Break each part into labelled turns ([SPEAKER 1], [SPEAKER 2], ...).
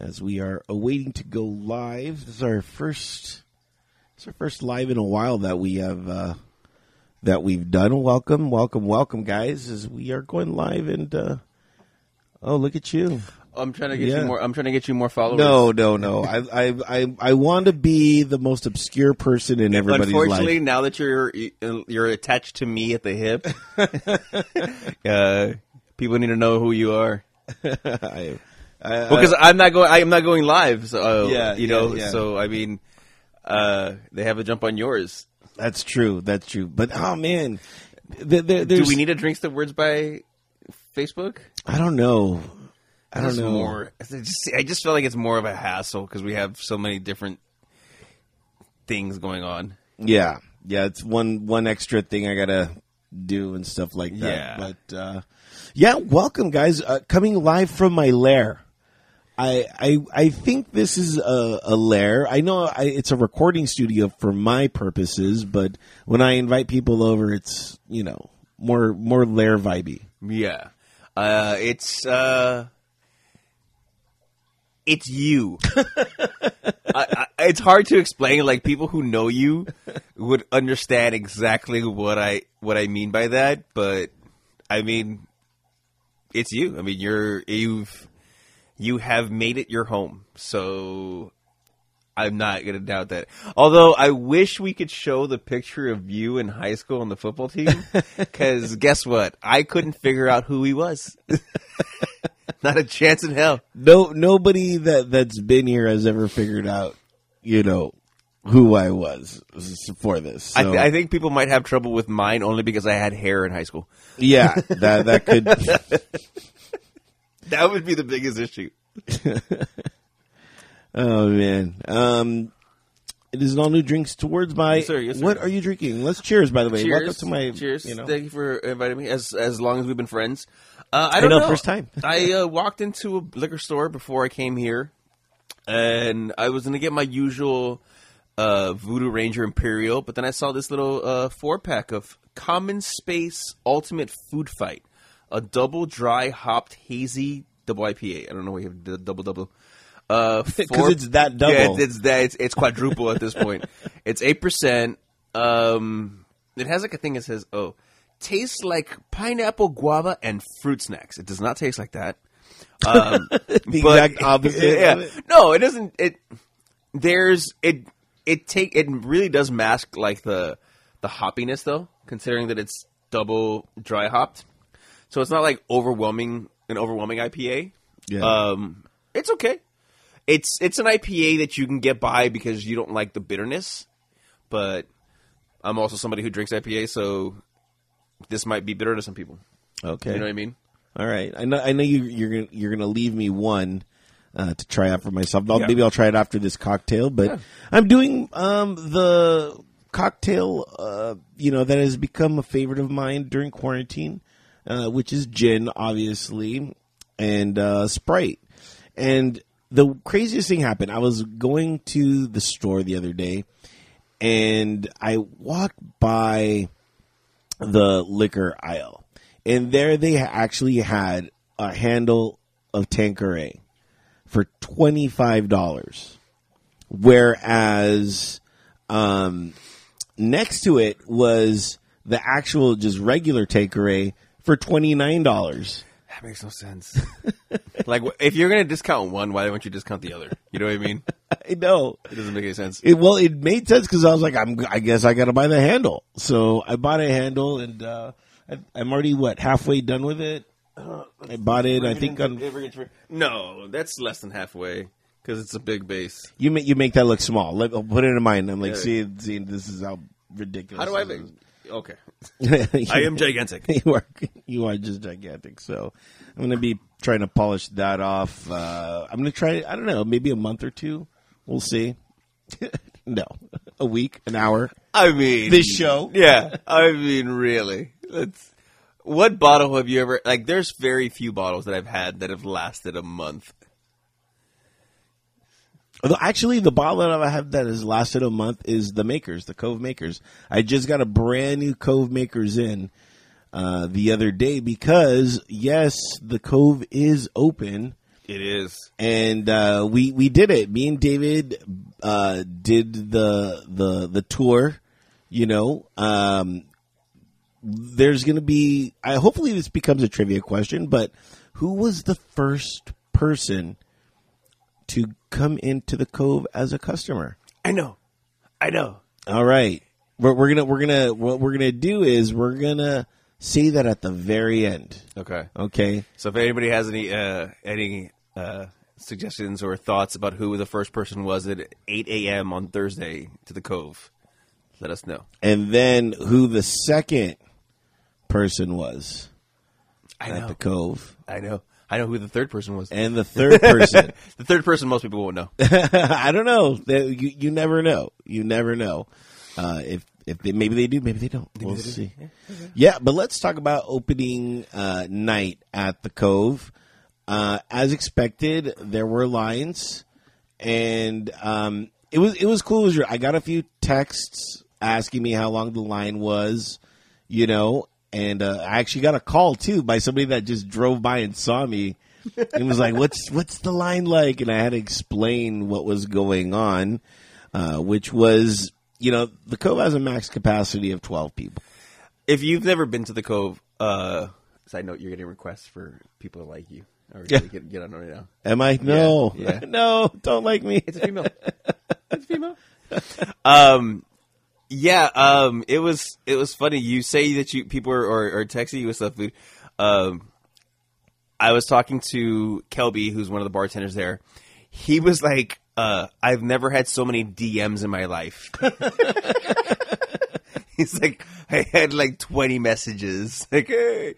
[SPEAKER 1] as we are awaiting to go live. This is our first, it's our first live in a while that we have uh, that we've done. Welcome, welcome, welcome, guys! As we are going live, and uh, oh, look at you!
[SPEAKER 2] I'm trying to get
[SPEAKER 1] Yeah.
[SPEAKER 2] you more. I'm trying to get you more followers.
[SPEAKER 1] No, no, no! I, I, I, I want to be the most obscure person in everybody's
[SPEAKER 2] Unfortunately,
[SPEAKER 1] life.
[SPEAKER 2] now that you're you're attached to me at the hip, uh, people need to know who you are.
[SPEAKER 1] I,
[SPEAKER 2] Well, because I'm not going. I'm not going live. So uh,
[SPEAKER 1] Uh, Yeah,
[SPEAKER 2] you know.
[SPEAKER 1] yeah, yeah.
[SPEAKER 2] So I mean, uh, they have a jump on yours.
[SPEAKER 1] that's true. That's true. But oh man, there, there,
[SPEAKER 2] Do
[SPEAKER 1] there's-
[SPEAKER 2] we need to drink the words by Facebook?
[SPEAKER 1] I don't know. I don't
[SPEAKER 2] It's
[SPEAKER 1] know.
[SPEAKER 2] More, I just, I just feel like it's more of a hassle because we have so many different things going on.
[SPEAKER 1] Yeah, yeah, it's one one extra thing I gotta do and stuff like that.
[SPEAKER 2] Yeah.
[SPEAKER 1] But uh, yeah, welcome guys, uh, coming live from my lair. I I I think this is a, a lair. I know I, it's a recording studio for my purposes, but when I invite people over, it's you know more more lair vibey.
[SPEAKER 2] Yeah. Uh, it's uh, it's you. I, I, it's hard to explain. Like people who know you would understand exactly what I what I mean by that. But I mean, it's you. I mean, you're you've you have made it your home. So I'm not gonna doubt that. Although I wish we could show the picture of you in high school on the football team, because guess what? I couldn't figure out who he was. not a chance in hell.
[SPEAKER 1] No nobody that that's been here has ever figured out you know who I was for this.
[SPEAKER 2] I,
[SPEAKER 1] So-
[SPEAKER 2] th- I think people might have trouble with mine only because I had hair in high school.
[SPEAKER 1] yeah, that that could.
[SPEAKER 2] That would be the biggest issue.
[SPEAKER 1] Oh man. Um it is an all new drinks towards my
[SPEAKER 2] Yes, sir. Yes, sir.
[SPEAKER 1] What are you drinking? Let's cheers by the way.
[SPEAKER 2] Cheers
[SPEAKER 1] Welcome to my
[SPEAKER 2] cheers.
[SPEAKER 1] You know.
[SPEAKER 2] Thank you for inviting me. As as long as we've been friends, uh, I don't
[SPEAKER 1] know, first time.
[SPEAKER 2] I uh, walked into a liquor store before I came here, and I was going to get my usual uh, Voodoo Ranger Imperial, but then I saw this little uh, four pack of Common Space Ultimate Food Fight, a double dry hopped hazy double IPA. I don't know why you have the double double. Uh,
[SPEAKER 1] 'Cause it's that double.
[SPEAKER 2] Yeah, it's, it's that it's, it's quadruple at this point. It's eight percent. Um, it has like a thing that says, "Oh, tastes like pineapple, guava, and fruit snacks." It does not taste like that. Um,
[SPEAKER 1] The
[SPEAKER 2] but-
[SPEAKER 1] exact opposite.
[SPEAKER 2] Yeah,
[SPEAKER 1] of it.
[SPEAKER 2] no, it doesn't. It there's it it take it really does mask like the the hoppiness though, considering that it's double dry hopped. So it's not like overwhelming an overwhelming IPA.
[SPEAKER 1] Yeah.
[SPEAKER 2] Um, it's okay. It's it's an IPA that you can get by because you don't like the bitterness, but I'm also somebody who drinks IPA, so this might be bitter to some people.
[SPEAKER 1] Okay.
[SPEAKER 2] You know what I mean?
[SPEAKER 1] All right. I know I know you you're gonna you're gonna leave me one uh, to try out for myself. I'll,
[SPEAKER 2] Yeah.
[SPEAKER 1] Maybe I'll try it after this cocktail, but I'm doing um, the cocktail, uh, you know, that has become a favorite of mine during quarantine, uh, which is gin, obviously, and uh, Sprite. And the craziest thing happened. I was going to the store the other day, and I walked by the liquor aisle, and there they actually had a handle of Tanqueray for twenty five dollars, whereas um, next to it was the actual just regular Tanqueray for twenty nine dollars.
[SPEAKER 2] That makes no sense. like if you're gonna discount one, why don't you discount the other? You know what I mean?
[SPEAKER 1] I know.
[SPEAKER 2] It doesn't make any sense.
[SPEAKER 1] It, well, it made sense because I was like, I'm, I guess I got to buy the handle. So I bought a handle, and uh, I, I'm already what halfway done with it. I bought it. I think on
[SPEAKER 2] no, that's less than halfway because it's a big base.
[SPEAKER 1] You make you make that look small. Let, I'll put it in mine. I'm like,
[SPEAKER 2] Yeah.
[SPEAKER 1] see, see, this is how ridiculous.
[SPEAKER 2] How do I
[SPEAKER 1] this
[SPEAKER 2] make? Okay,
[SPEAKER 1] is."
[SPEAKER 2] I am gigantic.
[SPEAKER 1] you are you are just gigantic. So I'm gonna be trying to polish that off. Uh, I'm gonna try. I don't know, maybe a month or two. We'll see. no, a week, an hour.
[SPEAKER 2] I mean,
[SPEAKER 1] This show.
[SPEAKER 2] Yeah, I mean, really. That's what bottle have you ever like? There's very few bottles that I've had that have lasted a month.
[SPEAKER 1] Although actually, the bottle that I have that has lasted a month is the Makers, the Cove Makers. I just got a brand new Cove Makers in uh, the other day because yes, the Cove is open,
[SPEAKER 2] It is.
[SPEAKER 1] and uh, we we did it. Me and David uh, did the the the tour. You know, um, there's going to be. I hopefully this becomes a trivia question, but who was the first person to come into the cove as a customer?
[SPEAKER 2] I know. I know.
[SPEAKER 1] All right, what we're gonna we're gonna what we're gonna do is we're gonna say that at the very end.
[SPEAKER 2] Okay.
[SPEAKER 1] Okay.
[SPEAKER 2] So if anybody has any uh, any uh, suggestions or thoughts about who the first person was at 8 a.m. on Thursday to the Cove, let us know.
[SPEAKER 1] and then who the second person was
[SPEAKER 2] I
[SPEAKER 1] at
[SPEAKER 2] know.
[SPEAKER 1] the cove,
[SPEAKER 2] I know. I know who the third person was.
[SPEAKER 1] and the third person.
[SPEAKER 2] the third person, most people won't know.
[SPEAKER 1] I don't know. That- You you never know. You never know. Uh, if if they, maybe they do, maybe they don't. we'll
[SPEAKER 2] they do.
[SPEAKER 1] see. Yeah, but let's talk about opening uh, night at the Cove. Uh, as expected, there were lines, and um, it was it was cool. It was- I got a few texts asking me how long the line was, you know, and uh, I actually got a call too by somebody that just drove by and saw me and was like, "What's what's the line like?" And I had to explain what was going on, uh, which was you know the Cove has a max capacity of twelve people.
[SPEAKER 2] If you've never been to the Cove, uh, side note, you're getting requests for people like you. Or yeah. get, get on right now.
[SPEAKER 1] Am I? No,
[SPEAKER 2] Yeah, yeah.
[SPEAKER 1] no, don't like me.
[SPEAKER 2] It's a female. it's a female. Um, yeah. Um, it was it was funny. You say that you people are, are, are texting you with stuff, dude. Um, I was talking to Kelby, who's one of the bartenders there. He was like, uh, "I've never had so many DMs in my life." He's like, "I had like twenty messages." Like, hey,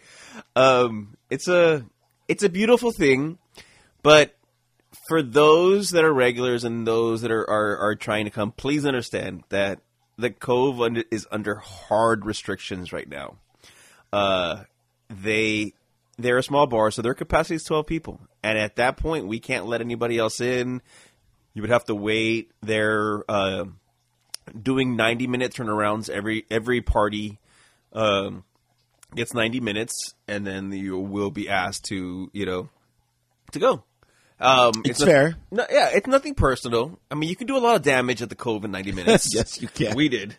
[SPEAKER 2] um, it's a it's a beautiful thing, but for those that are regulars and those that are, are, are trying to come, please understand that the Cove under, is under hard restrictions right now. Uh, they they're a small bar, so their capacity is twelve people, and at that point, we can't let anybody else in. You would have to wait. They're uh, doing ninety minute turnarounds every every party. Um, gets 90 minutes and then you will be asked to you know to go um
[SPEAKER 1] It's
[SPEAKER 2] not-
[SPEAKER 1] fair.
[SPEAKER 2] no, yeah, it's nothing personal. I mean, you can do a lot of damage at the Cove in 90 minutes.
[SPEAKER 1] Yes, you can.
[SPEAKER 2] We did.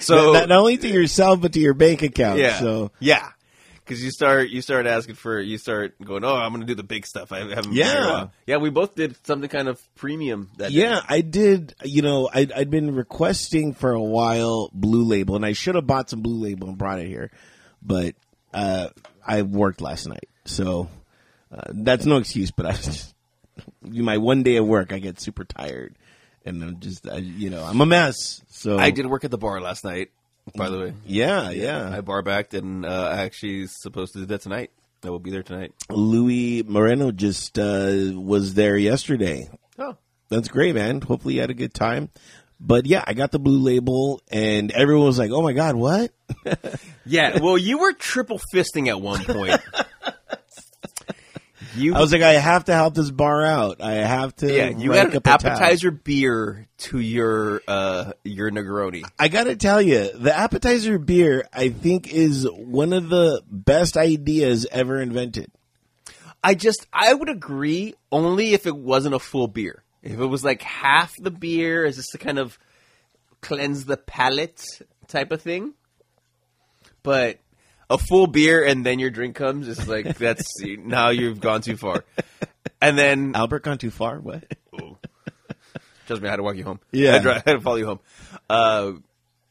[SPEAKER 2] so
[SPEAKER 1] not, not only to yourself but to your bank account.
[SPEAKER 2] yeah,
[SPEAKER 1] So
[SPEAKER 2] yeah, because you start you start asking for you start going. Oh, I'm going to do the big stuff. I haven't. been
[SPEAKER 1] Yeah.
[SPEAKER 2] here in a while." yeah. We both did something kind of premium that. day.
[SPEAKER 1] Yeah, I did. You know, I'd, I'd been requesting for a while Blue Label, and I should have bought some Blue Label and brought it here, but uh, I worked last night, so uh, that's no excuse. But I, was just, my one day of work, I get super tired, and I'm just, I, you know, I'm a mess. So
[SPEAKER 2] I did work at the bar last night. By the way,
[SPEAKER 1] Yeah, yeah.
[SPEAKER 2] I bar backed, and uh, I actually supposed to do that tonight. I will be there tonight.
[SPEAKER 1] Louis Moreno just uh, was there yesterday.
[SPEAKER 2] Oh,
[SPEAKER 1] That's great, man. Hopefully you had a good time. But yeah, I got the blue label, and everyone was like, "Oh my god, what?"
[SPEAKER 2] yeah. Well, you were triple fisting at one point. You
[SPEAKER 1] I was like, I have to help this bar out. I have to.
[SPEAKER 2] Yeah, you
[SPEAKER 1] rank
[SPEAKER 2] got an
[SPEAKER 1] up a tab.
[SPEAKER 2] appetizer beer to your uh your Negroni.
[SPEAKER 1] I gotta tell you, the appetizer beer, I think, is one of the best ideas ever invented.
[SPEAKER 2] I just I would agree only if it wasn't a full beer. If it was like half the beer, is just to kind of cleanse the palate type of thing. But a full beer and then your drink comes, it's like that's now you've gone too far. And then
[SPEAKER 1] Albert gone too far? What?
[SPEAKER 2] Trust me, I had to walk you home.
[SPEAKER 1] Yeah.
[SPEAKER 2] I had to, I had to follow you home. Uh,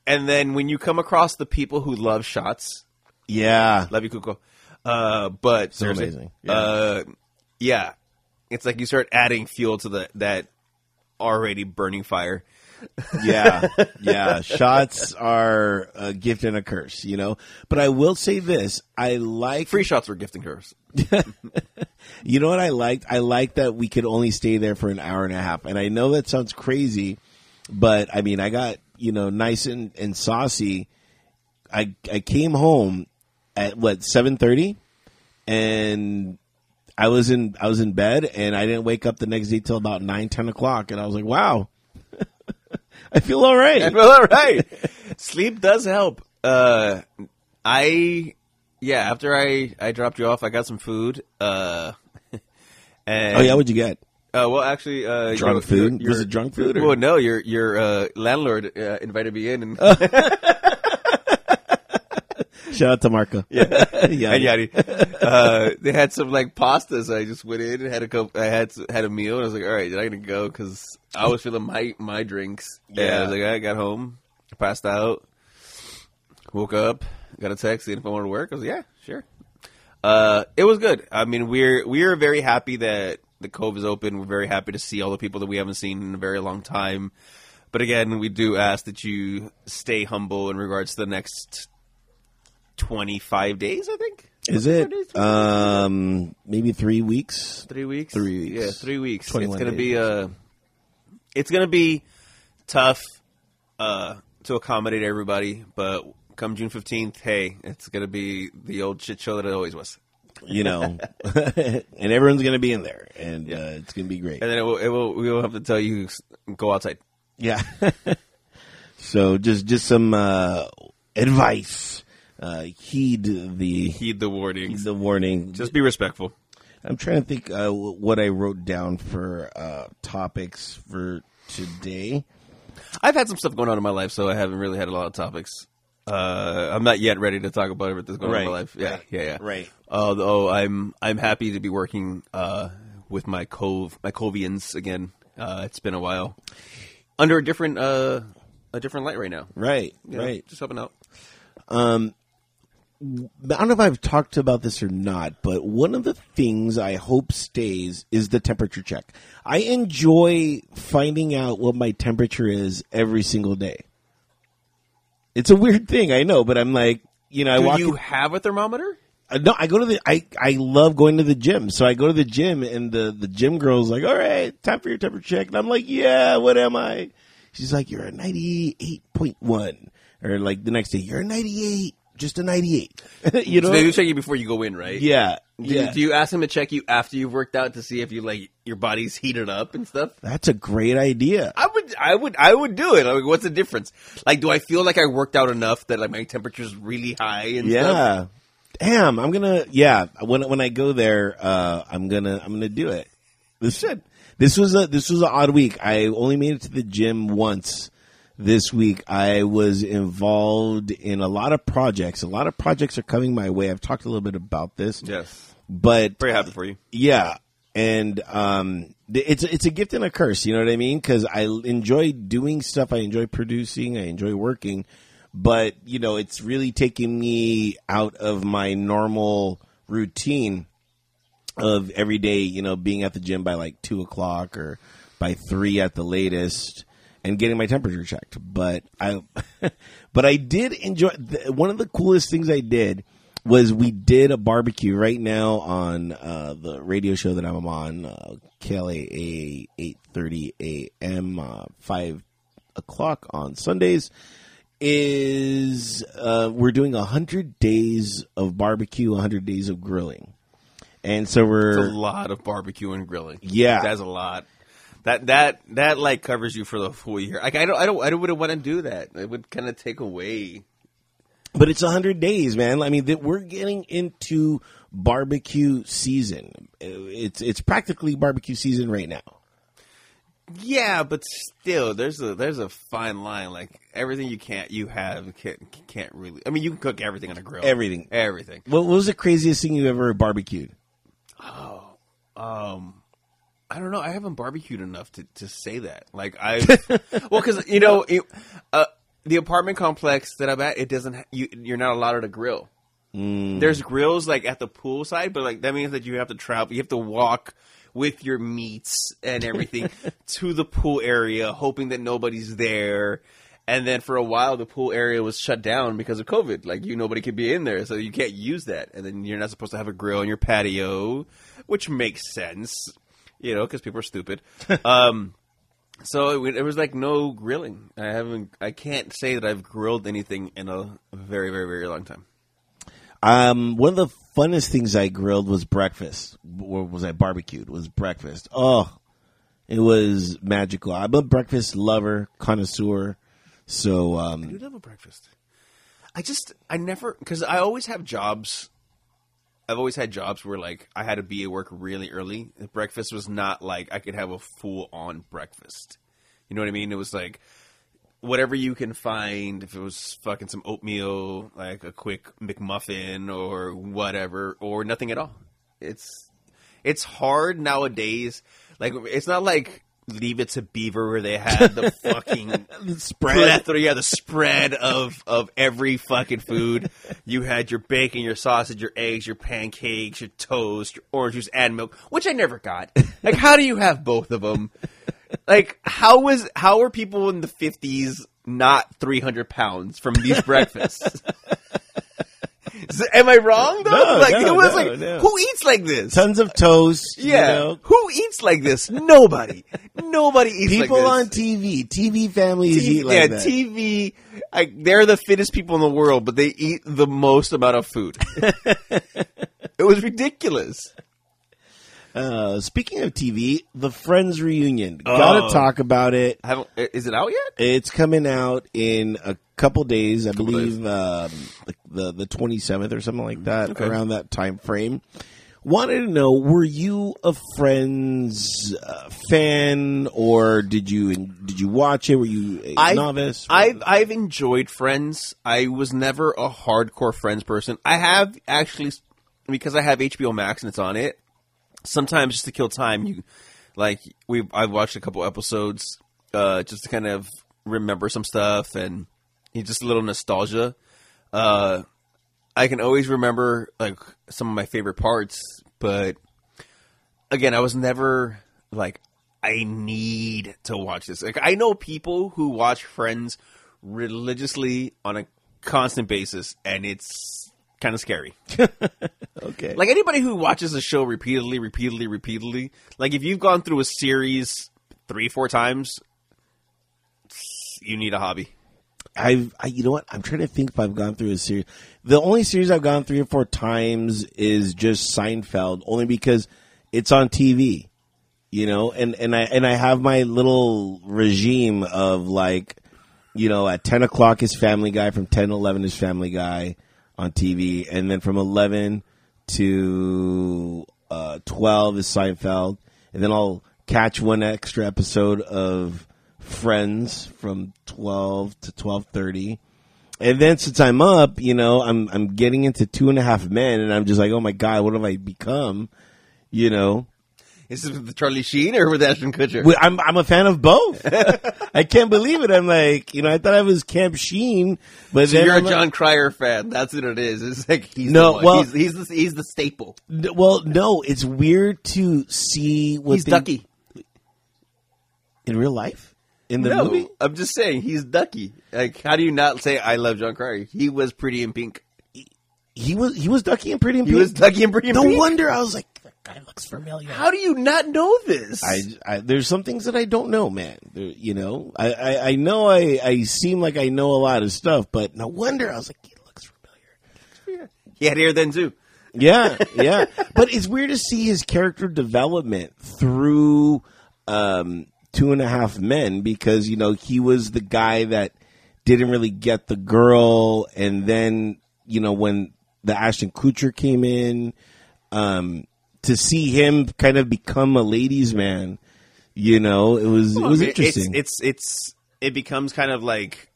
[SPEAKER 2] and then when you come across the people who love shots,
[SPEAKER 1] Yeah.
[SPEAKER 2] Love you, Cuco. Uh, but seriously,
[SPEAKER 1] amazing. Yeah.
[SPEAKER 2] Uh, yeah, it's like you start adding fuel to the that already burning fire.
[SPEAKER 1] yeah, yeah. Shots are a gift and a curse, you know. But I will say this: I like.
[SPEAKER 2] Free shots were gifting curves.
[SPEAKER 1] You know what I liked? I liked that we could only stay there for an hour and a half. And I know that sounds crazy, but I mean, I got you know nice and, and saucy. I I came home at what seven thirty, and I was in I was in bed, and I didn't wake up the next day till about nine ten o'clock, and I was like, wow, I feel all right.
[SPEAKER 2] Well, all right, sleep does help. Uh, I yeah. After I I dropped you off, I got some food. Uh, And,
[SPEAKER 1] Oh yeah, what'd you get?
[SPEAKER 2] Uh, well, actually, uh,
[SPEAKER 1] Drunk
[SPEAKER 2] your-
[SPEAKER 1] food?
[SPEAKER 2] your-
[SPEAKER 1] Was it drunk food or-
[SPEAKER 2] Well, no. Your your uh, landlord uh, invited me in and
[SPEAKER 1] Shout out to Marco. Yeah, yeah.
[SPEAKER 2] and yada. Uh, they had some like pasta, so I just went in and had a couple. I had had a meal, and I was like, "All right, I gotta go?" Because I was feeling my my drinks. Yeah, I was like, I got home, passed out, woke up, got a text, seeing if I wanted to work. I was like, "Yeah, sure." Uh, it was good. I mean, we're we are very happy that the cove is open. We're very happy to see all the people that we haven't seen in a very long time. But again, we do ask that you stay humble in regards to the next twenty five days. I think
[SPEAKER 1] Is
[SPEAKER 2] 24
[SPEAKER 1] it
[SPEAKER 2] days, 25
[SPEAKER 1] um maybe three weeks?
[SPEAKER 2] Three weeks.
[SPEAKER 1] Three weeks.
[SPEAKER 2] Yeah, three weeks. It's
[SPEAKER 1] 21
[SPEAKER 2] gonna
[SPEAKER 1] days.
[SPEAKER 2] be uh it's gonna be tough uh to accommodate everybody, but come June fifteenth, hey, it's gonna be the old shit show that it always was.
[SPEAKER 1] You know, and everyone's gonna be in there, and
[SPEAKER 2] Yeah.
[SPEAKER 1] uh, it's gonna be great.
[SPEAKER 2] And then it will, it will we will have to tell you go outside.
[SPEAKER 1] Yeah. so just just some uh, advice. Uh, heed the
[SPEAKER 2] Heed the warnings.
[SPEAKER 1] the warning.
[SPEAKER 2] Just be respectful.
[SPEAKER 1] I'm trying to think uh, wh- what I wrote down for uh, topics for today.
[SPEAKER 2] I've had some stuff going on in my life, so I haven't really had a lot of topics. Uh, I'm not yet ready to talk about everything that's going on in my
[SPEAKER 1] Right.
[SPEAKER 2] life. Yeah,
[SPEAKER 1] Right.
[SPEAKER 2] yeah, yeah.
[SPEAKER 1] Right.
[SPEAKER 2] Although Uh, oh, I'm I'm happy to be working uh, with my cove my covians again. Uh, it's been a while under a different uh, a different light right now.
[SPEAKER 1] Right,
[SPEAKER 2] You know,
[SPEAKER 1] right.
[SPEAKER 2] just helping out.
[SPEAKER 1] I don't know if I've talked about this or not, but one of the things I hope stays is the temperature check. I enjoy finding out what my temperature is every single day. It's a weird thing, I know, but I'm like, you know, I
[SPEAKER 2] Do
[SPEAKER 1] walk.
[SPEAKER 2] you have a thermometer?
[SPEAKER 1] Uh, No, I go to the. I I love going to the gym, so I go to the gym, and the the gym girl's like, "All right, time for your temperature check," and I'm like, "Yeah, what am I?" She's like, "You're a ninety eight point one, or like the next day, you're a ninety eight, just a ninety eight. you know?
[SPEAKER 2] So they do check you before you go in, right?
[SPEAKER 1] yeah,
[SPEAKER 2] Do,
[SPEAKER 1] yeah.
[SPEAKER 2] do you ask them to check you after you've worked out to see if you like your body's heated up and stuff?
[SPEAKER 1] That's a great idea.
[SPEAKER 2] I would, I would, I would do it. Like, what's the difference? Like, do I feel like I worked out enough that like my temperature's really high and stuff?
[SPEAKER 1] Yeah. Damn, I'm gonna. Yeah, when when I go there, uh, I'm gonna I'm gonna do it. This should. This was a this was an odd week. I only made it to the gym once. This week, I was involved in a lot of projects. A lot of projects are coming my way. I've talked a little bit about this,
[SPEAKER 2] Yes,
[SPEAKER 1] but
[SPEAKER 2] very happy for you.
[SPEAKER 1] yeah, and um, th- it's it's a gift and a curse. You know what I mean? Because I l- enjoy doing stuff. I enjoy producing. I enjoy working, but you know, it's really taking me out of my normal routine of every day. You know, being at the gym by like two o'clock or by three at the latest. And getting my temperature checked, but I, but I did enjoy. th- One of the coolest things I did was we did a barbecue right now on uh, the radio show that I'm on, uh, KLAA 8:30 a.m. Uh, five o'clock on Sundays. Is uh, we're doing hundred days of barbecue, hundred days of grilling, and so
[SPEAKER 2] It's a
[SPEAKER 1] we're
[SPEAKER 2] lot of barbecue and grilling.
[SPEAKER 1] Yeah.
[SPEAKER 2] that's a lot. That that that like covers you for the full year. Like, I don't, I don't, I wouldn't want to do that. It would kind of take away.
[SPEAKER 1] But it's 100 days, man. I mean, that we're getting into barbecue season. It's it's practically barbecue season right now.
[SPEAKER 2] Yeah, but still, there's a there's a fine line. Like everything you can't, you have can't can't really. I mean, you can cook everything on a grill.
[SPEAKER 1] Everything.
[SPEAKER 2] everything.
[SPEAKER 1] What was the craziest thing you ever barbecued?
[SPEAKER 2] I don't know. I haven't barbecued enough to, to say that. Like I, well, because you know, it, uh, the apartment complex that I'm at, it doesn't. ha- You, you're not allowed to grill. There's grills like at the pool side, but like that means that you have to travel. You have to walk with your meats and everything to the pool area, hoping that nobody's there. And then for a while, the pool area was shut down because of COVID. Like you, nobody could be in there, so you can't use that. And then you're not supposed to have a grill on your patio, which makes sense, you know, because people are stupid. um, so it, wa- it was like no grilling. I haven't. I can't say that I've grilled anything in a very, very, very long time.
[SPEAKER 1] Um, one of the funnest things I grilled was breakfast. Or was I barbecued? Was breakfast. Oh, it was magical. I'm a breakfast lover, connoisseur. So, um,
[SPEAKER 2] You have a breakfast. I just I never because I always have jobs I've always had jobs where like I had to be at work really early. Breakfast was not like I could have a full on breakfast. You know what I mean? It was like whatever you can find. If it was fucking some oatmeal, like a quick McMuffin or whatever, or nothing at all. It's it's hard nowadays. Like it's not like Leave It to Beaver where they had the fucking
[SPEAKER 1] Spread.
[SPEAKER 2] plethora, yeah, the spread of of every fucking food. You had your bacon, your sausage, your eggs, your pancakes, your toast, your orange juice, and milk, which I never got. Like, how do you have both of them? Like, how was how were people in the fifties not three hundred pounds from these breakfasts? So, am I wrong though?
[SPEAKER 1] No,
[SPEAKER 2] like
[SPEAKER 1] no,
[SPEAKER 2] it was
[SPEAKER 1] no,
[SPEAKER 2] like
[SPEAKER 1] no.
[SPEAKER 2] who eats like this?
[SPEAKER 1] Tons of toast. you
[SPEAKER 2] yeah,
[SPEAKER 1] know.
[SPEAKER 2] who eats like this? Nobody. Nobody eats like
[SPEAKER 1] People
[SPEAKER 2] this.
[SPEAKER 1] on TV, TV families eat like
[SPEAKER 2] yeah,
[SPEAKER 1] that.
[SPEAKER 2] TV. I, they're the fittest people in the world, but they eat the most amount of food. it was ridiculous.
[SPEAKER 1] Uh, speaking of TV, the Friends reunion. Gotta
[SPEAKER 2] Oh.
[SPEAKER 1] talk about it.
[SPEAKER 2] I haven't. Is it out yet?
[SPEAKER 1] It's coming out in a couple days, I
[SPEAKER 2] days.
[SPEAKER 1] believe, Um, like the the twenty seventh or something like that,
[SPEAKER 2] Okay.
[SPEAKER 1] around that time frame. Wanted to know, were you a Friends uh, fan, or did you did you watch it? Were you a
[SPEAKER 2] I've-
[SPEAKER 1] novice?
[SPEAKER 2] I've I've enjoyed Friends. I was never a hardcore Friends person. I have actually because I have HBO Max and it's on it. Sometimes just to kill time, you like we I've watched a couple episodes uh, just to kind of remember some stuff and you know, just a little nostalgia. Uh, I can always remember like some of my favorite parts, but again, I was never like I need to watch this. Like I know people who watch Friends religiously on a constant basis, and it's kind of scary.
[SPEAKER 1] okay.
[SPEAKER 2] Like anybody who watches a show repeatedly, repeatedly, repeatedly, like if you've gone through a series three, four times, you need a hobby.
[SPEAKER 1] I've, I, you know what? I'm trying to think if I've gone through a series. The only series I've gone three or four times is just Seinfeld, only because it's on TV, you know, and, and I, and I have my little regime of like, you know, at 10 o'clock is Family Guy, from 10 to 11 is Family Guy on TV, and then from 11 to uh, 12 is Seinfeld, and then I'll catch one extra episode of Friends from 12 to 12.30. And then since I'm up, you know, I'm I'm getting into two and a half men, and I'm just like, oh my god, what have I become? You know,
[SPEAKER 2] Is this with Charlie Sheen or with Ashton Kutcher?
[SPEAKER 1] well, I'm I'm a fan of both. I can't believe it. I'm like, you know, I thought I was Camp Sheen, but
[SPEAKER 2] so
[SPEAKER 1] then
[SPEAKER 2] you're a
[SPEAKER 1] I'm like-
[SPEAKER 2] John Cryer fan. That's what it is. It's like he's
[SPEAKER 1] No,
[SPEAKER 2] the one.
[SPEAKER 1] well-
[SPEAKER 2] he's he's the, he's the staple.
[SPEAKER 1] N- well, no, it's weird to see what
[SPEAKER 2] He's
[SPEAKER 1] they-
[SPEAKER 2] Ducky.
[SPEAKER 1] in real life in the
[SPEAKER 2] no,
[SPEAKER 1] movie.
[SPEAKER 2] I'm just saying he's Ducky. Like, how do you not say I love John Cryer? He was pretty in pink.
[SPEAKER 1] He was he was Ducky and Pretty in
[SPEAKER 2] He
[SPEAKER 1] Pink.
[SPEAKER 2] was Ducky and pretty in
[SPEAKER 1] no
[SPEAKER 2] pink.
[SPEAKER 1] wonder I was like, that guy looks familiar.
[SPEAKER 2] How do you not know this?
[SPEAKER 1] I, I there's some things that I don't know, man. There, you know, I, I, I know I, I seem like I know a lot of stuff, but no wonder I was like, he looks familiar.
[SPEAKER 2] he had hair then too.
[SPEAKER 1] Yeah, yeah. but it's weird to see his character development through um, Two and a Half Men because you know he was the guy that didn't really get the girl, and then you know when the Ashton Kutcher came in, um, to see him kind of become a ladies' man. You know, it was it was
[SPEAKER 2] I mean,
[SPEAKER 1] interesting.
[SPEAKER 2] It's, it's it's it becomes kind of like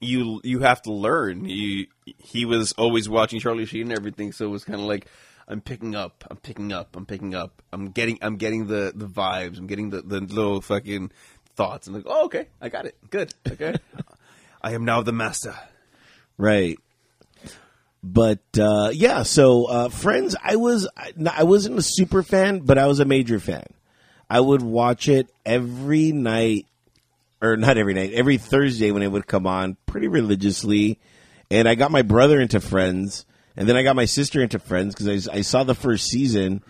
[SPEAKER 2] you you have to learn. You he was always watching Charlie Sheen and everything, so it was kind of like I'm picking up, I'm picking up, I'm picking up, I'm getting I'm getting the the vibes, I'm getting the the little fucking thoughts. I'm like, oh okay, I got it, good, okay. I am now the master.
[SPEAKER 1] Right. But uh, yeah, so uh, Friends, I was I I wasn't a super fan, but I was a major fan. I would watch it every night, or not every night, every Thursday when it would come on, pretty religiously. And I got my brother into Friends, and then I got my sister into Friends because I, I saw the first season,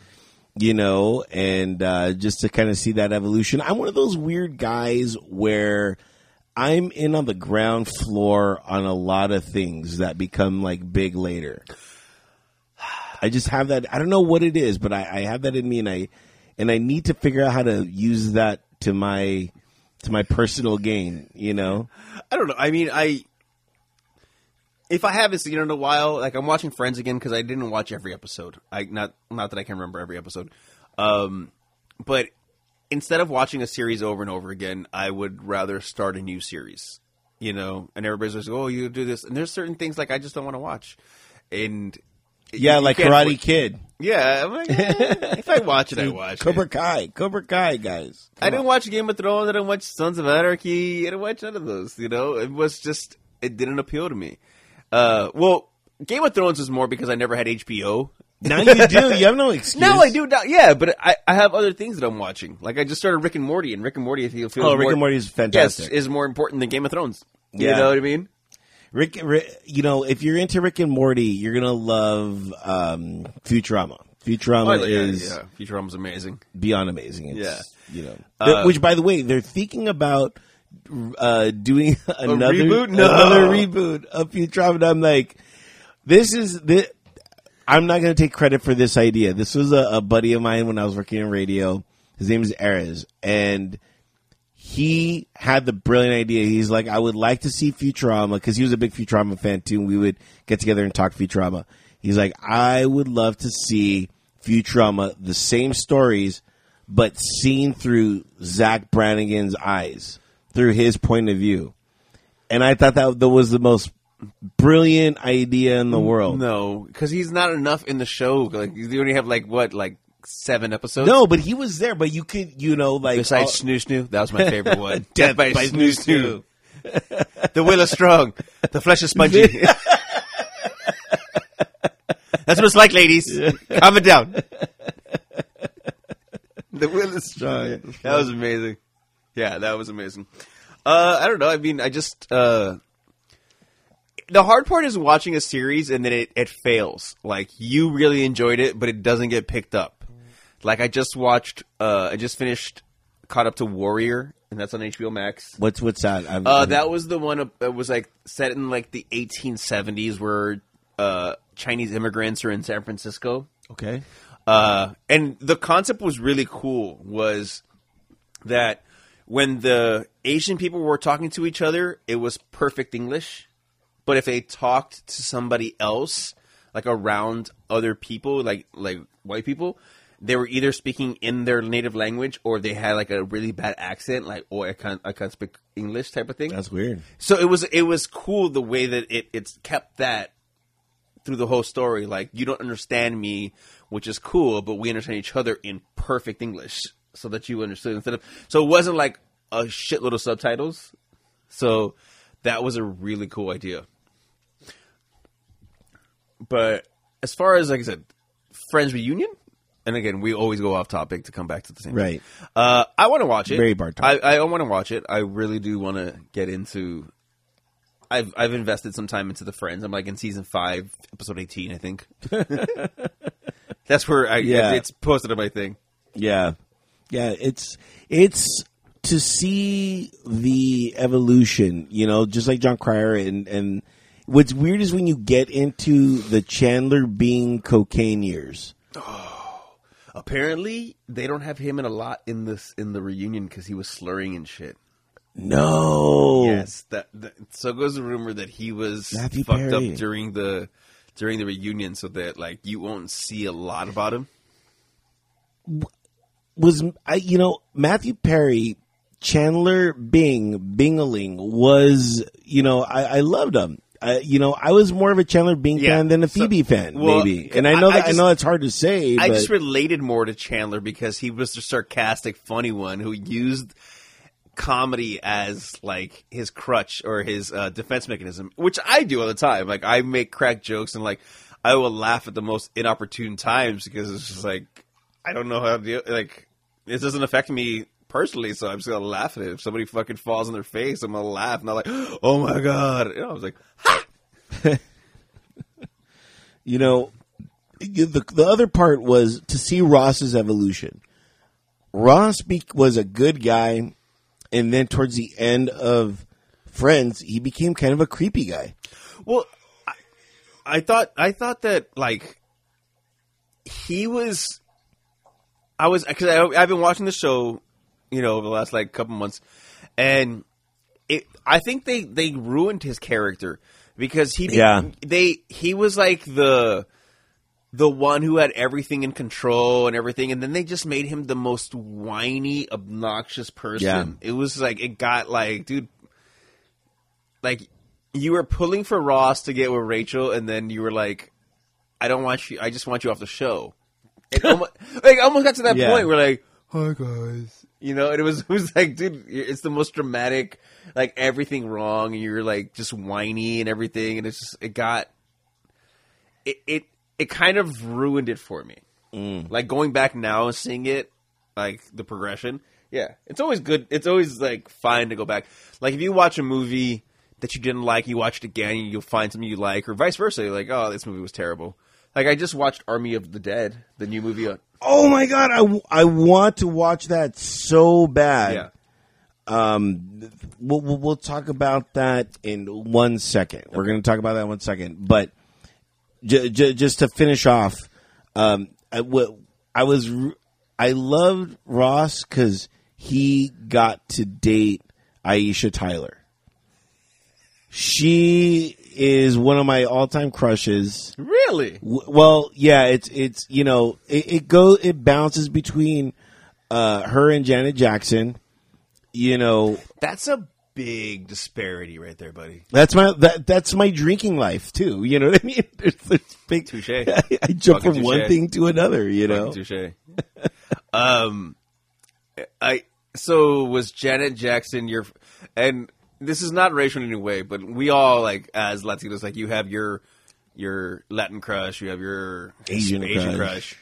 [SPEAKER 1] you know, and uh, just to kind of see that evolution. I'm one of those weird guys where I'm in on the ground floor on a lot of things that become like big later. I just have that. I don't know what it is, but I, I have that in me, and I and I need to figure out how to use that to my to my personal gain. You know,
[SPEAKER 2] I don't know. I mean, I if I haven't seen it in a while, like I'm watching Friends again because I didn't watch every episode. I not not that I can remember every episode, um, but instead of watching a series over and over again, I would rather start a new series. You know, and everybody's just oh you do this, and there's certain things like I just don't want to watch, and
[SPEAKER 1] Yeah,
[SPEAKER 2] you
[SPEAKER 1] like
[SPEAKER 2] can't
[SPEAKER 1] Karate
[SPEAKER 2] wa-
[SPEAKER 1] Kid,
[SPEAKER 2] Yeah, I'm like, eh, if I watch it, I watch it.
[SPEAKER 1] Cobra Kai, Cobra Kai guys.
[SPEAKER 2] I didn't watch Game of Thrones. I didn't watch Sons of Anarchy. I didn't watch none of those. You know, it was just it didn't appeal to me. Uh, well, Game of Thrones was more because I never had HBO.
[SPEAKER 1] Now you do. You have no excuse.
[SPEAKER 2] No, I do not. Yeah, but I, I have other things that I'm watching. Like I just started Rick and Morty, and Rick and Morty I feel feels
[SPEAKER 1] Oh, Rick
[SPEAKER 2] more-
[SPEAKER 1] and Morty is
[SPEAKER 2] yes
[SPEAKER 1] fantastic.
[SPEAKER 2] is more important than Game of Thrones. You
[SPEAKER 1] Yeah.
[SPEAKER 2] know what I mean?
[SPEAKER 1] Rick, Rick, you know, if you're into Rick and Morty, you're gonna love um, Futurama. Futurama
[SPEAKER 2] Oh, yeah,
[SPEAKER 1] is
[SPEAKER 2] yeah, Futurama's amazing.
[SPEAKER 1] beyond amazing. It's,
[SPEAKER 2] Yeah.
[SPEAKER 1] you know.
[SPEAKER 2] Uh,
[SPEAKER 1] Which, by the way, they're thinking about uh, doing another
[SPEAKER 2] reboot? No.
[SPEAKER 1] another reboot of Futurama. And I'm like, this is this, I'm not going to take credit for this idea. This was a, a buddy of mine when I was working in radio. His name is Erez, and he had the brilliant idea. He's like, I would like to see Futurama because he was a big Futurama fan too. And we would get together and talk Futurama. He's like, I would love to see Futurama, the same stories, but seen through Zach Brannigan's eyes, through his point of view. And I thought that that was the most brilliant idea in the world.
[SPEAKER 2] Mm, No, because he's not enough in the show. Like you only have like what like seven episodes.
[SPEAKER 1] No, but he was there. But you could, you know, like
[SPEAKER 2] Besides
[SPEAKER 1] all-
[SPEAKER 2] Snoo Snoo, that was my favorite one.
[SPEAKER 1] Death by Snoo
[SPEAKER 2] Snoo. the will is strong. The flesh is spongy. That's what it's like, ladies. Calm it down. The will is strong. That was amazing. Yeah, that was amazing. Uh, I don't know. I mean, I just uh, the hard part is watching a series and then it, it fails. Like you really enjoyed it, but it doesn't get picked up. Like I just watched, uh, I just finished, caught up to Warrior, and that's on HBO Max.
[SPEAKER 1] what's what's that? I'm,
[SPEAKER 2] Uh, that was the one up- that was like set in like the 1870s, where uh, Chinese immigrants are in San Francisco
[SPEAKER 1] okay.
[SPEAKER 2] uh, and the concept was really cool was that when the asian people were talking to each other it was perfect english but if they talked to somebody else like around other people like like white people they were either speaking in their native language or they had like a really bad accent like oh i can't i can't speak english type of thing
[SPEAKER 1] That's weird.
[SPEAKER 2] so it was it was cool the way that it it's kept that through the whole story. Like you don't understand me, which is cool, but we understand each other in perfect English, so that you understood instead of so it wasn't like a shitload of subtitles. So that was a really cool idea. But as far as like I said, Friends reunion, and again we always go off topic to come back to the same thing.
[SPEAKER 1] Right.
[SPEAKER 2] Uh, I want to watch it.
[SPEAKER 1] Very Bartok.
[SPEAKER 2] I, I want to watch it. I really do want to get into. I've I've invested some time into the Friends. I'm like in season five, episode eighteen, I think. That's where I
[SPEAKER 1] Yeah.
[SPEAKER 2] it's posted on my thing.
[SPEAKER 1] Yeah, yeah. It's it's to see the evolution. You know, just like John Cryer and and what's weird is when you get into the Chandler Bing cocaine years.
[SPEAKER 2] Apparently, they don't have him in a lot in this in the reunion because he was slurring and shit.
[SPEAKER 1] No.
[SPEAKER 2] Yes, that, that so goes the rumor that he was
[SPEAKER 1] Matthew
[SPEAKER 2] fucked
[SPEAKER 1] Perry.
[SPEAKER 2] up during the during the reunion, so that like you won't see a lot about him.
[SPEAKER 1] was I, you know Matthew Perry, Chandler Bing, Bingaling was you know I, I loved him. I, you know I was more of a Chandler Bing
[SPEAKER 2] Yeah,
[SPEAKER 1] fan than a
[SPEAKER 2] so-
[SPEAKER 1] Phoebe fan
[SPEAKER 2] well,
[SPEAKER 1] maybe, and I know
[SPEAKER 2] I- I
[SPEAKER 1] that I,
[SPEAKER 2] just-
[SPEAKER 1] know that's hard to say.
[SPEAKER 2] I
[SPEAKER 1] but
[SPEAKER 2] just related more to Chandler because he was the sarcastic, funny one who used comedy as like his crutch or his uh, defense mechanism, which I do all the time. Like I make crack jokes and like I will laugh at the most inopportune times because it's just like I don't know how to deal. Like this doesn't affect me personally, so I'm just gonna laugh at it. If somebody fucking falls on their face, I'm gonna laugh, not like oh my god. You know, I was like, ha!
[SPEAKER 1] you know you- the the other part was to see Ross's evolution. Ross be- was a good guy, and then towards the end of Friends, he became kind of a creepy guy.
[SPEAKER 2] Well, I, I thought I thought that like he was. I was because I've been watching the show, you know, over the last like couple months, and it. I think they they ruined his character because he
[SPEAKER 3] Yeah.
[SPEAKER 2] they he was like the the one who had everything in control and everything and then they just made him the most whiny obnoxious person it was like it got like dude like you were pulling for ross to get with rachel and then you were like i don't want you i just want you off the show it almost, like almost got to that
[SPEAKER 3] Yeah.
[SPEAKER 2] point where like hi guys you know and it was it was like dude it's the most dramatic like everything wrong and you're like just whiny and everything and it's just it got it it, it kind of ruined it for me like going back now and seeing it like the progression yeah it's always good it's always like fine to go back like if you watch a movie that you didn't like you watch it again and you'll find something you like or vice versa you're like oh this movie was terrible like i just watched army of the dead the new movie on
[SPEAKER 1] Oh my god, I, w- I want to watch that so bad.
[SPEAKER 2] yeah
[SPEAKER 1] We'll, we'll, we'll talk about that in one second. We're going to talk about that in one second. But j- j- just to finish off, um, I, w- I was r- I loved Ross because he got to date Aisha Tyler. She is one of my all time crushes.
[SPEAKER 2] really
[SPEAKER 1] W- well yeah it's it's you know it, it go it bounces between uh her and janet jackson you know
[SPEAKER 2] that's a big disparity right there buddy
[SPEAKER 1] that's my that that's my drinking life too you know what i mean there's, there's big
[SPEAKER 2] touche
[SPEAKER 1] I, I jump
[SPEAKER 2] Fucking
[SPEAKER 1] from one
[SPEAKER 2] touche.
[SPEAKER 1] thing to another you know
[SPEAKER 2] Touche. um, I so was Janet Jackson your, and this is not racial in any way, but we all like as Latinos, like you have your your Latin crush, you have your
[SPEAKER 1] Asian
[SPEAKER 2] Asian
[SPEAKER 1] crush.
[SPEAKER 2] crush.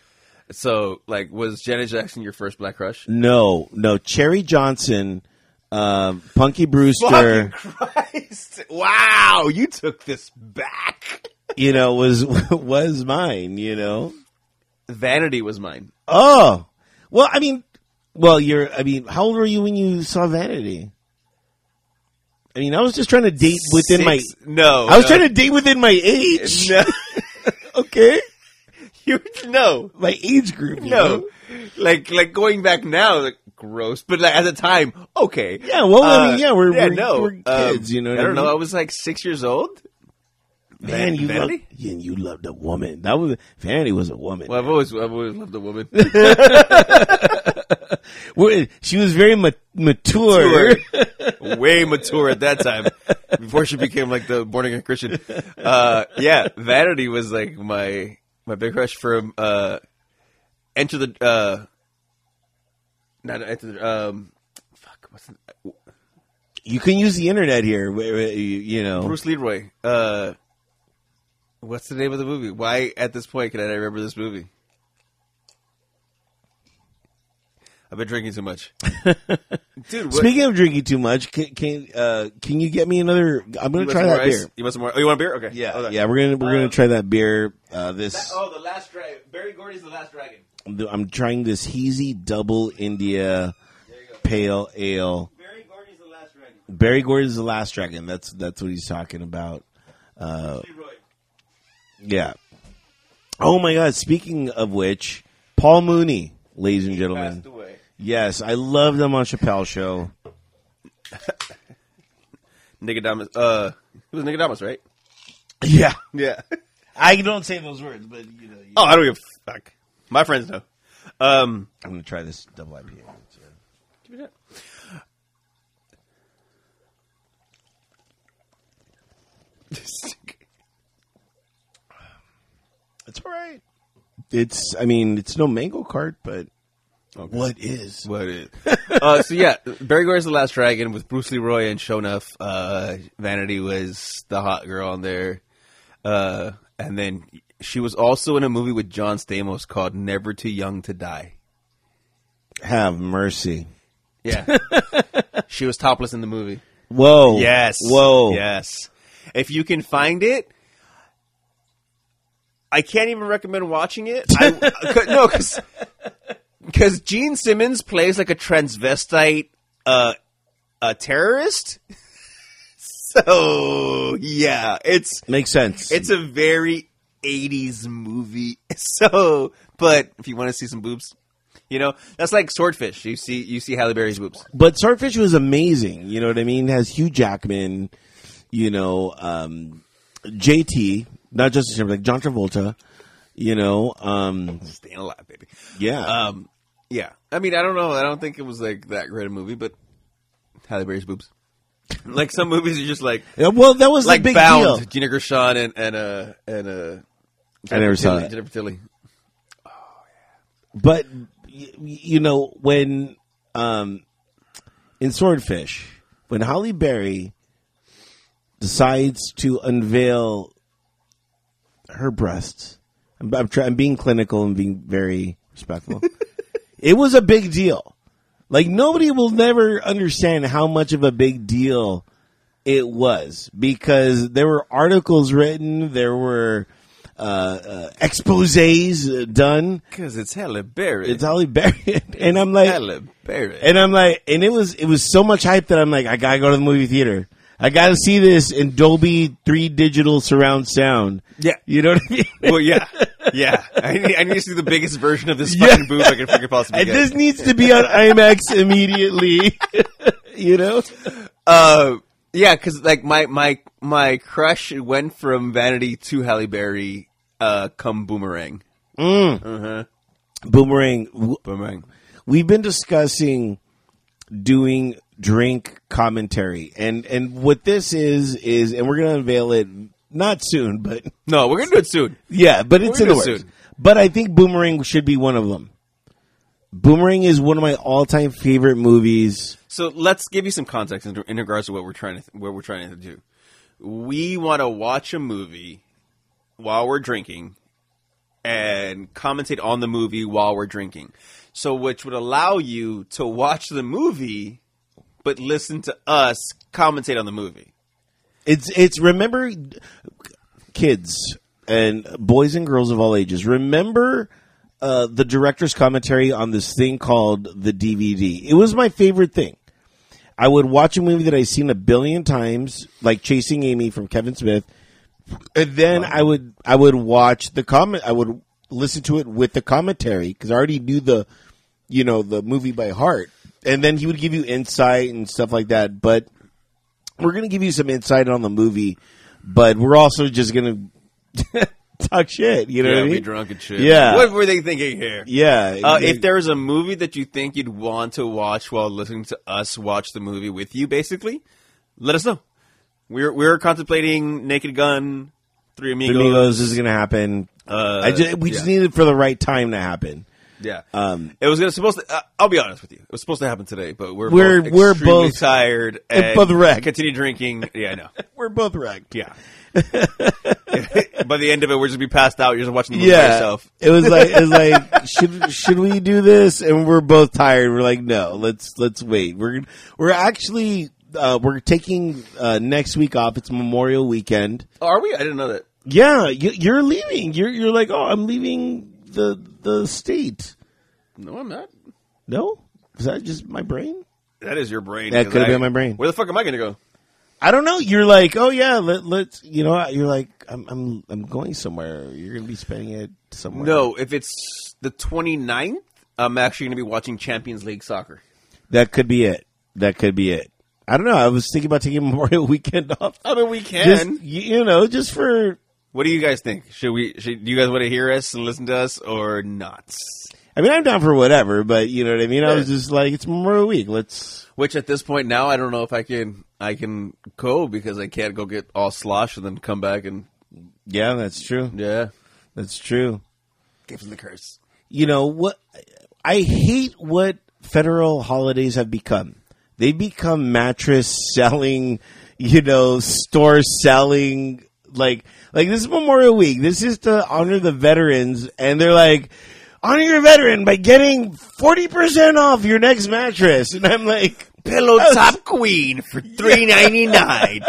[SPEAKER 2] So, like, was Janet Jackson your first black crush?
[SPEAKER 1] no no cherry johnson um punky brewster
[SPEAKER 2] Fucking Christ! Wow, you took this back.
[SPEAKER 1] you know was was mine you know
[SPEAKER 2] Vanity was mine.
[SPEAKER 1] oh well i mean well you're i mean how old were you when you saw vanity i mean i was just trying to date within my
[SPEAKER 2] Six- no,
[SPEAKER 1] I was
[SPEAKER 2] no.
[SPEAKER 1] trying to date within my age.
[SPEAKER 2] no,
[SPEAKER 1] Okay,
[SPEAKER 2] you no.
[SPEAKER 1] my age group. you know?
[SPEAKER 2] No, like like going back now, like, gross. But like at the time, okay.
[SPEAKER 1] Yeah. Well, Oh, I mean,
[SPEAKER 2] Uh,
[SPEAKER 1] yeah, we're we're,
[SPEAKER 2] no.
[SPEAKER 1] we're kids.
[SPEAKER 2] Um,
[SPEAKER 1] you know.
[SPEAKER 2] I
[SPEAKER 1] What
[SPEAKER 2] don't know. I
[SPEAKER 1] mean?
[SPEAKER 2] was like six years old.
[SPEAKER 1] Man, you loved,
[SPEAKER 2] Vanity?
[SPEAKER 1] yeah, you loved a woman. That was Vanity was a woman.
[SPEAKER 2] Well, I've always I've always loved a woman.
[SPEAKER 1] Well, she was very ma- mature.
[SPEAKER 2] Way mature at that time before she became like the born again Christian. Uh, yeah, Vanity was like my my big crush from uh, Enter the uh, not Enter the um, fuck what's the,
[SPEAKER 1] You can use the internet here. where- where You you know.
[SPEAKER 2] Bruce Leroy. Uh, what's the name of the movie? Why at this point can I not remember this movie? I've been drinking too much, dude. What,
[SPEAKER 1] Speaking of drinking too much, can can, uh, can you get me another? I'm
[SPEAKER 2] you
[SPEAKER 1] gonna
[SPEAKER 2] want
[SPEAKER 1] try
[SPEAKER 2] some more
[SPEAKER 1] that
[SPEAKER 2] ice?
[SPEAKER 1] beer.
[SPEAKER 2] You want some more? Oh, you want a beer? Okay. Okay.
[SPEAKER 1] yeah. We're gonna we're gonna
[SPEAKER 2] Um,
[SPEAKER 1] try that beer. Uh, this
[SPEAKER 2] Oh, the last dragon. Barry Gordy's the last dragon.
[SPEAKER 1] I'm trying this hazy double India pale ale.
[SPEAKER 2] Barry Gordy's the last dragon.
[SPEAKER 1] Barry Gordon's the last dragon. That's that's what he's talking about. Uh,
[SPEAKER 2] Leroy.
[SPEAKER 1] Yeah. Oh my God! Speaking of which, Paul Mooney, ladies and
[SPEAKER 2] Passed
[SPEAKER 1] gentlemen.
[SPEAKER 2] away.
[SPEAKER 1] Yes, I love them on Chappelle Show.
[SPEAKER 2] Nicodemus. Uh, it was Nicodemus, right?
[SPEAKER 1] Yeah,
[SPEAKER 2] Yeah.
[SPEAKER 1] I don't say those words, but you know.
[SPEAKER 2] oh, I don't give a fuck. My friends know. Um.
[SPEAKER 1] I'm gonna try this double IPA. It's all right. It's I mean it's no mango cart, but what is?
[SPEAKER 2] What is? uh, so yeah, Barry Gordy's the last dragon with Bruce Leroy and Shonuff. Uh, Vanity was the hot girl on there, uh, and then she was also in a movie with John Stamos called Never Too Young to Die.
[SPEAKER 1] Have mercy.
[SPEAKER 2] Yeah, she was topless in the movie.
[SPEAKER 1] Whoa.
[SPEAKER 2] Yes.
[SPEAKER 1] Whoa.
[SPEAKER 2] Yes. If you can find it, I can't even recommend watching it. I, cause, no, because because Gene Simmons plays like a transvestite uh, a terrorist. So yeah, it's
[SPEAKER 1] Makes sense.
[SPEAKER 2] it's a very 80s movie. So, but if you want to see some boobs, you know, that's like Swordfish. You see you see Halle Berry's boobs.
[SPEAKER 1] But Starfish was amazing. You know what I mean? Has Hugh Jackman, you know, um, JT, not Justin Timberlake, John Travolta. You know, um,
[SPEAKER 2] Staying alive, baby.
[SPEAKER 1] yeah,
[SPEAKER 2] Um, yeah. I mean, I don't know. I don't think it was like that great a movie, but Halle Berry's boobs. Like some movies are just like
[SPEAKER 1] Yeah, well, that was
[SPEAKER 2] like
[SPEAKER 1] the big
[SPEAKER 2] Bound,
[SPEAKER 1] deal.
[SPEAKER 2] Gina Gershon and and uh and uh.
[SPEAKER 1] I never
[SPEAKER 2] Jennifer
[SPEAKER 1] saw
[SPEAKER 2] Tilly-
[SPEAKER 1] that.
[SPEAKER 2] Jennifer Tilly.
[SPEAKER 1] But y- you know, when um, in Swordfish, when Holly Berry decides to unveil her breasts, I'm, I'm, try, I'm being clinical and being very respectful. it was a big deal. Like nobody will never understand how much of a big deal it was because there were articles written, there were uh, uh, exposes uh, done,
[SPEAKER 2] Because it's Halle Berry.
[SPEAKER 1] it's Holly Berry, and I'm like,
[SPEAKER 2] Halle Berry.
[SPEAKER 1] and I'm like, and it was it was so much hype that I'm like, I gotta go to the movie theater. I gotta see this in Dolby three digital surround sound.
[SPEAKER 2] Yeah.
[SPEAKER 1] You know what I mean?
[SPEAKER 2] Well, yeah, yeah. I need, I need to see the biggest version of this
[SPEAKER 1] Yeah.
[SPEAKER 2] fucking boob I can fucking possibly
[SPEAKER 1] And
[SPEAKER 2] get.
[SPEAKER 1] this needs to be on IMAX immediately. you know?
[SPEAKER 2] Uh, yeah, because like my my my crush went from Vanity to Halle Berry, uh, come Boomerang.
[SPEAKER 1] Boomerang, w-
[SPEAKER 2] Boomerang.
[SPEAKER 1] we've been discussing doing drink commentary, and and what this is is, and we're gonna unveil it not soon, but
[SPEAKER 2] No, we're gonna do it soon.
[SPEAKER 1] Yeah, but it's
[SPEAKER 2] We're
[SPEAKER 1] in the
[SPEAKER 2] gonna
[SPEAKER 1] works.
[SPEAKER 2] soon.
[SPEAKER 1] But I think Boomerang should be one of them. Boomerang is one of my all-time favorite movies.
[SPEAKER 2] So let's give you some context in, in regards to what we're trying to what we're trying to do. We want to watch a movie while we're drinking and commentate on the movie while we're drinking. So which would allow you to watch the movie but listen to us commentate on the movie.
[SPEAKER 1] It's it's remember kids and boys and girls of all ages. Remember uh, the director's commentary on this thing called the DVD. It was my favorite thing. I would watch a movie that I've seen a billion times, like Chasing Amy from Kevin Smith, and then I would I would watch the comment. I would listen to it with the commentary because I already knew the you know the movie by heart, and then he would give you insight and stuff like that. But we're gonna give you some insight on the movie, but we're also just gonna talk shit. You know what I
[SPEAKER 2] we
[SPEAKER 1] mean?
[SPEAKER 2] drunk and shit.
[SPEAKER 1] Yeah.
[SPEAKER 2] What were they thinking here?
[SPEAKER 1] Yeah.
[SPEAKER 2] Uh, if there was a movie that you think you'd want to watch while listening to us watch the movie with you, basically, let us know. We're we're contemplating Naked Gun, Three Amigos.
[SPEAKER 1] Amigos this is gonna happen.
[SPEAKER 2] Uh,
[SPEAKER 1] I just, we just
[SPEAKER 2] yeah.
[SPEAKER 1] need it for the right time to happen.
[SPEAKER 2] Yeah,
[SPEAKER 1] Um,
[SPEAKER 2] it was gonna supposed. To, uh, I'll be honest with you, it was supposed to happen today, but we're
[SPEAKER 1] We're-
[SPEAKER 2] both
[SPEAKER 1] we're
[SPEAKER 2] extremely
[SPEAKER 1] both-
[SPEAKER 2] tired and
[SPEAKER 1] both wrecked.
[SPEAKER 2] Continue drinking. Yeah, I know.
[SPEAKER 1] We're both wrecked.
[SPEAKER 2] Yeah. By the end of it, we're just gonna be passed out. You're just watching the movie by yourself.
[SPEAKER 1] It was like it was like should should we do this? And we're both tired. We're like, no, let's let's wait. We're we're actually uh, we're taking uh, next week off. It's Memorial Weekend.
[SPEAKER 2] Oh, are we? I didn't know that.
[SPEAKER 1] Yeah, you, you're leaving. You're you're like, oh, I'm leaving the the state.
[SPEAKER 2] No, I'm not.
[SPEAKER 1] No, is that just my brain?
[SPEAKER 2] That is your brain.
[SPEAKER 1] That
[SPEAKER 2] 'cause
[SPEAKER 1] could've
[SPEAKER 2] I-
[SPEAKER 1] been my brain.
[SPEAKER 2] Where the fuck am I gonna go?
[SPEAKER 1] I don't know. You're like, oh yeah, let, let's. You know, you're like, I'm I'm I'm going somewhere. You're gonna be spending it somewhere.
[SPEAKER 2] No, if it's the 29th, I'm actually going to be watching Champions League soccer.
[SPEAKER 1] that could be it. That could be it. I don't know. I was thinking about taking Memorial Weekend off.
[SPEAKER 2] I mean, we can.
[SPEAKER 1] just y- you know, just for
[SPEAKER 2] what do you guys think? Should we? Should, do you guys want to hear us and listen to us or not?
[SPEAKER 1] I mean, I'm down for whatever, but you know what I mean. I was just like, it's Memorial Week. Let's
[SPEAKER 2] Which at this point now, I don't know if I can. I can go because I can't go get all slosh and then come back and
[SPEAKER 1] yeah, that's true.
[SPEAKER 2] yeah,
[SPEAKER 1] That's true.
[SPEAKER 2] gives the curse.
[SPEAKER 1] You know what? I hate what federal holidays have become. They become mattress selling, you know, store selling. Like, like this is Memorial Week. This is to honor the veterans, and they're like, honor your veteran by getting forty percent off your next mattress. And I'm like,
[SPEAKER 2] Pillow top queen for three ninety nine.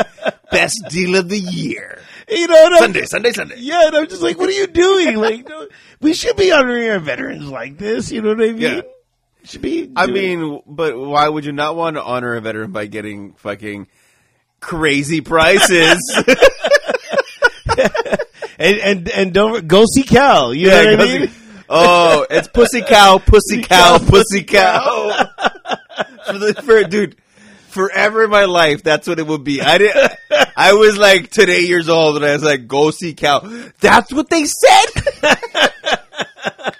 [SPEAKER 2] Best deal of the year.
[SPEAKER 1] you know, what I'm
[SPEAKER 2] Sunday, Sunday, Sunday.
[SPEAKER 1] Yeah, and I'm just like, what are you doing? Like, no, we should be honoring our veterans like this. You know what I mean?
[SPEAKER 2] Yeah.
[SPEAKER 1] Should be.
[SPEAKER 2] I
[SPEAKER 1] doing-
[SPEAKER 2] mean, but why would you not want to honor a veteran by getting fucking crazy prices?
[SPEAKER 1] and and and don't go see Cal. You know what I mean?
[SPEAKER 2] oh, it's pussy cow, pussy cow, pussy cow. for the, for, dude, forever in my life, that's what it would be. I didn't. I was like today years old, and I was like, "Go see Cal." That's what they said.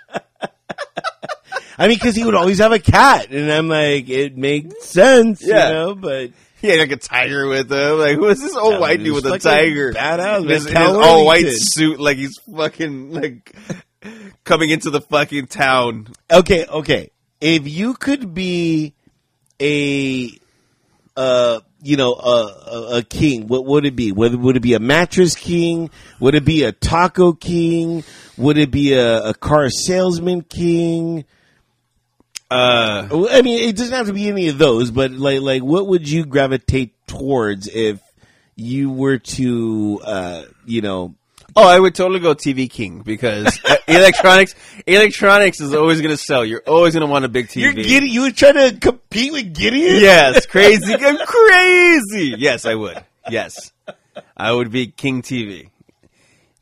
[SPEAKER 1] I mean, because he would always have a cat, and I'm like, it makes sense,
[SPEAKER 2] Yeah.
[SPEAKER 1] you know. But
[SPEAKER 2] he had like a tiger with him. Like, who is this old
[SPEAKER 1] Yeah,
[SPEAKER 2] white
[SPEAKER 1] dude,
[SPEAKER 2] dude with a
[SPEAKER 1] it's fucking
[SPEAKER 2] tiger?
[SPEAKER 1] badass, man.
[SPEAKER 2] In his, in
[SPEAKER 1] Cal
[SPEAKER 2] his all white
[SPEAKER 1] Ripken.
[SPEAKER 2] suit, like he's fucking like coming into the fucking town.
[SPEAKER 1] okay, okay, if you could be a, uh, you know, a, a, a king, what would it be? Would, would it be a mattress king? Would it be a taco king? Would it be a, a car salesman king?
[SPEAKER 2] Uh,
[SPEAKER 1] Well, I mean, it doesn't have to be any of those, but like, like, what would you gravitate towards if you were to, uh, you know,
[SPEAKER 2] oh, I would totally go TV King because uh, electronics, electronics is always gonna sell. You're always gonna want a big TV.
[SPEAKER 1] You were trying to compete with Gideon.
[SPEAKER 2] yes, crazy, I'm crazy. Yes, I would. Yes, I would be King TV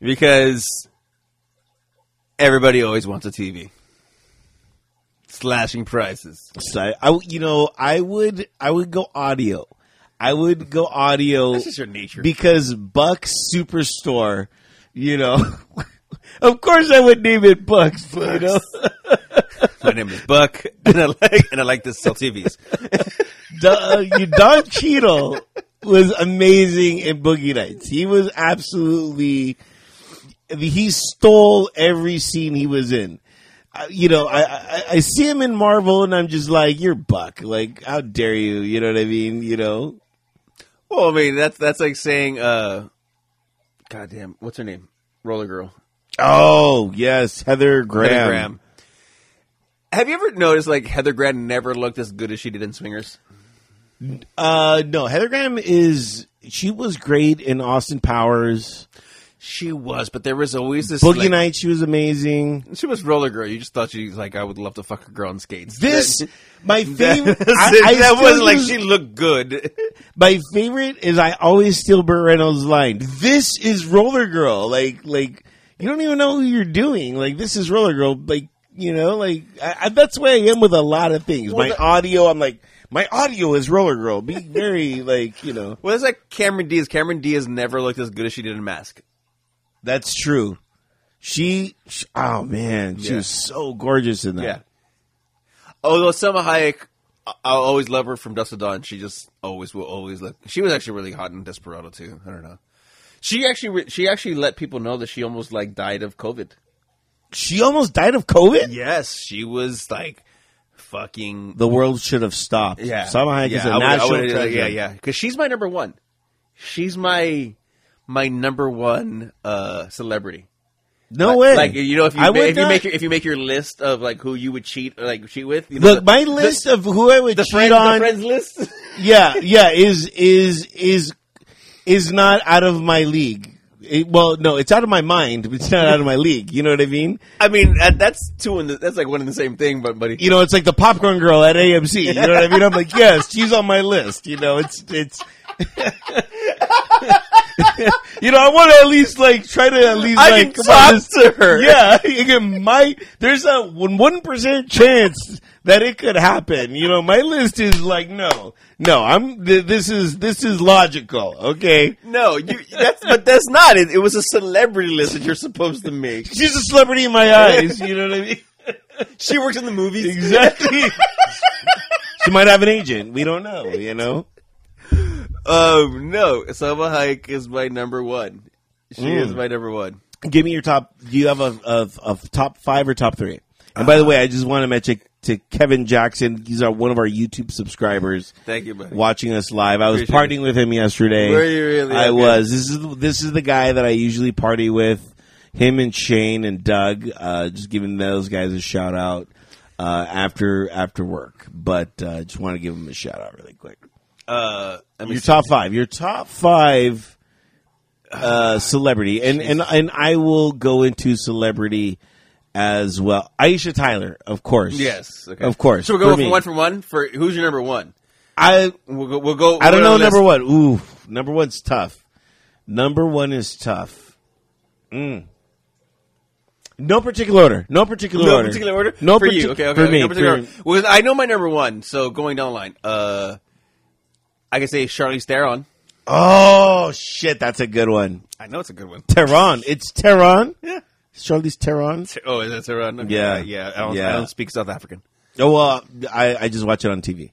[SPEAKER 2] because everybody always wants a TV. Slashing prices.
[SPEAKER 1] So I, I, you know, I would, I would go audio. I would go audio
[SPEAKER 2] That's just your nature.
[SPEAKER 1] because Bucks Superstore. You know, of course I would name it Bucks. but, You know,
[SPEAKER 2] My name is Buck, and I like and I like to sell TVs.
[SPEAKER 1] Don, uh, Don Cheadle was amazing in Boogie Nights. He was absolutely. He stole every scene he was in. I- You know, I, I I see him in Marvel, and I'm just like, "You're Buck! Like, how dare you? You know what I mean? You know,
[SPEAKER 2] Well, I mean that's that's like saying, uh, goddamn, what's her name? Roller Girl.
[SPEAKER 1] Oh yes, Heather Graham.
[SPEAKER 2] Heather Graham. Have you ever noticed like Heather Graham never looked as good as she did in Swingers?
[SPEAKER 1] Uh, no, Heather Graham is she was great in Austin Powers.
[SPEAKER 2] She was, but there was always this
[SPEAKER 1] Boogie
[SPEAKER 2] like-
[SPEAKER 1] Nights, she was amazing.
[SPEAKER 2] She was roller girl. You just thought she was like I would love to fuck a girl on skates.
[SPEAKER 1] This my
[SPEAKER 2] that,
[SPEAKER 1] favorite.
[SPEAKER 2] that
[SPEAKER 1] I, I still
[SPEAKER 2] wasn't like
[SPEAKER 1] use-
[SPEAKER 2] she looked good.
[SPEAKER 1] My favorite is I always steal Burt Reynolds' line. This is Roller Girl. Like like you don't even know who you're doing. Like this is Roller Girl. Like you know like I, I, that's where I am with a lot of things.
[SPEAKER 2] Well,
[SPEAKER 1] my
[SPEAKER 2] the-
[SPEAKER 1] audio, I'm like my audio is Roller Girl. Be very like you know
[SPEAKER 2] Well, it's like Cameron Diaz. Cameron Diaz never looked as good as she did in Mask.
[SPEAKER 1] That's true. She, sh oh man, she
[SPEAKER 2] Yeah.
[SPEAKER 1] was so gorgeous in that.
[SPEAKER 2] Yeah. Although Selma Hayek, I- I'll always love her from Dust to Dawn. She just always will always look. She was actually really hot in Desperado too. I don't know. She actually re- she actually let people know that she almost like died of COVID.
[SPEAKER 1] She almost died of COVID.
[SPEAKER 2] Yes, she was like fucking
[SPEAKER 1] The world should have stopped.
[SPEAKER 2] Yeah,
[SPEAKER 1] Salma Hayek is a
[SPEAKER 2] I would- I
[SPEAKER 1] national
[SPEAKER 2] would-
[SPEAKER 1] treasure.
[SPEAKER 2] Yeah, yeah, because she's my number one. She's my my number one uh celebrity.
[SPEAKER 1] No
[SPEAKER 2] like,
[SPEAKER 1] way.
[SPEAKER 2] Like you know, if you,
[SPEAKER 1] I
[SPEAKER 2] ma-
[SPEAKER 1] would
[SPEAKER 2] if you
[SPEAKER 1] not-
[SPEAKER 2] make your, if you make your list of like who you would cheat like cheat with, you know,
[SPEAKER 1] look,
[SPEAKER 2] the-
[SPEAKER 1] my list of who I would
[SPEAKER 2] the,
[SPEAKER 1] cheat
[SPEAKER 2] friends,
[SPEAKER 1] on.
[SPEAKER 2] the friends list.
[SPEAKER 1] Yeah, yeah, is is is is not out of my league. It- well, no, it's out of my mind, but it's not out of my league. You know what I mean?
[SPEAKER 2] I mean, uh, that's two in the, that's like one and the same thing, but buddy.
[SPEAKER 1] you know, it's like the popcorn girl at AMC. You know what I mean? I'm like, yes, she's on my list. You know, it's it's. you know, I want to at least like try to at least
[SPEAKER 2] I
[SPEAKER 1] like
[SPEAKER 2] can
[SPEAKER 1] come on,
[SPEAKER 2] talk to her.
[SPEAKER 1] Yeah, again, my there's a one percent chance that it could happen. You know, my list is like no, no. I'm th- this is this is logical. Okay,
[SPEAKER 2] No, you that's but that's not it. It was a celebrity list that you're supposed to make.
[SPEAKER 1] she's a celebrity in my eyes. You know what I mean?
[SPEAKER 2] She works in the movies.
[SPEAKER 1] Exactly. she might have an agent. We don't know. You know.
[SPEAKER 2] Um, no, Selma Hayek is my number one. She
[SPEAKER 1] Mm.
[SPEAKER 2] is my number one.
[SPEAKER 1] Give me your top. Do you have a, a, a top five or top three? And by the way, I just want to mention to Kevin Jackson. He's our, one of our YouTube subscribers
[SPEAKER 2] Thank you, buddy.
[SPEAKER 1] watching us live. I was
[SPEAKER 2] Appreciate
[SPEAKER 1] partying with him yesterday.
[SPEAKER 2] Were you really?
[SPEAKER 1] I
[SPEAKER 2] Okay.
[SPEAKER 1] was. This is this is the guy that I usually party with. Him and Shane and Doug. Uh, just giving those guys a shout out uh, after after work. But uh, just want to give them a shout out really quick.
[SPEAKER 2] Uh, let me
[SPEAKER 1] Your
[SPEAKER 2] see.
[SPEAKER 1] top five. Your top five uh, celebrity, and and and I will go into celebrity as well. Aisha Tyler, of course.
[SPEAKER 2] Yes, okay.
[SPEAKER 1] of course.
[SPEAKER 2] So we're going
[SPEAKER 1] for
[SPEAKER 2] for
[SPEAKER 1] me.
[SPEAKER 2] one for one for who's your number one?
[SPEAKER 1] I
[SPEAKER 2] We'll go. We'll go
[SPEAKER 1] I don't know
[SPEAKER 2] we'll go
[SPEAKER 1] number one.
[SPEAKER 2] list.
[SPEAKER 1] Ooh, number one's tough. Number one is tough. Mm. No particular order. No particular
[SPEAKER 2] No
[SPEAKER 1] order.
[SPEAKER 2] particular order.
[SPEAKER 1] No
[SPEAKER 2] for you.
[SPEAKER 1] partic-
[SPEAKER 2] Okay, okay.
[SPEAKER 1] For
[SPEAKER 2] okay,
[SPEAKER 1] me.
[SPEAKER 2] No particular
[SPEAKER 1] for
[SPEAKER 2] order.
[SPEAKER 1] me.
[SPEAKER 2] Well, I know my number one. So going down the line, uh, I can say Charlize Theron.
[SPEAKER 1] Oh shit, that's a good one.
[SPEAKER 2] I know it's a good one.
[SPEAKER 1] Tehran. It's Tehran.
[SPEAKER 2] Yeah.
[SPEAKER 1] Charlie's Tehran.
[SPEAKER 2] Oh, is that Tehran? Okay,
[SPEAKER 1] Yeah.
[SPEAKER 2] yeah. I don't,
[SPEAKER 1] Yeah.
[SPEAKER 2] I don't speak South African.
[SPEAKER 1] Oh well, I, I just watch it on TV.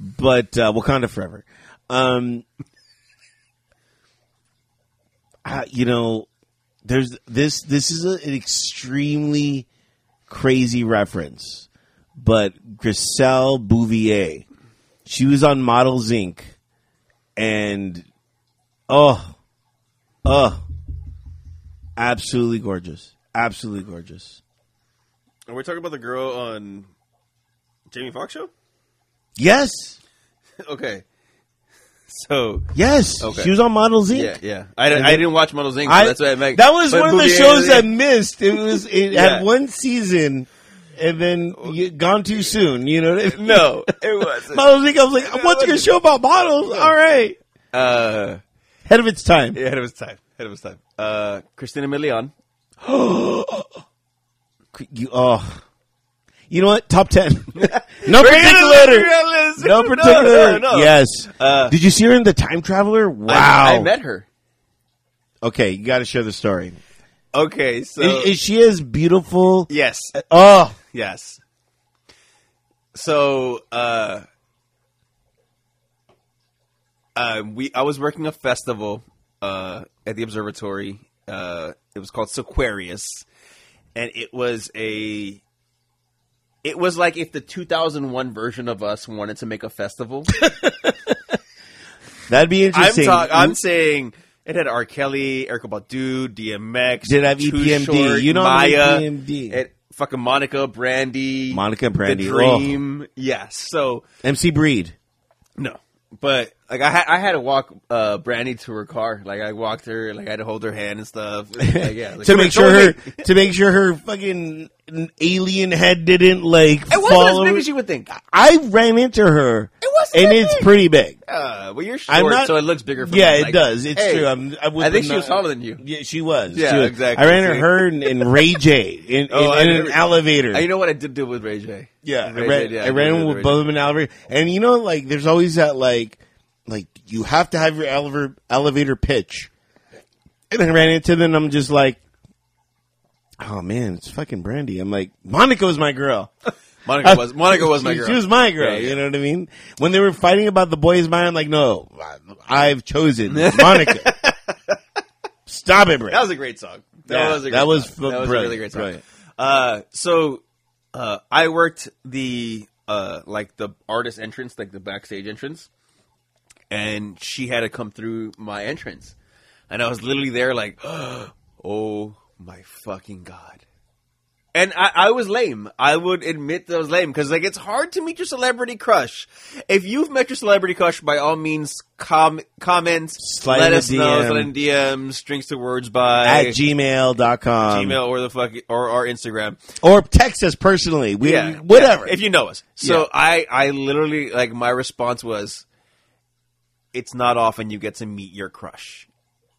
[SPEAKER 1] But uh, Wakanda Forever. Um, I- you know, there's this. This is a, an extremely crazy reference, but Griselle Bouvier, she was on Models Inc. and oh, oh, absolutely gorgeous, absolutely gorgeous.
[SPEAKER 2] And we're talking about the girl on Jamie Foxx show.
[SPEAKER 1] Yes,
[SPEAKER 2] okay. So
[SPEAKER 1] yes,
[SPEAKER 2] Okay.
[SPEAKER 1] she was on Models Inc.
[SPEAKER 2] yeah, yeah. I, didn't- I didn't watch Models Inc. So
[SPEAKER 1] I-
[SPEAKER 2] that's what I meant.
[SPEAKER 1] That was
[SPEAKER 2] But
[SPEAKER 1] one of the
[SPEAKER 2] Bouvier-
[SPEAKER 1] shows that missed. It was it
[SPEAKER 2] Yeah.
[SPEAKER 1] had one season and then you- gone too soon. You know what I mean?
[SPEAKER 2] No, it wasn't.
[SPEAKER 1] Models Inc. I was like, I'm watching a show about models. All right,
[SPEAKER 2] uh,
[SPEAKER 1] head of its time.
[SPEAKER 2] yeah, it was time. It was time. Uh, Christina Milian.
[SPEAKER 1] You oh, you know what? Top ten. no particular. No particular. Yes.
[SPEAKER 2] Uh,
[SPEAKER 1] Did you see her in the Time Traveler? Wow.
[SPEAKER 2] I, I met her.
[SPEAKER 1] okay, you got to share the story.
[SPEAKER 2] Okay, so
[SPEAKER 1] is, is she as beautiful?
[SPEAKER 2] yes,
[SPEAKER 1] Oh,
[SPEAKER 2] yes. So, uh, uh, we I was working a festival uh, at the observatory. Uh, it was called Sequarius, and it was a. It was like if the 2001 version of us wanted to make a festival.
[SPEAKER 1] that'd be
[SPEAKER 2] I'm
[SPEAKER 1] interesting.
[SPEAKER 2] talking. I'm saying it had R. Kelly, Erica Badu, DMX.
[SPEAKER 1] Did have E
[SPEAKER 2] Too
[SPEAKER 1] EPMD.
[SPEAKER 2] Short,
[SPEAKER 1] You don't have
[SPEAKER 2] Maya,
[SPEAKER 1] EPMD.
[SPEAKER 2] It, fucking Monica, Brandy,
[SPEAKER 1] Monica and Brandy.
[SPEAKER 2] the
[SPEAKER 1] Oh.
[SPEAKER 2] Dream. Yes. So
[SPEAKER 1] MC Breed.
[SPEAKER 2] no, but like I had, I had to walk uh, Brandy to her car. Like I walked her. Like I had to hold her hand and stuff. Like, yeah, like,
[SPEAKER 1] to
[SPEAKER 2] come
[SPEAKER 1] make
[SPEAKER 2] here,
[SPEAKER 1] sure
[SPEAKER 2] come
[SPEAKER 1] her
[SPEAKER 2] with me.
[SPEAKER 1] to make sure her fucking alien head didn't like
[SPEAKER 2] It wasn't
[SPEAKER 1] fall.
[SPEAKER 2] as big
[SPEAKER 1] over.
[SPEAKER 2] as you would think.
[SPEAKER 1] I ran into her.
[SPEAKER 2] It wasn't
[SPEAKER 1] and
[SPEAKER 2] that
[SPEAKER 1] it's
[SPEAKER 2] big.
[SPEAKER 1] pretty big.
[SPEAKER 2] Uh, well, you're short,
[SPEAKER 1] I'm not-
[SPEAKER 2] so it looks bigger. For
[SPEAKER 1] Yeah,
[SPEAKER 2] me.
[SPEAKER 1] it
[SPEAKER 2] Like,
[SPEAKER 1] does. It's
[SPEAKER 2] hey,
[SPEAKER 1] true. I'm, I,
[SPEAKER 2] I
[SPEAKER 1] wouldn't-
[SPEAKER 2] think she was taller than you.
[SPEAKER 1] Yeah, she was.
[SPEAKER 2] Yeah,
[SPEAKER 1] She was.
[SPEAKER 2] exactly.
[SPEAKER 1] I ran into
[SPEAKER 2] See?
[SPEAKER 1] her and, and Ray J in, in,
[SPEAKER 2] Oh, I
[SPEAKER 1] in an
[SPEAKER 2] never-
[SPEAKER 1] elevator.
[SPEAKER 2] Uh, you know what I did do with Ray J?
[SPEAKER 1] Yeah, I
[SPEAKER 2] Ray
[SPEAKER 1] ran,
[SPEAKER 2] J, yeah,
[SPEAKER 1] I ran
[SPEAKER 2] did
[SPEAKER 1] with
[SPEAKER 2] Ray J.
[SPEAKER 1] both of them in elevator, and you know, like there's always that like, like you have to have your elevator elevator pitch. And I ran into them, and I'm just like, oh man, it's fucking Brandy. I'm like, Monica was my girl.
[SPEAKER 2] Monica was Monica was my
[SPEAKER 1] She-
[SPEAKER 2] girl.
[SPEAKER 1] She was my girl.
[SPEAKER 2] Yeah, yeah.
[SPEAKER 1] You know what I mean? When they were fighting about the boy is mine, I'm like, no, I, I've chosen Monica. Stop it, Brandy.
[SPEAKER 2] That was a great song. That
[SPEAKER 1] Yeah,
[SPEAKER 2] was a great
[SPEAKER 1] that was
[SPEAKER 2] song.
[SPEAKER 1] fu-
[SPEAKER 2] that was a
[SPEAKER 1] brilliant,
[SPEAKER 2] really great song.
[SPEAKER 1] brilliant.
[SPEAKER 2] Uh, so uh, I worked the uh, like the artist entrance, like the backstage entrance, and she had to come through my entrance, and I was literally there like, oh my fucking god. And I, I was lame. I would admit that I was lame because like it's hard to meet your celebrity crush. If you've met your celebrity crush, by all means, com- comment,
[SPEAKER 1] Slide in
[SPEAKER 2] let
[SPEAKER 1] the
[SPEAKER 2] us know,
[SPEAKER 1] DM.
[SPEAKER 2] slide in DMs, strings to words by
[SPEAKER 1] at gmail.com
[SPEAKER 2] email or the fuck or our Instagram.
[SPEAKER 1] or text us personally. We,
[SPEAKER 2] Yeah,
[SPEAKER 1] whatever.
[SPEAKER 2] If you know us. So
[SPEAKER 1] Yeah.
[SPEAKER 2] I I literally like my response was, "It's not often you get to meet your crush,"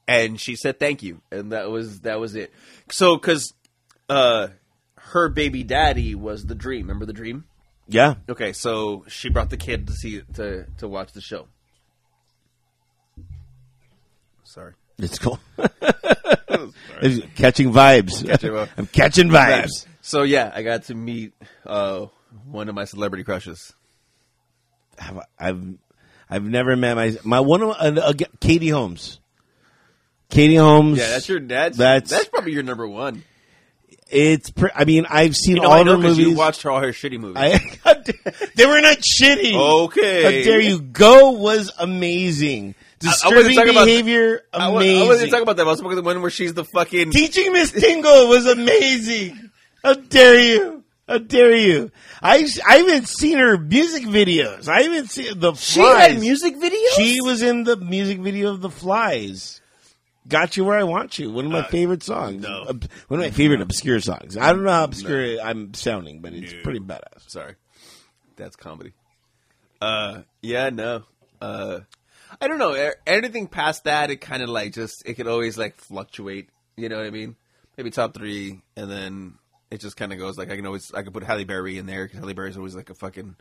[SPEAKER 2] and she said, "Thank you," and that was that was it. So because uh, her baby daddy was the dream. Remember the dream?
[SPEAKER 1] yeah.
[SPEAKER 2] Okay, so she brought the kid to see to to watch the show. Sorry.
[SPEAKER 1] It's cool. It's catching vibes.
[SPEAKER 2] Catching vibes.
[SPEAKER 1] I'm catching vibes.
[SPEAKER 2] So yeah, I got to meet uh, one of my celebrity crushes.
[SPEAKER 1] Have I- I've I've never met my my one of uh, uh, Katie Holmes. Katie Holmes.
[SPEAKER 2] Yeah, that's your dad's.
[SPEAKER 1] That's-
[SPEAKER 2] That's, probably your number one.
[SPEAKER 1] It's. Pre- I mean, I've seen
[SPEAKER 2] You know, I
[SPEAKER 1] all
[SPEAKER 2] know
[SPEAKER 1] her
[SPEAKER 2] 'cause
[SPEAKER 1] movies.
[SPEAKER 2] you watched all her shitty movies.
[SPEAKER 1] I, they were not shitty.
[SPEAKER 2] okay.
[SPEAKER 1] How dare you? Go was amazing.
[SPEAKER 2] I wasn't
[SPEAKER 1] Disturbing
[SPEAKER 2] talking about-
[SPEAKER 1] behavior.
[SPEAKER 2] I, was,
[SPEAKER 1] amazing.
[SPEAKER 2] I wasn't talking about that. I was talking about the one where she's the fucking.
[SPEAKER 1] Teaching Miss Tingle was amazing. How dare you? How dare you? I I haven't seen her music videos. I haven't seen the flies.
[SPEAKER 2] she had music videos.
[SPEAKER 1] She was in the music video of the flies. Got you where I want you. One of my favorite songs.
[SPEAKER 2] Uh, no.
[SPEAKER 1] Ob- one of my favorite obscure songs. I don't know how obscure I'm sounding, but it's pretty badass.
[SPEAKER 2] Sorry, that's comedy. Uh, yeah, no. Uh, I don't know. A- Anything past that, it kind of like just it could always like fluctuate. You know what I mean? Maybe top three, and then it just kind of goes like I can always I can put Halle Berry in there because Halle Berry is always like a fucking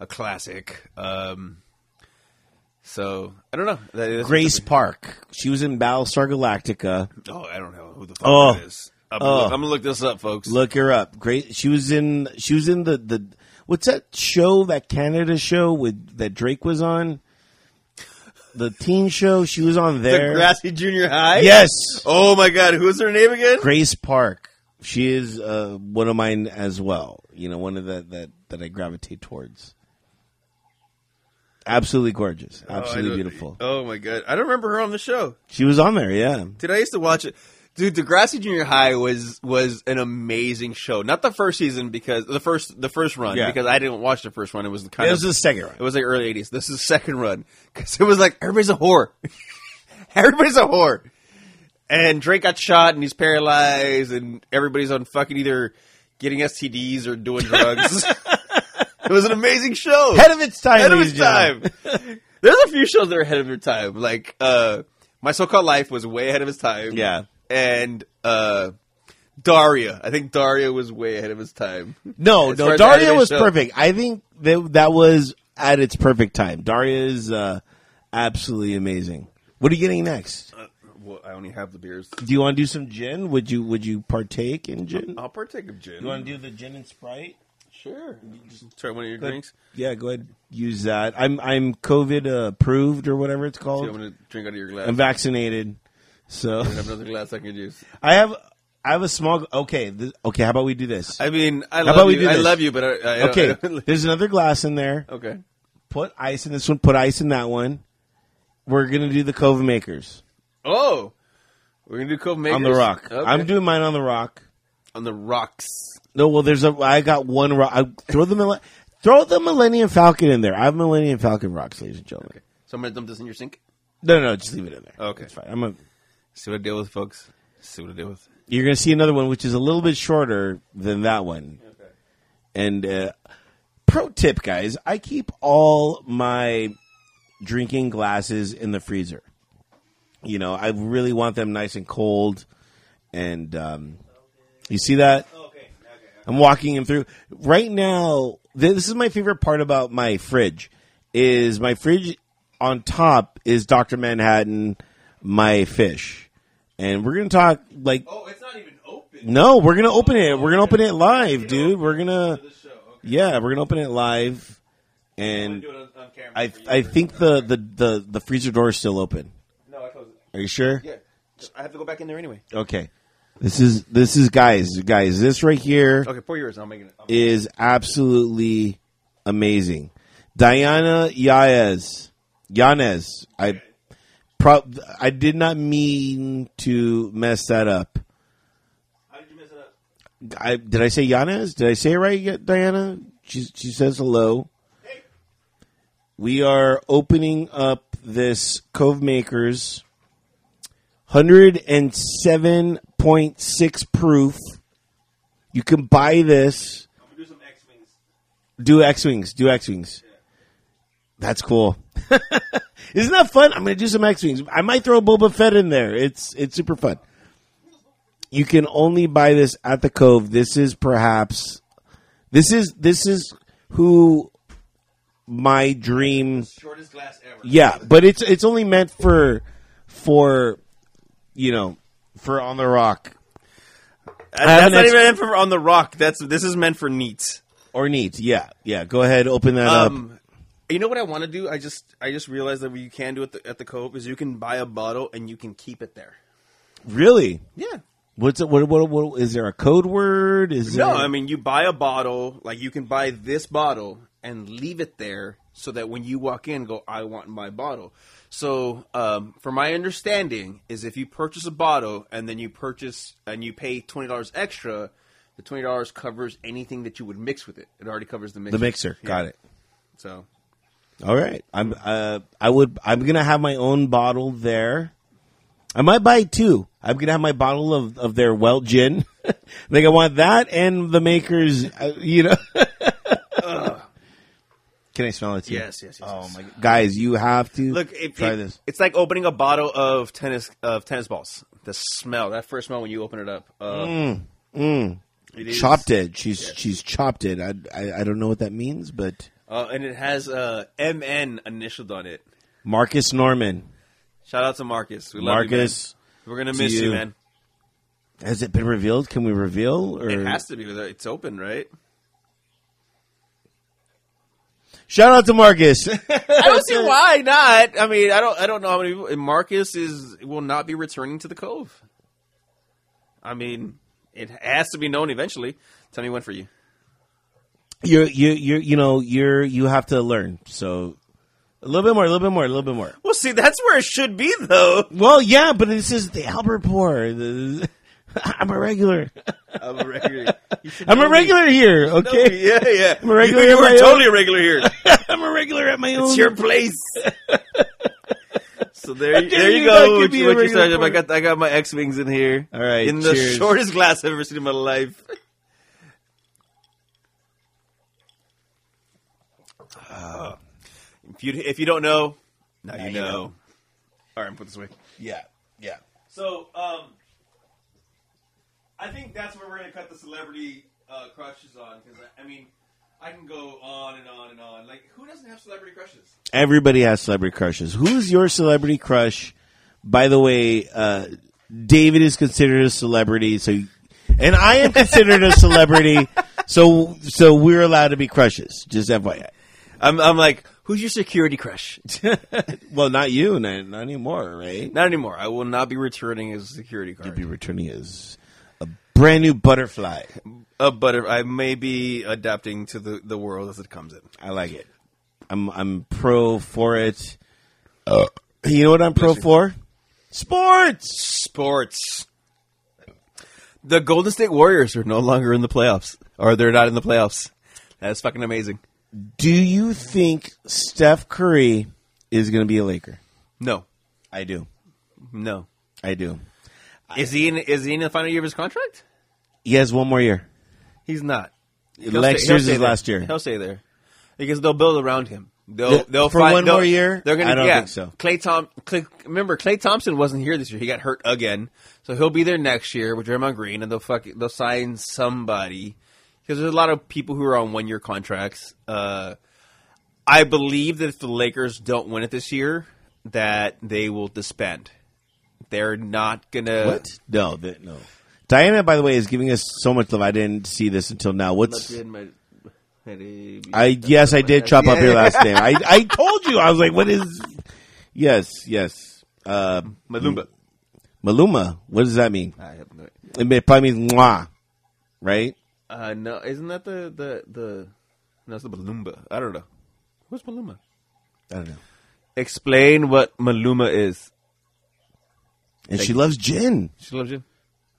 [SPEAKER 2] a classic. Um, So I don't know. That- that's-
[SPEAKER 1] Grace Park. She was in Battlestar Galactica.
[SPEAKER 2] Oh, I don't know who the fuck
[SPEAKER 1] Oh.
[SPEAKER 2] that is. I'm, gonna
[SPEAKER 1] Oh.
[SPEAKER 2] look- I'm gonna look this up, folks.
[SPEAKER 1] Look her up. Great. She was in. She was in the the. What's that show? That Canada show with that Drake was on. The teen show. She was on
[SPEAKER 2] the
[SPEAKER 1] there.
[SPEAKER 2] Grassy Junior High.
[SPEAKER 1] yes.
[SPEAKER 2] Oh my God, who's her name again?
[SPEAKER 1] Grace Park. She is uh, one of mine as well. You know, one of the that that I gravitate towards. Absolutely gorgeous. Absolutely
[SPEAKER 2] Oh, I don't-
[SPEAKER 1] beautiful.
[SPEAKER 2] Oh my God, I don't remember her on the show.
[SPEAKER 1] She was on there. Yeah.
[SPEAKER 2] Dude, I used to watch it. Dude, Degrassi Junior High was was an amazing show. Not the first season because the first the first run
[SPEAKER 1] Yeah.
[SPEAKER 2] because I didn't watch the first one. It was kind
[SPEAKER 1] It
[SPEAKER 2] of
[SPEAKER 1] was the second
[SPEAKER 2] It
[SPEAKER 1] one.
[SPEAKER 2] was like early '80s. This is the second run because it was like everybody's a whore. everybody's a whore, and Drake got shot and he's paralyzed, and everybody's on fucking either getting STDs or doing drugs. it was an amazing show.
[SPEAKER 1] Head of its time.
[SPEAKER 2] Ahead of
[SPEAKER 1] ladies
[SPEAKER 2] its
[SPEAKER 1] and gentlemen.
[SPEAKER 2] time. There's a few shows that are ahead of their time. Like uh, My So-Called Life was way ahead of its time.
[SPEAKER 1] Yeah.
[SPEAKER 2] and uh, Daria. I think Daria was way ahead of its time.
[SPEAKER 1] No,
[SPEAKER 2] As far
[SPEAKER 1] no,
[SPEAKER 2] as
[SPEAKER 1] Daria
[SPEAKER 2] anime
[SPEAKER 1] was
[SPEAKER 2] show.
[SPEAKER 1] perfect. I think that that was at its perfect time. Daria is uh, absolutely amazing. What are you getting next?
[SPEAKER 2] Uh, Well, I only have the beers.
[SPEAKER 1] Do you want to do some gin? Would you Would you partake in gin?
[SPEAKER 2] I'll partake of gin.
[SPEAKER 1] Uh, You want to do the gin and sprite?
[SPEAKER 2] Sure. Just try one of your drinks.
[SPEAKER 1] Yeah, go ahead. Use that. I'm I'm COVID uh, approved or whatever it's
[SPEAKER 2] See, I'm
[SPEAKER 1] called.
[SPEAKER 2] gonna drink out of your glass.
[SPEAKER 1] I'm vaccinated, so
[SPEAKER 2] I have another glass I can use.
[SPEAKER 1] I have I have a small. Okay, th- okay. How about we do this?
[SPEAKER 2] I mean, I
[SPEAKER 1] about
[SPEAKER 2] love
[SPEAKER 1] we
[SPEAKER 2] you.
[SPEAKER 1] do
[SPEAKER 2] I
[SPEAKER 1] this?
[SPEAKER 2] love you, but I, I I
[SPEAKER 1] Okay,
[SPEAKER 2] don't-
[SPEAKER 1] there's another glass in there.
[SPEAKER 2] okay.
[SPEAKER 1] Put ice in this one. Put ice in that one. We're gonna do the Cova makers.
[SPEAKER 2] Oh, we're gonna do Cove Makers
[SPEAKER 1] on the rock.
[SPEAKER 2] Okay.
[SPEAKER 1] I'm doing mine on the rock.
[SPEAKER 2] on the rocks.
[SPEAKER 1] No, well, there's a. I got one rock. I, throw the millen- throw the Millennium Falcon in there. I have Millennium Falcon rocks, ladies and gentlemen.
[SPEAKER 2] So I'm gonna dump this in your sink.
[SPEAKER 1] No, no, just leave it in there.
[SPEAKER 2] Okay.
[SPEAKER 1] it's fine. I'm a,
[SPEAKER 2] See what I deal with, folks. See what I deal with.
[SPEAKER 1] you're gonna see another one, which is a little bit shorter than that one. And uh, pro tip, guys, I keep all my drinking glasses in the freezer. You know, I really want them nice and cold. And um, you see that?
[SPEAKER 2] Okay. Okay.
[SPEAKER 1] I'm walking him through. Right now, th- this is my favorite part about my fridge. Is my fridge on top is Doctor Manhattan, my fish, and we're gonna talk like
[SPEAKER 2] Oh, it's not even open.
[SPEAKER 1] no, we're gonna open it. We're gonna open it live, dude. We're gonna
[SPEAKER 2] show. Okay.
[SPEAKER 1] yeah, we're gonna open it live, and
[SPEAKER 2] it on, on camera.
[SPEAKER 1] I I think the the the, the freezer door is still open.
[SPEAKER 2] No, I closed it.
[SPEAKER 1] Are you sure?
[SPEAKER 2] Yeah. I have to go back in there anyway.
[SPEAKER 1] Okay. This is this is guys guys this right here.
[SPEAKER 2] Okay, four years. I'm making it. I'm-
[SPEAKER 1] is absolutely amazing. Diana Yaez, Yanez. I pro- I did not mean to mess that up.
[SPEAKER 2] How did you mess it up?
[SPEAKER 1] I did I say Yanez? Did I say it right, yet, Diana? She she says hello. We are opening up this Cove Makers 107.6 proof. You can buy this
[SPEAKER 2] I'm gonna do some X wings.
[SPEAKER 1] Do X Wings. Do X Wings. That's cool. Isn't that fun? I'm gonna do some X Wings. I might throw Boba Fett in there. It's it's super fun. You can only buy this at the Cove. This is perhaps this is this is who my dream
[SPEAKER 2] Shortest glass ever.
[SPEAKER 1] yeah, but it's it's only meant for for you know for on the rock have
[SPEAKER 2] That's
[SPEAKER 1] an
[SPEAKER 2] not
[SPEAKER 1] ex-
[SPEAKER 2] even meant for on the rock. That's this is meant for neats.
[SPEAKER 1] or needs. Yeah, yeah. Go ahead, open that up.
[SPEAKER 2] Um, you know what I want to do? I just I just realized that what you can do at the at the Cove is you can buy a bottle and you can keep it there.
[SPEAKER 1] Really?
[SPEAKER 2] Yeah.
[SPEAKER 1] What's it, what, what what is there a code word? Is
[SPEAKER 2] No,
[SPEAKER 1] there,
[SPEAKER 2] I mean you buy a bottle, like you can buy this bottle and leave it there so that when you walk in, go I want my bottle. So, um, from my understanding, is if you purchase a bottle and then you purchase and you pay twenty dollars extra, the twenty dollars covers anything that you would mix with it. It already covers the mixer.
[SPEAKER 1] the mixer.
[SPEAKER 2] Yeah.
[SPEAKER 1] Got it.
[SPEAKER 2] So
[SPEAKER 1] All right. I'm uh I would I'm gonna have my own bottle there. I might buy two. I'm gonna have my bottle of, of their Welt gin. like I want that and the makers. Uh, you know. Can I smell it? Too?
[SPEAKER 2] yes, yes, yes.
[SPEAKER 1] Oh
[SPEAKER 2] yes.
[SPEAKER 1] my guys, you have to
[SPEAKER 2] Look, it,
[SPEAKER 1] try
[SPEAKER 2] it-
[SPEAKER 1] this.
[SPEAKER 2] It's like opening a bottle of tennis of tennis balls. The smell, that first smell when you open it up. Uh,
[SPEAKER 1] Mm,
[SPEAKER 2] It is-
[SPEAKER 1] Chopped it. She's she's chopped it. I, I I don't know what that means, but
[SPEAKER 2] Uh, and it has uh, MN initialed on it.
[SPEAKER 1] Marcus Norman.
[SPEAKER 2] Shout out to Marcus. We love you, man.
[SPEAKER 1] Marcus,
[SPEAKER 2] We're gonna
[SPEAKER 1] to
[SPEAKER 2] miss you,
[SPEAKER 1] you.
[SPEAKER 2] man.
[SPEAKER 1] has it been revealed? Can we reveal? Or
[SPEAKER 2] It has to be. It's open, right?
[SPEAKER 1] shout out to Marcus.
[SPEAKER 2] I don't see why not. I mean, I don't. I don't know how many. People, Marcus is will not be returning to the Cove. I mean, it has to be known eventually. Tell me when for you.
[SPEAKER 1] you're you you you know you're you have to learn. So a little bit more, a little bit more, a little bit more.
[SPEAKER 2] Well, see, that's where it should be, though.
[SPEAKER 1] Well, yeah, but this is the Albert Poor. The- I'm a regular.
[SPEAKER 2] I'm a regular.
[SPEAKER 1] I'm a regular here. Okay,
[SPEAKER 2] Yeah, yeah.
[SPEAKER 1] I'm a regular
[SPEAKER 2] You, you
[SPEAKER 1] at my
[SPEAKER 2] were
[SPEAKER 1] own-
[SPEAKER 2] totally a regular here.
[SPEAKER 1] I'm a regular at my own.
[SPEAKER 2] It's your place. So there, you,
[SPEAKER 1] dare
[SPEAKER 2] there you,
[SPEAKER 1] you not
[SPEAKER 2] go.
[SPEAKER 1] give
[SPEAKER 2] What
[SPEAKER 1] me
[SPEAKER 2] you,
[SPEAKER 1] a
[SPEAKER 2] what you
[SPEAKER 1] regular
[SPEAKER 2] started. I
[SPEAKER 1] quarter.
[SPEAKER 2] got, I got my X wings in here.
[SPEAKER 1] All right,
[SPEAKER 2] in the
[SPEAKER 1] cheers.
[SPEAKER 2] shortest glass I've ever seen in my life. Ah. if you if you don't know, now, you,
[SPEAKER 1] you
[SPEAKER 2] know.
[SPEAKER 1] know.
[SPEAKER 2] All right, put this away.
[SPEAKER 1] yeah, yeah.
[SPEAKER 2] So, um, I think that's where we're gonna cut the celebrity uh, crushes on because I, I mean, I can go on and on and on. Like, who doesn't have celebrity crushes?
[SPEAKER 1] Everybody has celebrity crushes. Who's your celebrity crush? By the way, uh, David is considered a celebrity, so and I am considered a celebrity, so so we're allowed to be crushes. Just FYI.
[SPEAKER 2] I'm, I'm like, who's your security crush?
[SPEAKER 1] Well, not you, not, not anymore, right?
[SPEAKER 2] not anymore. I will not be returning as a security
[SPEAKER 1] You'll
[SPEAKER 2] card.
[SPEAKER 1] be returning as a brand new butterfly.
[SPEAKER 2] Uh, but I may be adapting to the, the world as it comes in.
[SPEAKER 1] I like it. I'm I'm pro for it. Uh, you know what I'm pro for? Sports.
[SPEAKER 2] Sports. The Golden State Warriors are no longer in the playoffs, or they're not in the playoffs. That's fucking amazing.
[SPEAKER 1] Do you think Steph Curry is going to be a Laker?
[SPEAKER 2] No,
[SPEAKER 1] I do.
[SPEAKER 2] no.
[SPEAKER 1] I do.
[SPEAKER 2] Is he in? Is he in the final year of his contract?
[SPEAKER 1] He has one more year.
[SPEAKER 2] He's not. He'll
[SPEAKER 1] Next
[SPEAKER 2] stay- he'll
[SPEAKER 1] year's
[SPEAKER 2] stay
[SPEAKER 1] is
[SPEAKER 2] there.
[SPEAKER 1] last year.
[SPEAKER 2] He'll stay there because they'll build around him. They'll
[SPEAKER 1] The-
[SPEAKER 2] they'll
[SPEAKER 1] for
[SPEAKER 2] find,
[SPEAKER 1] one
[SPEAKER 2] they'll-
[SPEAKER 1] more year?
[SPEAKER 2] They're gonna.
[SPEAKER 1] I don't
[SPEAKER 2] yeah.
[SPEAKER 1] think so.
[SPEAKER 2] Clay Tom. Clay, remember, Clay Thompson wasn't here this year. He got hurt again, so he'll be there next year with Draymond Green, and they'll fuck, they'll sign somebody because there's a lot of people who are on one year contracts. Uh, I believe that if the Lakers don't win it this year, that they will disband. They're not gonna.
[SPEAKER 1] What? No, th- no. Diana, by the way, is giving us so much love. I didn't see this until now. What's I yes, I did chop up your last name. I, I told you. I was like, what is? Yes, yes. Uh,
[SPEAKER 2] Malumba.
[SPEAKER 1] Maluma. What does that mean?
[SPEAKER 2] I have no. idea.
[SPEAKER 1] It may- probably means mwah, right?
[SPEAKER 2] Uh, no, isn't that the the the? No, it's the Malumba. I don't know. What's Maluma?
[SPEAKER 1] I don't know.
[SPEAKER 2] Explain what Maluma is.
[SPEAKER 1] And she loves gin.
[SPEAKER 2] She loves you.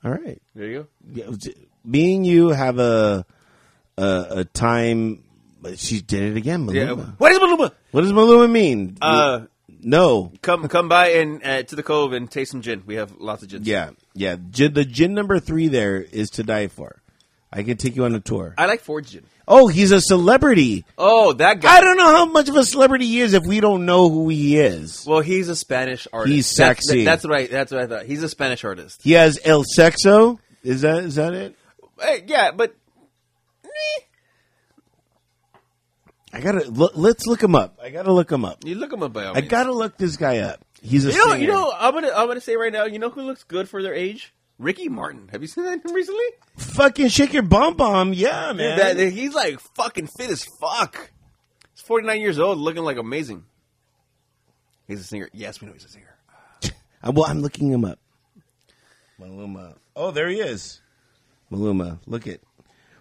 [SPEAKER 1] All right.
[SPEAKER 2] There you go.
[SPEAKER 1] Yeah, Me and you have a a, a time. but She did it again,
[SPEAKER 2] Yeah.
[SPEAKER 1] Maluma.
[SPEAKER 2] What is Maluma?
[SPEAKER 1] What does Maluma mean?
[SPEAKER 2] Uh,
[SPEAKER 1] no.
[SPEAKER 2] come come by and uh, to the cove and taste some gin. We have lots of gin.
[SPEAKER 1] Yeah, yeah. Gin, the gin number three there is to die for. I can take you on a tour.
[SPEAKER 2] I like Ford gin.
[SPEAKER 1] oh, he's a celebrity.
[SPEAKER 2] Oh, that guy.
[SPEAKER 1] I don't know how much of a celebrity he is if we don't know who he is.
[SPEAKER 2] well, he's a Spanish artist.
[SPEAKER 1] He's
[SPEAKER 2] That's-
[SPEAKER 1] sexy.
[SPEAKER 2] That's, what I. That's what I thought. He's a Spanish artist.
[SPEAKER 1] He has El Sexo. Is that is that it?
[SPEAKER 2] Hey, yeah, but
[SPEAKER 1] I gotta look, let's look him up. I gotta look him up.
[SPEAKER 2] you look him up by all
[SPEAKER 1] I
[SPEAKER 2] means.
[SPEAKER 1] gotta look this guy up. He's a
[SPEAKER 2] You know,
[SPEAKER 1] singer.
[SPEAKER 2] you know, I'm gonna, I'm gonna say right now. You know who looks good for their age? Ricky Martin. Have you seen that recently?
[SPEAKER 1] fucking shake your bum bum. Yeah, man.
[SPEAKER 2] Dude, that, that- he's like fucking fit as fuck. He's 49 years old, looking like amazing. He's a singer. Yes, we know he's a singer.
[SPEAKER 1] I, well, I'm looking him up. Maluma. Oh, there he is. Maluma. Look at.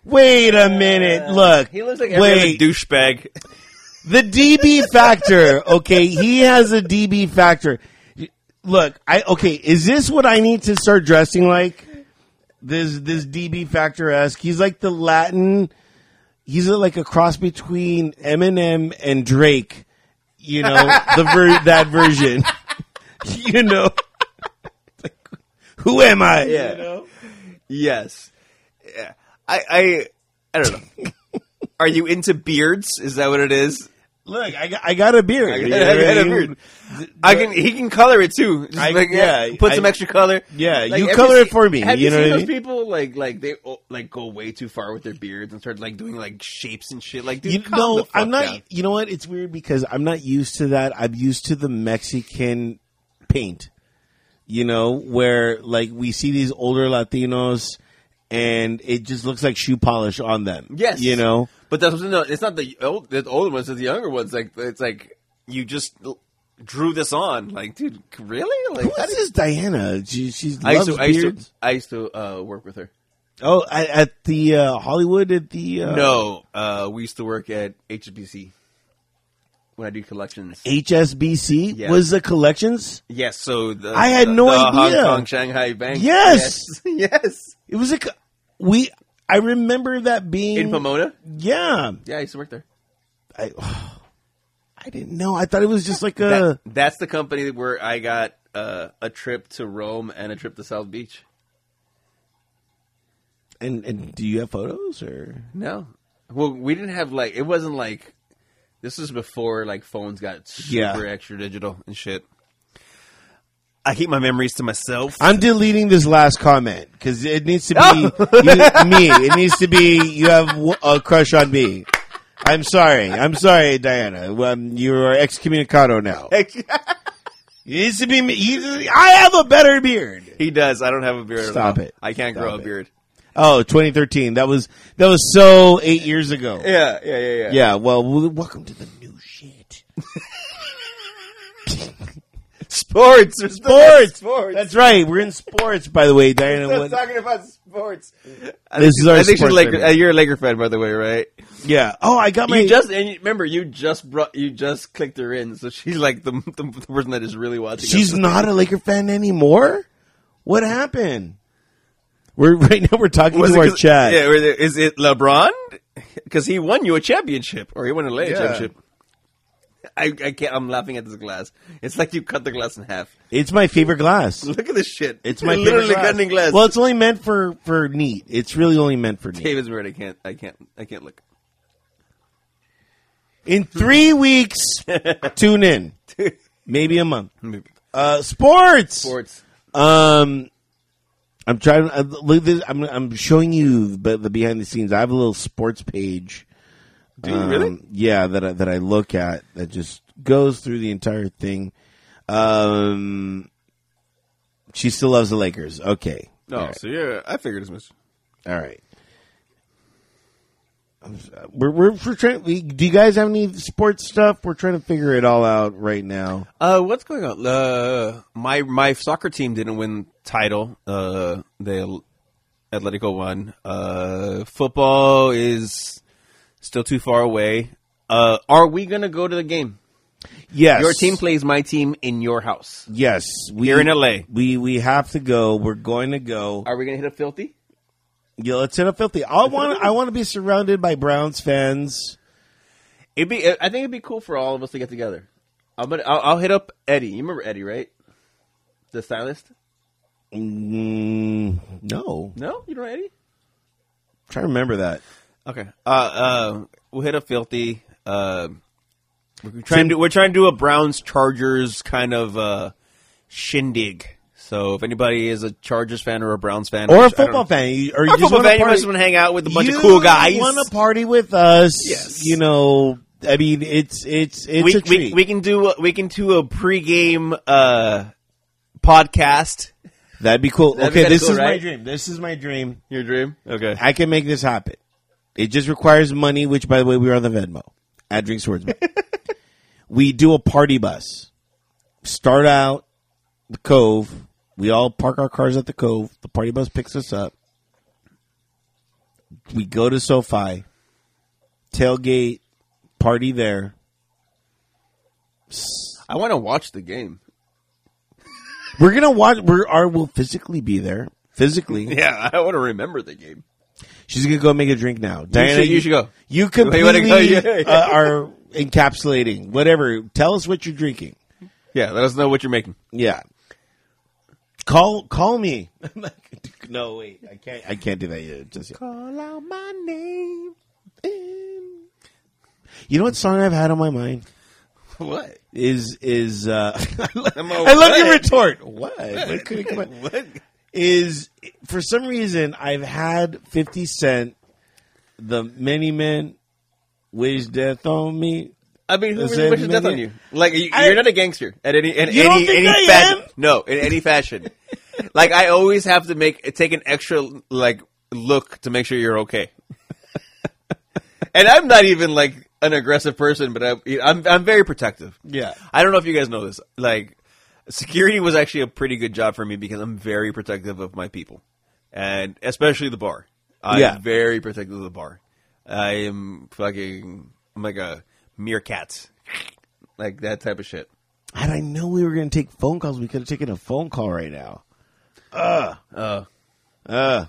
[SPEAKER 1] Wait a minute. Look.
[SPEAKER 2] He looks like every
[SPEAKER 1] Wait.
[SPEAKER 2] other douchebag.
[SPEAKER 1] The DB factor, okay? He has a DB factor. Look, I okay, is this what I need to start dressing like? This this DB factor esque. He's like the Latin he's like a cross between Eminem and Drake, you know, the ver- that version. you know. It's like, Who am I?
[SPEAKER 2] Yeah.
[SPEAKER 1] You know?
[SPEAKER 2] yes. Yeah. I, I, I don't know. Are you into beards? Is that what it is?
[SPEAKER 1] Look, I got, I got a beard.
[SPEAKER 2] I
[SPEAKER 1] you
[SPEAKER 2] got-
[SPEAKER 1] know
[SPEAKER 2] I
[SPEAKER 1] what
[SPEAKER 2] got a
[SPEAKER 1] mean?
[SPEAKER 2] beard. I can. He can color it too. Just
[SPEAKER 1] I-
[SPEAKER 2] like, yeah,
[SPEAKER 1] yeah,
[SPEAKER 2] put
[SPEAKER 1] I-
[SPEAKER 2] some extra color.
[SPEAKER 1] Yeah,
[SPEAKER 2] Like,
[SPEAKER 1] you
[SPEAKER 2] have
[SPEAKER 1] color
[SPEAKER 2] see-
[SPEAKER 1] it for me.
[SPEAKER 2] Have
[SPEAKER 1] You know
[SPEAKER 2] seen
[SPEAKER 1] what I
[SPEAKER 2] those
[SPEAKER 1] mean?
[SPEAKER 2] people like like they o- like go way too far with their beards and start like doing like shapes and shit. Like, dude,
[SPEAKER 1] You
[SPEAKER 2] calm the
[SPEAKER 1] know,
[SPEAKER 2] fuck
[SPEAKER 1] I'm not.
[SPEAKER 2] down.
[SPEAKER 1] You know what? It's weird because I'm not used to that. I'm used to the Mexican paint. You know, where like we see these older Latinos, and it just looks like shoe polish on them.
[SPEAKER 2] Yes,
[SPEAKER 1] you know.
[SPEAKER 2] but that's no. It's not the old, the older ones. It's the younger ones. Like it's like you just l- drew this on. Like, dude, really? Like,
[SPEAKER 1] Who is this Diana? She, she's
[SPEAKER 2] I
[SPEAKER 1] loves
[SPEAKER 2] used to, I used
[SPEAKER 1] beards.
[SPEAKER 2] to, I used to uh, work with her.
[SPEAKER 1] Oh, I, at the uh, Hollywood at the uh,
[SPEAKER 2] No, uh, we used to work at HSBC when I do collections.
[SPEAKER 1] HSBC
[SPEAKER 2] Yeah.
[SPEAKER 1] was the collections.
[SPEAKER 2] Yes, so the,
[SPEAKER 1] I had no
[SPEAKER 2] the
[SPEAKER 1] idea.
[SPEAKER 2] Hong Kong Shanghai Bank.
[SPEAKER 1] Yes!
[SPEAKER 2] yes, yes.
[SPEAKER 1] It was a co- we. I remember that being
[SPEAKER 2] in Pomona.
[SPEAKER 1] yeah.
[SPEAKER 2] Yeah, I used to work there.
[SPEAKER 1] I I didn't know. I thought it was just like a.
[SPEAKER 2] That, that's the company where I got uh, a trip to Rome and a trip to South Beach.
[SPEAKER 1] And and do you have photos or?
[SPEAKER 2] No, well, we didn't have like it wasn't like this was before like phones got
[SPEAKER 1] Yeah.
[SPEAKER 2] super extra digital and shit. I keep my memories to myself.
[SPEAKER 1] I'm deleting this last comment because it needs to be
[SPEAKER 2] Oh.
[SPEAKER 1] you- me. It needs to be you have w- a crush on me. I'm sorry. I'm sorry, Diana. Um, you are excommunicado now. It needs to be me. You- I have a better beard.
[SPEAKER 2] he does. I don't have a beard. at
[SPEAKER 1] Stop
[SPEAKER 2] all.
[SPEAKER 1] it.
[SPEAKER 2] I can't
[SPEAKER 1] Stop
[SPEAKER 2] grow a
[SPEAKER 1] it.
[SPEAKER 2] beard.
[SPEAKER 1] Oh, 2013. That was that was so eight years ago.
[SPEAKER 2] Yeah, yeah, yeah, yeah.
[SPEAKER 1] Yeah. Well, w- welcome to the new shit.
[SPEAKER 2] Sports, sports,
[SPEAKER 1] Sports.
[SPEAKER 2] sports.
[SPEAKER 1] That's right. We're in sports, by the way, Diana.
[SPEAKER 2] I'm
[SPEAKER 1] What-
[SPEAKER 2] talking about sports.
[SPEAKER 1] This is our
[SPEAKER 2] I think you're,
[SPEAKER 1] sports
[SPEAKER 2] Laker,
[SPEAKER 1] segment.
[SPEAKER 2] uh, you're a Laker fan, by the way, right?
[SPEAKER 1] Yeah. Oh, I got my.
[SPEAKER 2] You just and you, remember you just brought you just clicked her in, so she's like the the, the person that is really watching.
[SPEAKER 1] She's
[SPEAKER 2] us.
[SPEAKER 1] not a Laker fan anymore. What happened? We're right now. We're talking
[SPEAKER 2] Was
[SPEAKER 1] to
[SPEAKER 2] it
[SPEAKER 1] our
[SPEAKER 2] 'cause-
[SPEAKER 1] chat.
[SPEAKER 2] Yeah, was it- is it LeBron? Because he won you a championship, or he won a LA
[SPEAKER 1] Yeah.
[SPEAKER 2] championship. I, I can't. I'm laughing at this glass. It's like you cut the glass in half.
[SPEAKER 1] It's my favorite glass.
[SPEAKER 2] Look at this shit.
[SPEAKER 1] It's my
[SPEAKER 2] literally
[SPEAKER 1] favorite glass.
[SPEAKER 2] cutting glass.
[SPEAKER 1] Well, it's only meant for for neat. It's really only meant for neat.
[SPEAKER 2] David's weird. I can't. I can't. I can't look.
[SPEAKER 1] In three weeks, tune in. Maybe a month. Uh, sports.
[SPEAKER 2] Sports.
[SPEAKER 1] Um, I'm trying. I- look, this- I'm I'm showing you the, the behind the scenes. I have a little sports page.
[SPEAKER 2] Do you really?
[SPEAKER 1] Um, Yeah, that I, that I look at that just goes through the entire thing. Um, she still loves the Lakers. Okay,
[SPEAKER 2] No.
[SPEAKER 1] all right.
[SPEAKER 2] So yeah, I figured as much.
[SPEAKER 1] All right. I'm s- uh, We're we're, we're trying. We, do you guys have any sports stuff? We're trying to figure it all out right now.
[SPEAKER 2] Uh, what's going on? Uh, my my soccer team didn't win title. Uh, the Atletico won. Uh, football is still too far away. Uh, are we gonna go to the game?
[SPEAKER 1] Yes,
[SPEAKER 2] Your team plays my team in your house.
[SPEAKER 1] Yes, we,
[SPEAKER 2] Here in LA.
[SPEAKER 1] We we have to go. We're going to go.
[SPEAKER 2] Are we gonna hit a filthy?
[SPEAKER 1] Yeah, let's hit a filthy. I want I want to be surrounded by Browns fans.
[SPEAKER 2] It'd be. I think it'd be cool for all of us to get together. I'm gonna. I'll, I'll hit up Eddie. You remember Eddie, right? The stylist.
[SPEAKER 1] Mm, no,
[SPEAKER 2] No, you don't know Eddie.
[SPEAKER 1] try to remember that.
[SPEAKER 2] Okay. Uh, uh, we'll hit a filthy. Uh, we're trying to we're trying to do a Browns Chargers kind of uh, shindig. So if anybody is a Chargers fan or a Browns fan
[SPEAKER 1] Or a
[SPEAKER 2] which I don't-
[SPEAKER 1] football fan, you, or,
[SPEAKER 2] or
[SPEAKER 1] you
[SPEAKER 2] a
[SPEAKER 1] just
[SPEAKER 2] football
[SPEAKER 1] wanna
[SPEAKER 2] fan, you
[SPEAKER 1] party-
[SPEAKER 2] just want to hang out with a bunch
[SPEAKER 1] You
[SPEAKER 2] of cool guys.
[SPEAKER 1] Want to party with us?
[SPEAKER 2] Yes.
[SPEAKER 1] You know, I mean, it's it's it's
[SPEAKER 2] we,
[SPEAKER 1] a treat.
[SPEAKER 2] we, we can do a, we can do a pregame uh, podcast.
[SPEAKER 1] That'd be cool.
[SPEAKER 2] That'd be
[SPEAKER 1] okay,
[SPEAKER 2] kinda
[SPEAKER 1] this
[SPEAKER 2] cool,
[SPEAKER 1] is my
[SPEAKER 2] right?
[SPEAKER 1] dream. This is my dream.
[SPEAKER 2] Your dream? Okay.
[SPEAKER 1] I can make this happen. It just requires money, which, by the way, we are on the Venmo at Drink Swordsman. we do a party bus. Start out the Cove. We all park our cars at the Cove. The party bus picks us up. We go to SoFi, tailgate, party there.
[SPEAKER 2] I want to watch the game.
[SPEAKER 1] We're gonna watch. We're are will physically be there. Physically,
[SPEAKER 2] Yeah, I want to remember the game.
[SPEAKER 1] she's gonna go make a drink now. Diana,
[SPEAKER 2] should- you should go.
[SPEAKER 1] You
[SPEAKER 2] you wanna
[SPEAKER 1] completely
[SPEAKER 2] go? Yeah, yeah.
[SPEAKER 1] Uh, are encapsulating whatever. Tell us what you're drinking.
[SPEAKER 2] Yeah, let us know what you're making.
[SPEAKER 1] Yeah. Call call me. I'm like, no wait, I can't. I can't do that yet. Just yet.
[SPEAKER 2] Call out my name.
[SPEAKER 1] you know what song I've had on my mind
[SPEAKER 2] What?
[SPEAKER 1] is is uh, I love
[SPEAKER 2] I'm a
[SPEAKER 1] I love your
[SPEAKER 2] what?
[SPEAKER 1] retort. What? What could it come out?
[SPEAKER 2] What?
[SPEAKER 1] is for some reason I've had 50 Cent, the many men wish death on me.
[SPEAKER 2] I mean, who
[SPEAKER 1] Is
[SPEAKER 2] really
[SPEAKER 1] it
[SPEAKER 2] wishes death
[SPEAKER 1] many-
[SPEAKER 2] on you? Like, you,
[SPEAKER 1] I-
[SPEAKER 2] you're not a gangster at any in
[SPEAKER 1] You don't
[SPEAKER 2] any
[SPEAKER 1] think
[SPEAKER 2] any
[SPEAKER 1] I
[SPEAKER 2] fashion.
[SPEAKER 1] am?
[SPEAKER 2] No, in any fashion. like, I always have to make take an extra like look to make sure you're okay. and I'm not even like an aggressive person, but I'm I'm, I'm very protective.
[SPEAKER 1] Yeah.
[SPEAKER 2] I don't know if you guys know this. Like, security was actually a pretty good job for me because I'm very protective of my people, and especially the bar. I'm
[SPEAKER 1] Yeah.
[SPEAKER 2] very protective of the bar. I am fucking. I'm like a meerkat, like that type of shit.
[SPEAKER 1] And I know we were going to take phone calls. We could have taken a phone call right now.
[SPEAKER 2] Uh,
[SPEAKER 1] Uh,
[SPEAKER 2] there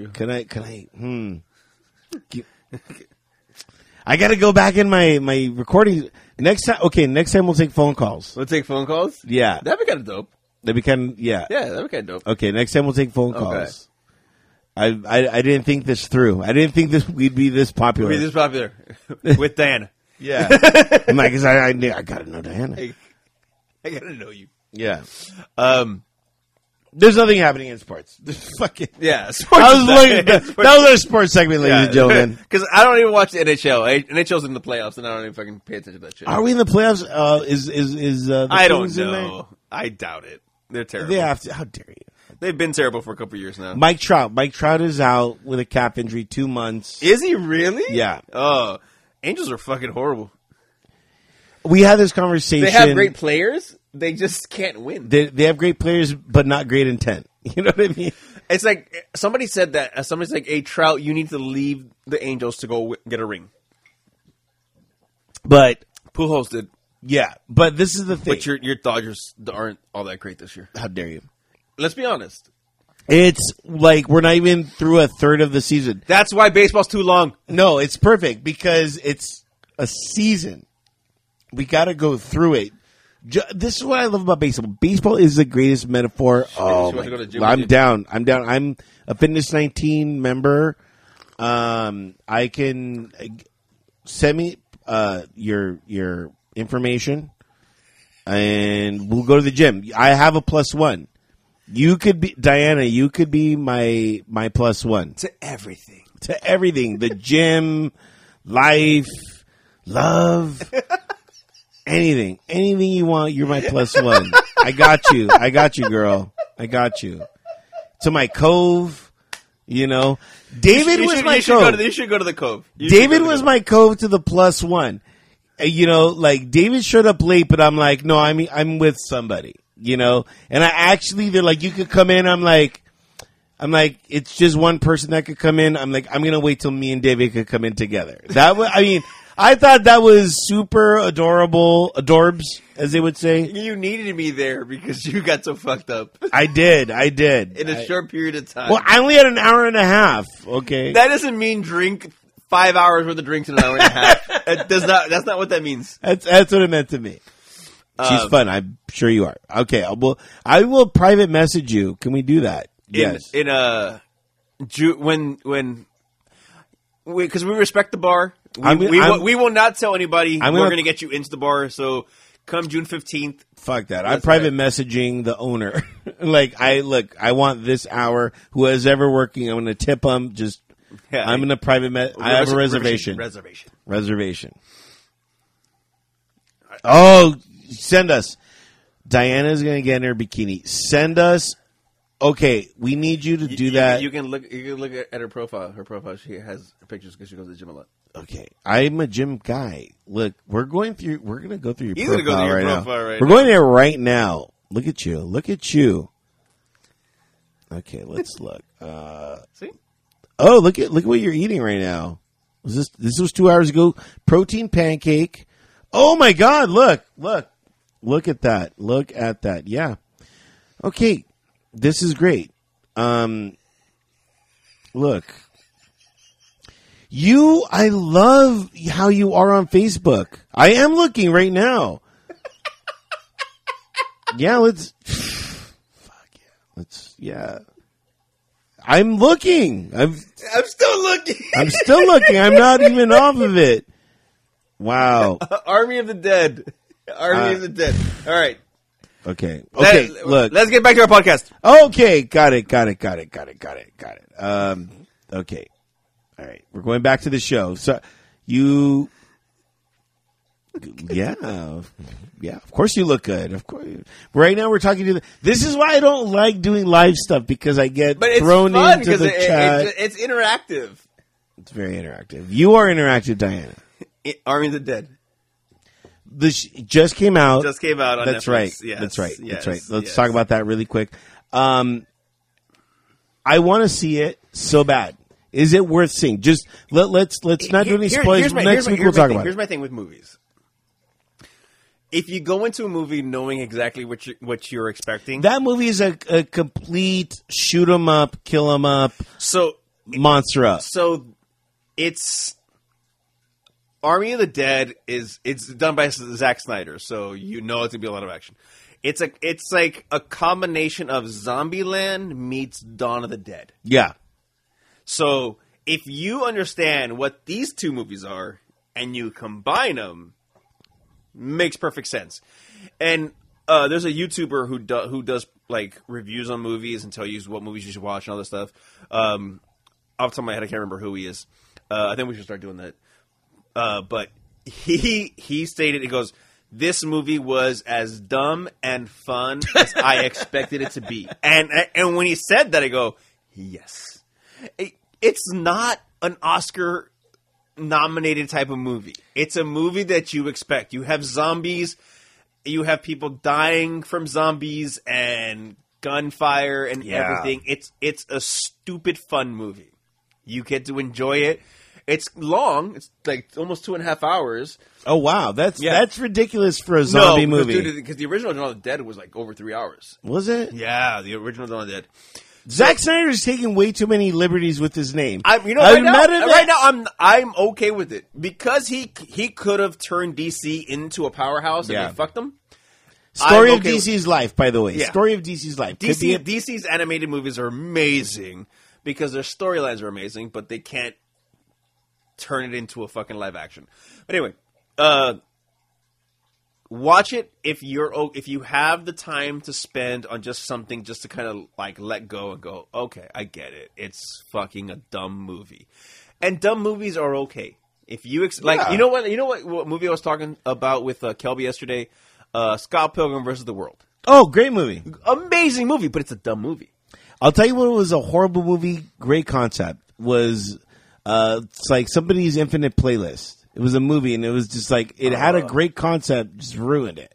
[SPEAKER 2] you go.
[SPEAKER 1] can I, can I, hmm. Gi- I got to go back in my, my recording. Next time, okay, next time we'll take phone calls.
[SPEAKER 2] We'll take phone calls.
[SPEAKER 1] Yeah.
[SPEAKER 2] that'd be kind of dope.
[SPEAKER 1] That'd be kind of, yeah.
[SPEAKER 2] Yeah, that'd be kind of dope.
[SPEAKER 1] Okay, next time we'll take phone
[SPEAKER 2] Okay.
[SPEAKER 1] calls. I, I I didn't think this through. I didn't think this we'd be this popular.
[SPEAKER 2] Be this popular with Dan.
[SPEAKER 1] yeah, I'm like, 'cause I I, knew- I gotta know Diana.
[SPEAKER 2] I, I gotta know you.
[SPEAKER 1] Yeah,
[SPEAKER 2] Um,
[SPEAKER 1] there's nothing happening in sports. There's fucking.
[SPEAKER 2] yeah.
[SPEAKER 1] I was looking. That was our sports segment, ladies and gentlemen.
[SPEAKER 2] Because I don't even watch the NHL. I, NHL's in the playoffs, and I don't even fucking pay attention to that shit.
[SPEAKER 1] Are we in the playoffs? Uh, is is is uh, the
[SPEAKER 2] I don't
[SPEAKER 1] Kings in
[SPEAKER 2] know. I doubt it. They're
[SPEAKER 1] there?
[SPEAKER 2] terrible.
[SPEAKER 1] They have to. How dare you?
[SPEAKER 2] They've been terrible for a couple years now.
[SPEAKER 1] Mike Trout. Mike Trout is out with a cap injury, two months.
[SPEAKER 2] Is he really?
[SPEAKER 1] Yeah.
[SPEAKER 2] Oh, Angels are fucking horrible.
[SPEAKER 1] We had this conversation.
[SPEAKER 2] They have great players. They just can't win.
[SPEAKER 1] They, they have great players, but not great intent. You know what I mean?
[SPEAKER 2] It's like somebody said that. uh, Somebody's like, "Hey, Trout, you need to leave the Angels to go w- get a ring."
[SPEAKER 1] But
[SPEAKER 2] Pujols did,
[SPEAKER 1] yeah, but this is the thing.
[SPEAKER 2] but your your Dodgers aren't all that great this year.
[SPEAKER 1] How dare you?
[SPEAKER 2] Let's be honest.
[SPEAKER 1] It's like we're not even through a third of the season.
[SPEAKER 2] That's why baseball's too long.
[SPEAKER 1] No, it's perfect because it's a season. We got to go through it. Ju- This is what I love about baseball. Baseball is the greatest metaphor. oh,
[SPEAKER 2] you
[SPEAKER 1] my,
[SPEAKER 2] wanna go to the gym
[SPEAKER 1] I'm
[SPEAKER 2] with you?
[SPEAKER 1] down. I'm down. I'm a Fitness 19 member. Um, I can uh, send me uh, your your information, and we'll go to the gym. I have a plus one. You could be Diana. You could be my my plus one
[SPEAKER 2] To everything.
[SPEAKER 1] to everything the gym, life, love, anything. Anything you want, you're my plus one. I got you. I got you, girl. I got you. To my cove, you know. David
[SPEAKER 2] you
[SPEAKER 1] was
[SPEAKER 2] should,
[SPEAKER 1] my
[SPEAKER 2] you should go
[SPEAKER 1] cove.
[SPEAKER 2] to the, you should go to the Cove. You should go
[SPEAKER 1] David
[SPEAKER 2] to the
[SPEAKER 1] was
[SPEAKER 2] Cove.
[SPEAKER 1] my cove to the plus one. Uh, You know, like David showed up late, but I'm like, no, I'm I'm with somebody. You know, and I actually they're like, you could come in. I'm like, I'm like, it's just one person that could come in. I'm like, I'm gonna wait till me and David could come in together. That was, I mean, I thought that was super adorable, adorbs as they would say.
[SPEAKER 2] You needed me there because you got so fucked up
[SPEAKER 1] I did, I did.
[SPEAKER 2] in a
[SPEAKER 1] I-
[SPEAKER 2] short period of time.
[SPEAKER 1] well, I only had an hour and a half. Okay,
[SPEAKER 2] that doesn't mean drink five hours worth of drinks in an hour and a half. That does not. That's not what that means.
[SPEAKER 1] That's that's what it meant to me. She's
[SPEAKER 2] Um,
[SPEAKER 1] fun. I'm sure you are. Okay, I will. I will private message you. Can we do that?
[SPEAKER 2] In,
[SPEAKER 1] yes.
[SPEAKER 2] In a Ju- when when because we, respect the bar. We,
[SPEAKER 1] I'm-
[SPEAKER 2] we,
[SPEAKER 1] I'm-
[SPEAKER 2] will, we will not tell anybody
[SPEAKER 1] I'm
[SPEAKER 2] we're
[SPEAKER 1] gonna-
[SPEAKER 2] going to get you into the bar. So come June fifteenth.
[SPEAKER 1] Fuck that. I'm
[SPEAKER 2] That's
[SPEAKER 1] private messaging the owner. like I look. I want this hour. Whoever's ever working, I'm going to tip them. Just.
[SPEAKER 2] Yeah.
[SPEAKER 1] I'm going to private. Me- I have a reservation.
[SPEAKER 2] Reservation.
[SPEAKER 1] reservation. Oh, send us. Diana's going to get in her bikini. Send us. Okay, we need you to do
[SPEAKER 2] You-
[SPEAKER 1] that.
[SPEAKER 2] You can look. You can look at her profile. Her profile. She has pictures because she goes to the gym a lot.
[SPEAKER 1] okay, I'm a gym guy. Look, we're going through. We're gonna go through your
[SPEAKER 2] He's gonna
[SPEAKER 1] profile
[SPEAKER 2] go through your
[SPEAKER 1] right now.
[SPEAKER 2] profile right
[SPEAKER 1] we're
[SPEAKER 2] now.
[SPEAKER 1] going there right now. Look at you. Look at you. Okay, let's look. Uh,
[SPEAKER 2] See.
[SPEAKER 1] oh, look at look at what you're eating right now. Was this this was two hours ago? Protein pancake. Oh my God! Look, look, look at that. Look at that. Yeah. Okay, this is great. Um, look, you. I love how you are on Facebook. I am looking right now. yeah, let's. Fuck yeah, let's. Yeah, I'm looking. I'm.
[SPEAKER 2] I'm still looking.
[SPEAKER 1] I'm still looking. I'm not even off of it. Wow.
[SPEAKER 2] Army of the Dead. Army
[SPEAKER 1] Uh,
[SPEAKER 2] of the Dead. All right.
[SPEAKER 1] Okay. Okay.
[SPEAKER 2] Let-
[SPEAKER 1] look.
[SPEAKER 2] Let's get back to our podcast.
[SPEAKER 1] Okay. Got it. Got it. Got it. Got it. Got it. Got it. Um, okay. All right. We're going back to the show. So you. Yeah, yeah. Of course you look good. Of course. Right now we're talking to the. This is why I don't like doing live stuff because I get
[SPEAKER 2] But it's
[SPEAKER 1] thrown
[SPEAKER 2] fun
[SPEAKER 1] into
[SPEAKER 2] because
[SPEAKER 1] the
[SPEAKER 2] it, it-
[SPEAKER 1] chat.
[SPEAKER 2] it's, it's interactive.
[SPEAKER 1] it's very interactive. You are interactive, Diana.
[SPEAKER 2] It, Army of the Dead
[SPEAKER 1] The sh- just came out.
[SPEAKER 2] just came out on
[SPEAKER 1] That's
[SPEAKER 2] Netflix.
[SPEAKER 1] right.
[SPEAKER 2] Yes,
[SPEAKER 1] That's right.
[SPEAKER 2] yes,
[SPEAKER 1] That's right. Let's
[SPEAKER 2] yes.
[SPEAKER 1] talk about that really quick. Um, I want to see it so bad. Is it worth seeing? Just let let's let's not do any
[SPEAKER 2] Here-
[SPEAKER 1] spoilers.
[SPEAKER 2] here's my-
[SPEAKER 1] Next
[SPEAKER 2] here's my-
[SPEAKER 1] week we'll
[SPEAKER 2] here's my
[SPEAKER 1] talk
[SPEAKER 2] thing.
[SPEAKER 1] about
[SPEAKER 2] Here's
[SPEAKER 1] it.
[SPEAKER 2] my thing with movies. If you go into a movie knowing exactly what you what you're expecting,
[SPEAKER 1] That movie is a, a complete shoot 'em up, kill 'em up,
[SPEAKER 2] so
[SPEAKER 1] monster up.
[SPEAKER 2] so it's Army of the Dead is it's done by Zack Snyder, so you know it's gonna be a lot of action. It's a it's like a combination of Zombieland meets Dawn of the Dead.
[SPEAKER 1] Yeah,
[SPEAKER 2] So if you understand what these two movies are and you combine them, makes perfect sense. And uh, there's a YouTuber who do, who does like reviews on movies and tell you what movies you should watch and all this stuff. Um, off the top of my head, I can't remember who he is. Uh, I think we should start doing that. Uh, but he he stated it goes. This movie was as dumb and fun as I expected it to be, and and when he said that, I go yes it, it's not an Oscar nominated type of movie. It's a movie that you expect. You have zombies, you have people dying from zombies and gunfire and
[SPEAKER 1] Yeah.
[SPEAKER 2] everything. It's it's a stupid fun movie. You get to enjoy it. It's long. It's like almost two and a half hours.
[SPEAKER 1] Oh wow, that's
[SPEAKER 2] Yeah.
[SPEAKER 1] that's ridiculous for a zombie movie.
[SPEAKER 2] because the original Dawn of the Dead was like over three hours.
[SPEAKER 1] Was it?
[SPEAKER 2] Yeah, the original Dawn of the Dead.
[SPEAKER 1] Zack Snyder is taking way too many liberties with his name.
[SPEAKER 2] I'm, you know,
[SPEAKER 1] I'm
[SPEAKER 2] right now,
[SPEAKER 1] mad at
[SPEAKER 2] right
[SPEAKER 1] that.
[SPEAKER 2] now, I'm I'm okay with it because he he could have turned DC into a powerhouse and
[SPEAKER 1] Yeah.
[SPEAKER 2] they fucked him.
[SPEAKER 1] Story
[SPEAKER 2] I'm
[SPEAKER 1] of
[SPEAKER 2] okay with-
[SPEAKER 1] DC's life, by the way.
[SPEAKER 2] Yeah.
[SPEAKER 1] Story of DC's life. Could be
[SPEAKER 2] DC
[SPEAKER 1] a-
[SPEAKER 2] DC's animated movies are amazing because their storylines are amazing, but they can't turn it into a fucking live action. But anyway, uh, watch it if you're o- if you have the time to spend on just something just to kind of like let go and go, okay, I get it. It's fucking a dumb movie, and dumb movies are okay. If you ex- like,
[SPEAKER 1] Yeah.
[SPEAKER 2] you know what, you know what, what movie I was talking about with uh, Kelby yesterday, uh, Scott Pilgrim versus the World
[SPEAKER 1] oh, great movie.
[SPEAKER 2] amazing movie, but it's a dumb movie.
[SPEAKER 1] I'll tell you what was a horrible movie. Great concept was uh, it's like somebody's infinite playlist. It was a movie, and it was just like it had
[SPEAKER 2] Uh.
[SPEAKER 1] a great concept, just ruined it.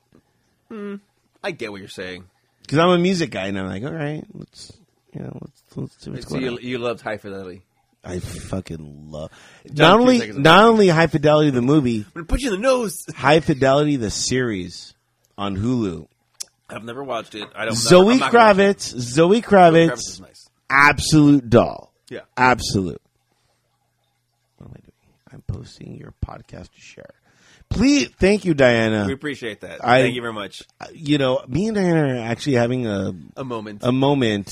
[SPEAKER 2] I get what you're saying.
[SPEAKER 1] Because I'm a music guy, and I'm like, all right, let's you know, let's, let's see what's
[SPEAKER 2] So
[SPEAKER 1] going
[SPEAKER 2] you,
[SPEAKER 1] on.
[SPEAKER 2] you loved High Fidelity.
[SPEAKER 1] I fucking love
[SPEAKER 2] John
[SPEAKER 1] not only
[SPEAKER 2] Cusack is a-
[SPEAKER 1] not only High Fidelity the movie,
[SPEAKER 2] I'm gonna put you in the nose.
[SPEAKER 1] High Fidelity the series on Hulu.
[SPEAKER 2] I've never watched it. I don't.
[SPEAKER 1] Zoe
[SPEAKER 2] I'm not gonna watch it.
[SPEAKER 1] Kravitz, Zoe
[SPEAKER 2] Kravitz
[SPEAKER 1] Kravitz,
[SPEAKER 2] is nice.
[SPEAKER 1] absolute doll.
[SPEAKER 2] Yeah.
[SPEAKER 1] Absolute. What am I doing? I'm posting your podcast to share. Please, thank you,
[SPEAKER 2] We
[SPEAKER 1] Diana.
[SPEAKER 2] appreciate that.
[SPEAKER 1] I-
[SPEAKER 2] Thank you very much.
[SPEAKER 1] You know, me and Diana are actually having a
[SPEAKER 2] A moment.
[SPEAKER 1] a moment.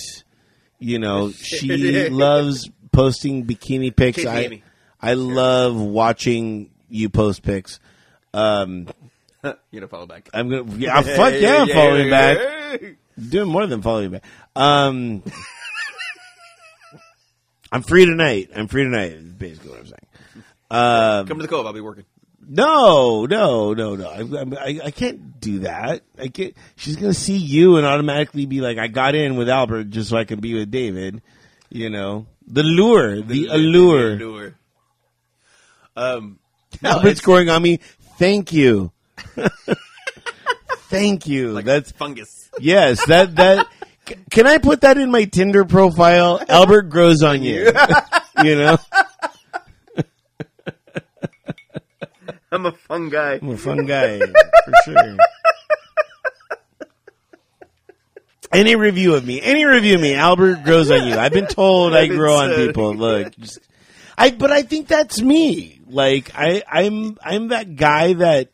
[SPEAKER 1] You know, she loves posting bikini pics.
[SPEAKER 2] Kiss me,
[SPEAKER 1] I
[SPEAKER 2] Amy.
[SPEAKER 1] I love watching you post pics. Um,
[SPEAKER 2] you know, follow back.
[SPEAKER 1] I'm gonna yeah, fuck yeah, I'm following back. Doing more than following back. Um, I'm free tonight. I'm free tonight. Is basically what I'm saying.
[SPEAKER 2] Come to the cove. I'll be working.
[SPEAKER 1] No, no, no, no. I, I, I can't do that. I can't. She's gonna see you and automatically be like, "I got in with Albert just so I could be with David." You know, the lure, the, allure.
[SPEAKER 2] Allure. Um.
[SPEAKER 1] Albert's scoring on me. Thank you. Thank you. That's
[SPEAKER 2] fungus.
[SPEAKER 1] yes. That that. c- Can I put that in my Tinder profile? Albert grows on you. you know,
[SPEAKER 2] I'm a fun guy.
[SPEAKER 1] I'm a fun guy for sure. Any review of me, any review of me, Albert grows on you. I've been told I grow on people. Look, just, I but I think that's me. Like I, I'm I'm that guy that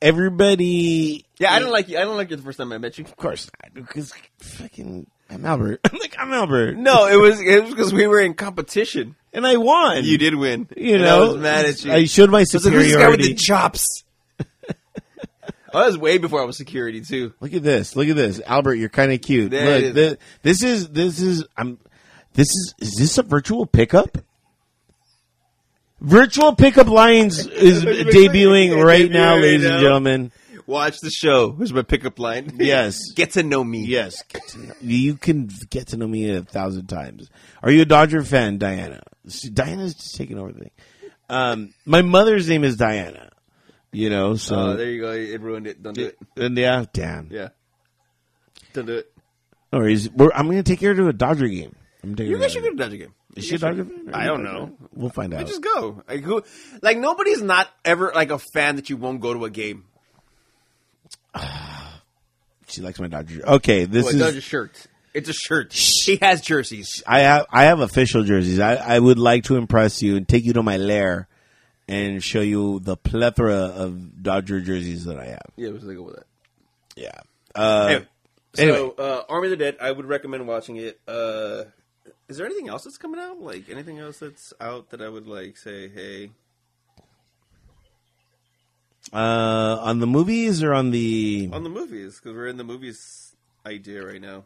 [SPEAKER 1] everybody
[SPEAKER 2] Yeah, I don't like you. I don't like you the first time I met you.
[SPEAKER 1] Of course not, because fucking I'm Albert. I'm like I'm Albert,
[SPEAKER 2] No, it was it was because we were in competition.
[SPEAKER 1] and I won.
[SPEAKER 2] You did win.
[SPEAKER 1] you
[SPEAKER 2] And
[SPEAKER 1] know?
[SPEAKER 2] I was mad at you.
[SPEAKER 1] I showed my
[SPEAKER 2] It's like, who's this guy with the
[SPEAKER 1] superiority.
[SPEAKER 2] chops? Oh, that was way before I was security too.
[SPEAKER 1] Look at this. Look at this, Albert. You're kind of cute.
[SPEAKER 2] There
[SPEAKER 1] Look,
[SPEAKER 2] it is.
[SPEAKER 1] thi- this is this is I'm. This is is this a virtual pickup? Virtual pickup lines is debuting right now,
[SPEAKER 2] Debuting right
[SPEAKER 1] ladies
[SPEAKER 2] now.
[SPEAKER 1] and gentlemen.
[SPEAKER 2] Watch the show. Here's my pickup line.
[SPEAKER 1] Yes.
[SPEAKER 2] Get to know me.
[SPEAKER 1] Yes, get to know- you can get to know me a thousand times. Are you a Dodger fan, Diana? See, Diana's just taking over the thing. Um, my mother's name is Diana. You know, so
[SPEAKER 2] Oh, there you go. It ruined it. Don't do it.
[SPEAKER 1] and yeah, damn.
[SPEAKER 2] Yeah. Don't do it.
[SPEAKER 1] No worries. We're, I'm going to take her to a Dodger game. I'm taking
[SPEAKER 2] You
[SPEAKER 1] her
[SPEAKER 2] guys
[SPEAKER 1] to-
[SPEAKER 2] should go to Dodger game.
[SPEAKER 1] Is she a Dodger fan?
[SPEAKER 2] I don't know.
[SPEAKER 1] We'll find out.
[SPEAKER 2] But just go. Like who? Like nobody's not ever like a fan that you won't go to a game.
[SPEAKER 1] She likes my Dodger. Okay, this
[SPEAKER 2] Well,
[SPEAKER 1] is.
[SPEAKER 2] it's not a shirt. It's a shirt. She has jerseys.
[SPEAKER 1] I have I have official jerseys. I, I would like to impress you and take you to my lair and show you the plethora of Dodger jerseys that I have.
[SPEAKER 2] Yeah, let's go with that.
[SPEAKER 1] Yeah. Uh,
[SPEAKER 2] Anyway,
[SPEAKER 1] anyway.
[SPEAKER 2] so uh, Army of the Dead, I would recommend watching it. Uh, is there anything else that's coming out? Like anything else that's out that I would like say, hey,
[SPEAKER 1] uh, on the movies or on the
[SPEAKER 2] on the movies because we're in the movies idea right now.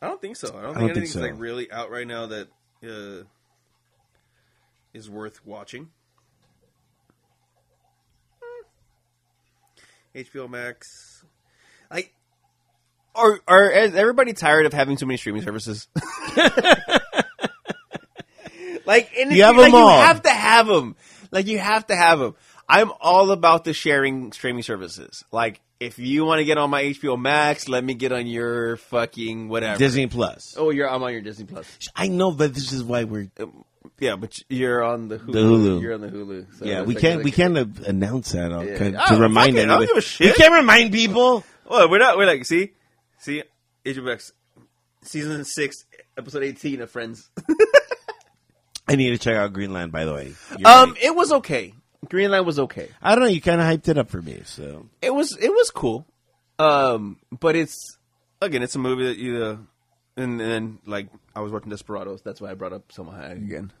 [SPEAKER 2] I don't think so. I
[SPEAKER 1] don't
[SPEAKER 2] don't think
[SPEAKER 1] think
[SPEAKER 2] anything's
[SPEAKER 1] so.
[SPEAKER 2] like really out right now that uh, is worth watching. Hmm. HBO Max, like, are are is everybody tired of having too many streaming services? like, and
[SPEAKER 1] You have
[SPEAKER 2] like,
[SPEAKER 1] them all.
[SPEAKER 2] You have to have them. Like, you have to have them. I'm all about the sharing streaming services. Like, if you want to get on my HBO Max, let me get on your fucking whatever.
[SPEAKER 1] Disney Plus?
[SPEAKER 2] oh, you're I'm on your Disney Plus.
[SPEAKER 1] I know that this is why we're
[SPEAKER 2] Um, Yeah, but you're on the Hulu.
[SPEAKER 1] Hulu.
[SPEAKER 2] You're on the Hulu. So
[SPEAKER 1] yeah
[SPEAKER 2] it's
[SPEAKER 1] we
[SPEAKER 2] like-
[SPEAKER 1] can't
[SPEAKER 2] like-
[SPEAKER 1] we can't uh, announce that on,
[SPEAKER 2] Yeah.
[SPEAKER 1] to
[SPEAKER 2] Oh,
[SPEAKER 1] remind
[SPEAKER 2] fuck it, I don't
[SPEAKER 1] anybody.
[SPEAKER 2] give a shit.
[SPEAKER 1] We can't remind people.
[SPEAKER 2] Well, we're not. We're like, see, see, HBO Max, season six, episode eighteen of Friends.
[SPEAKER 1] I need to check out Greenland by the way. You're
[SPEAKER 2] Um,
[SPEAKER 1] right.
[SPEAKER 2] it was okay. Greenland was okay.
[SPEAKER 1] I don't know. You kind of hyped it up for me, so
[SPEAKER 2] It was it was cool. Um, but it's again, it's a movie that you. Uh, and then, like, I was watching Desperados. That's why I brought up Selma Hayek again.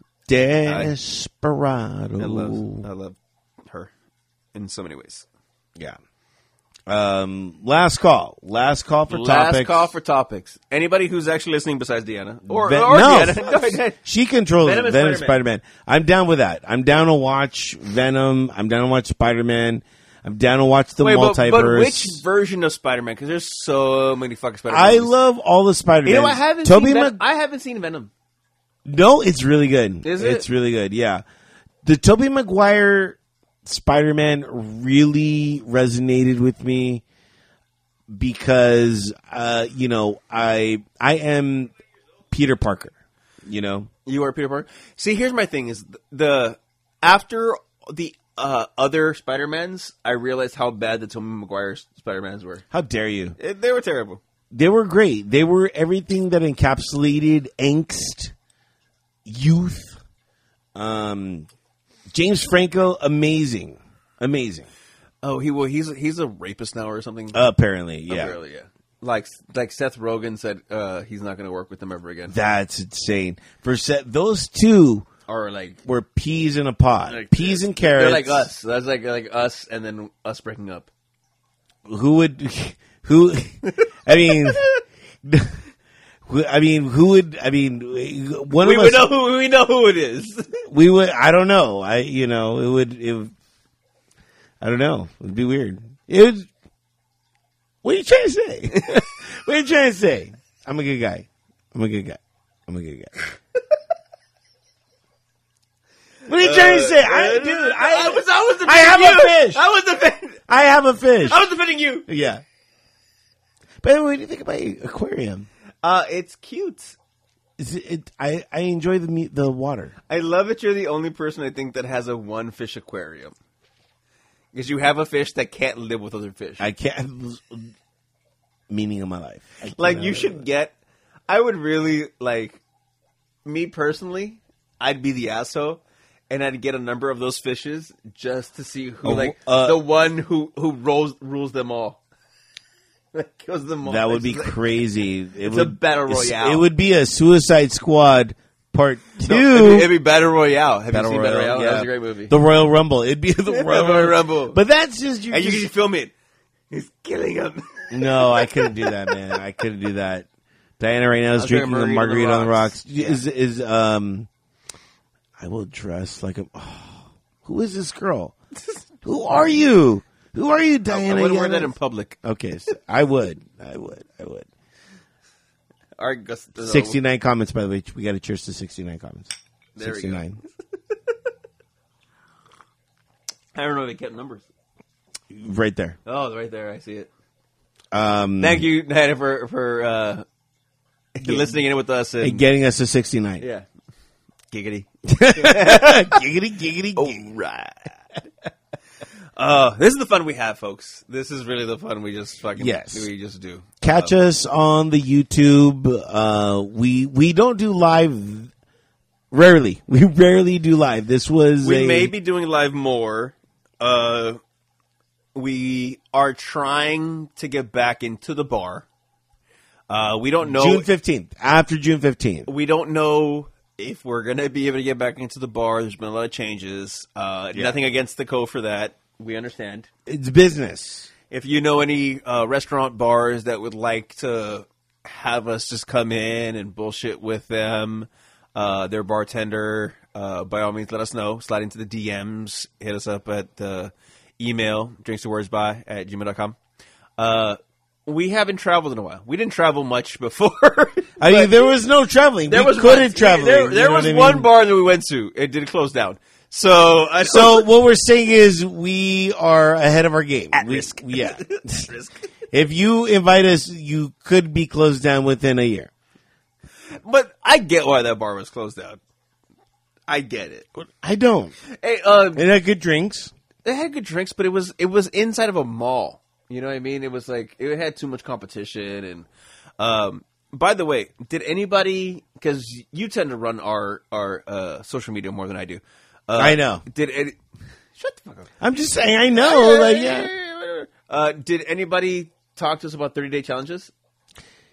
[SPEAKER 1] Desperado.
[SPEAKER 2] I love, I
[SPEAKER 1] Uh,
[SPEAKER 2] love her in so many ways.
[SPEAKER 1] Yeah. Um, last call. Last call for
[SPEAKER 2] Last
[SPEAKER 1] topics.
[SPEAKER 2] call for topics. Anybody who's actually listening besides Deanna or,
[SPEAKER 1] Ven-
[SPEAKER 2] or
[SPEAKER 1] no,
[SPEAKER 2] Deanna. No,
[SPEAKER 1] she controls
[SPEAKER 2] Venom
[SPEAKER 1] Venom,
[SPEAKER 2] and
[SPEAKER 1] Venom Spider
[SPEAKER 2] Spider-Man.
[SPEAKER 1] Man. I'm down with that. I'm down to watch Venom. I'm down to watch Spider Man. I'm down to watch the
[SPEAKER 2] Wait, but,
[SPEAKER 1] multiverse.
[SPEAKER 2] but which version of Spider-Man? Because there's so many fucking Spider-Man.
[SPEAKER 1] I
[SPEAKER 2] movies.
[SPEAKER 1] love all the Spider Man.
[SPEAKER 2] You know, I haven't.
[SPEAKER 1] Toby
[SPEAKER 2] seen Ven-
[SPEAKER 1] Mag-
[SPEAKER 2] I haven't seen Venom.
[SPEAKER 1] No, it's really good.
[SPEAKER 2] Is it?
[SPEAKER 1] It's really good. Yeah, the Toby Maguire Spider Man really resonated with me because uh, you know I I am Peter Parker. You know,
[SPEAKER 2] You are Peter Parker. See, here's my thing: is the after the uh, other Spider Mans, I realized how bad the Tobey Maguire Spider Mans were.
[SPEAKER 1] how dare you?
[SPEAKER 2] Eh, they were terrible.
[SPEAKER 1] They were great. They were everything that encapsulated angst, youth. Um, James Franco, amazing, amazing.
[SPEAKER 2] Oh, he well, he's he's a rapist now or something.
[SPEAKER 1] Apparently, yeah.
[SPEAKER 2] Apparently, Uh, yeah. Like like Seth Rogen said, uh, he's not going to work with them ever again.
[SPEAKER 1] That's insane. For set, those two
[SPEAKER 2] or like
[SPEAKER 1] were peas in a pod,
[SPEAKER 2] Like,
[SPEAKER 1] peas and carrots.
[SPEAKER 2] they're like us. That's like like us, and then us breaking up.
[SPEAKER 1] Who would? Who? I mean, who- I mean, who would? I mean, one
[SPEAKER 2] We
[SPEAKER 1] of us.
[SPEAKER 2] would know who we know who it is.
[SPEAKER 1] We would. I don't know. I you know it would. It, would- I don't know. It'd be weird. It would. What are you trying to say? what are you trying to say? I'm a good guy. I'm a good guy. I'm a good guy. What are you trying to say? I, dude, I,
[SPEAKER 2] was Uh, I was defending
[SPEAKER 1] I have
[SPEAKER 2] you.
[SPEAKER 1] a fish.
[SPEAKER 2] I was defending.
[SPEAKER 1] I have a fish.
[SPEAKER 2] I was defending you.
[SPEAKER 1] Yeah. By the way, what do you think about your aquarium?
[SPEAKER 2] Uh, it's cute.
[SPEAKER 1] Is it, it, I I enjoy the meat, the water.
[SPEAKER 2] I love it. You're the only person I think that has a one fish aquarium because you have a fish that can't live with other fish.
[SPEAKER 1] I can't. Meaning of my life. I
[SPEAKER 2] like
[SPEAKER 1] cannot
[SPEAKER 2] you
[SPEAKER 1] live
[SPEAKER 2] should get. I would really like. Me personally, I'd be the asshole. And I'd get a number of those fishes just to see who,
[SPEAKER 1] Oh,
[SPEAKER 2] like
[SPEAKER 1] uh,
[SPEAKER 2] the one who who rules rules them all, like kills them all.
[SPEAKER 1] That would
[SPEAKER 2] It's
[SPEAKER 1] be
[SPEAKER 2] like-
[SPEAKER 1] crazy. It
[SPEAKER 2] a battle
[SPEAKER 1] it's-
[SPEAKER 2] royale.
[SPEAKER 1] It would be a Suicide Squad Part two,
[SPEAKER 2] No, it'd, be, it'd be Battle Royale. Have
[SPEAKER 1] Battle
[SPEAKER 2] you seen Battle
[SPEAKER 1] Royale,
[SPEAKER 2] Royale? That was
[SPEAKER 1] yeah.
[SPEAKER 2] a great movie.
[SPEAKER 1] the Royal Rumble. It'd be the Royal
[SPEAKER 2] Royal
[SPEAKER 1] Rumble.
[SPEAKER 2] Rumble.
[SPEAKER 1] But that's just you.
[SPEAKER 2] and you
[SPEAKER 1] just-
[SPEAKER 2] can film it. He's killing him.
[SPEAKER 1] no, I couldn't do that, man. I couldn't do that. Diana right now is
[SPEAKER 2] was
[SPEAKER 1] drinking
[SPEAKER 2] gonna
[SPEAKER 1] a
[SPEAKER 2] margarita
[SPEAKER 1] margarita on the rocks.
[SPEAKER 2] Yeah.
[SPEAKER 1] Is is um, I will dress like a. oh, who is this girl? who are you? Who are you,
[SPEAKER 2] I
[SPEAKER 1] Diana?
[SPEAKER 2] wouldn't wear
[SPEAKER 1] Yanes?
[SPEAKER 2] that in public.
[SPEAKER 1] okay, so I would, I would, I would.
[SPEAKER 2] Our Gus- uh, no,
[SPEAKER 1] Sixty-nine comments, by the way. We got a cheers to sixty-nine comments.
[SPEAKER 2] There we go.
[SPEAKER 1] sixty-nine.
[SPEAKER 2] I don't know if they kept numbers.
[SPEAKER 1] Right there.
[SPEAKER 2] Oh, right there. I see it.
[SPEAKER 1] Um,
[SPEAKER 2] Thank you, Nana, for for uh, listening in with us. And,
[SPEAKER 1] and getting us to 69.
[SPEAKER 2] yeah. Giggity.
[SPEAKER 1] giggity, giggity, giggity.
[SPEAKER 2] All right. Uh, this is the fun we have, folks. This is really the fun we just fucking
[SPEAKER 1] Yes.
[SPEAKER 2] we just do.
[SPEAKER 1] Catch us on the YouTube. Uh, we we don't do live. Rarely, we rarely do live. This was
[SPEAKER 2] We
[SPEAKER 1] a-
[SPEAKER 2] may be doing live more. Uh, we are trying to get back into the bar. Uh, we don't know.
[SPEAKER 1] June fifteenth. After June fifteenth,
[SPEAKER 2] we don't know if we're gonna be able to get back into the bar. There's been a lot of changes. Uh, Nothing against the co for that. We understand.
[SPEAKER 1] it's business.
[SPEAKER 2] If you know any uh, restaurant bars that would like to have us just come in and bullshit with them, uh, their bartender, uh, by all means, let us know. Slide into the DMs. Hit us up at the email, drinks the words by at gmail.com. Uh, we haven't traveled in a while. We didn't travel much before.
[SPEAKER 1] I mean, there was no traveling.
[SPEAKER 2] there
[SPEAKER 1] we
[SPEAKER 2] was
[SPEAKER 1] couldn't
[SPEAKER 2] one,
[SPEAKER 1] travel.
[SPEAKER 2] There,
[SPEAKER 1] you
[SPEAKER 2] there
[SPEAKER 1] know
[SPEAKER 2] was
[SPEAKER 1] what I mean?
[SPEAKER 2] one bar that we went to. It did close down. So, I
[SPEAKER 1] So what we're saying is we are ahead of our game.
[SPEAKER 2] At
[SPEAKER 1] We-
[SPEAKER 2] risk.
[SPEAKER 1] Yeah.
[SPEAKER 2] risk.
[SPEAKER 1] if you invite us, you could be closed down within a year.
[SPEAKER 2] But I get why that bar was closed down. I get it.
[SPEAKER 1] I don't.
[SPEAKER 2] Hey, um,
[SPEAKER 1] And I good drinks.
[SPEAKER 2] they had good drinks, but it was it was inside of a mall. You know what I mean? It was like it had too much competition. And um, by the way, did anybody? Because you tend to run our our uh, social media more than I do. Uh,
[SPEAKER 1] I know.
[SPEAKER 2] Did any, shut the fuck up?
[SPEAKER 1] I'm just saying. I know. Like, yeah.
[SPEAKER 2] Uh, did anybody talk to us about thirty day challenges?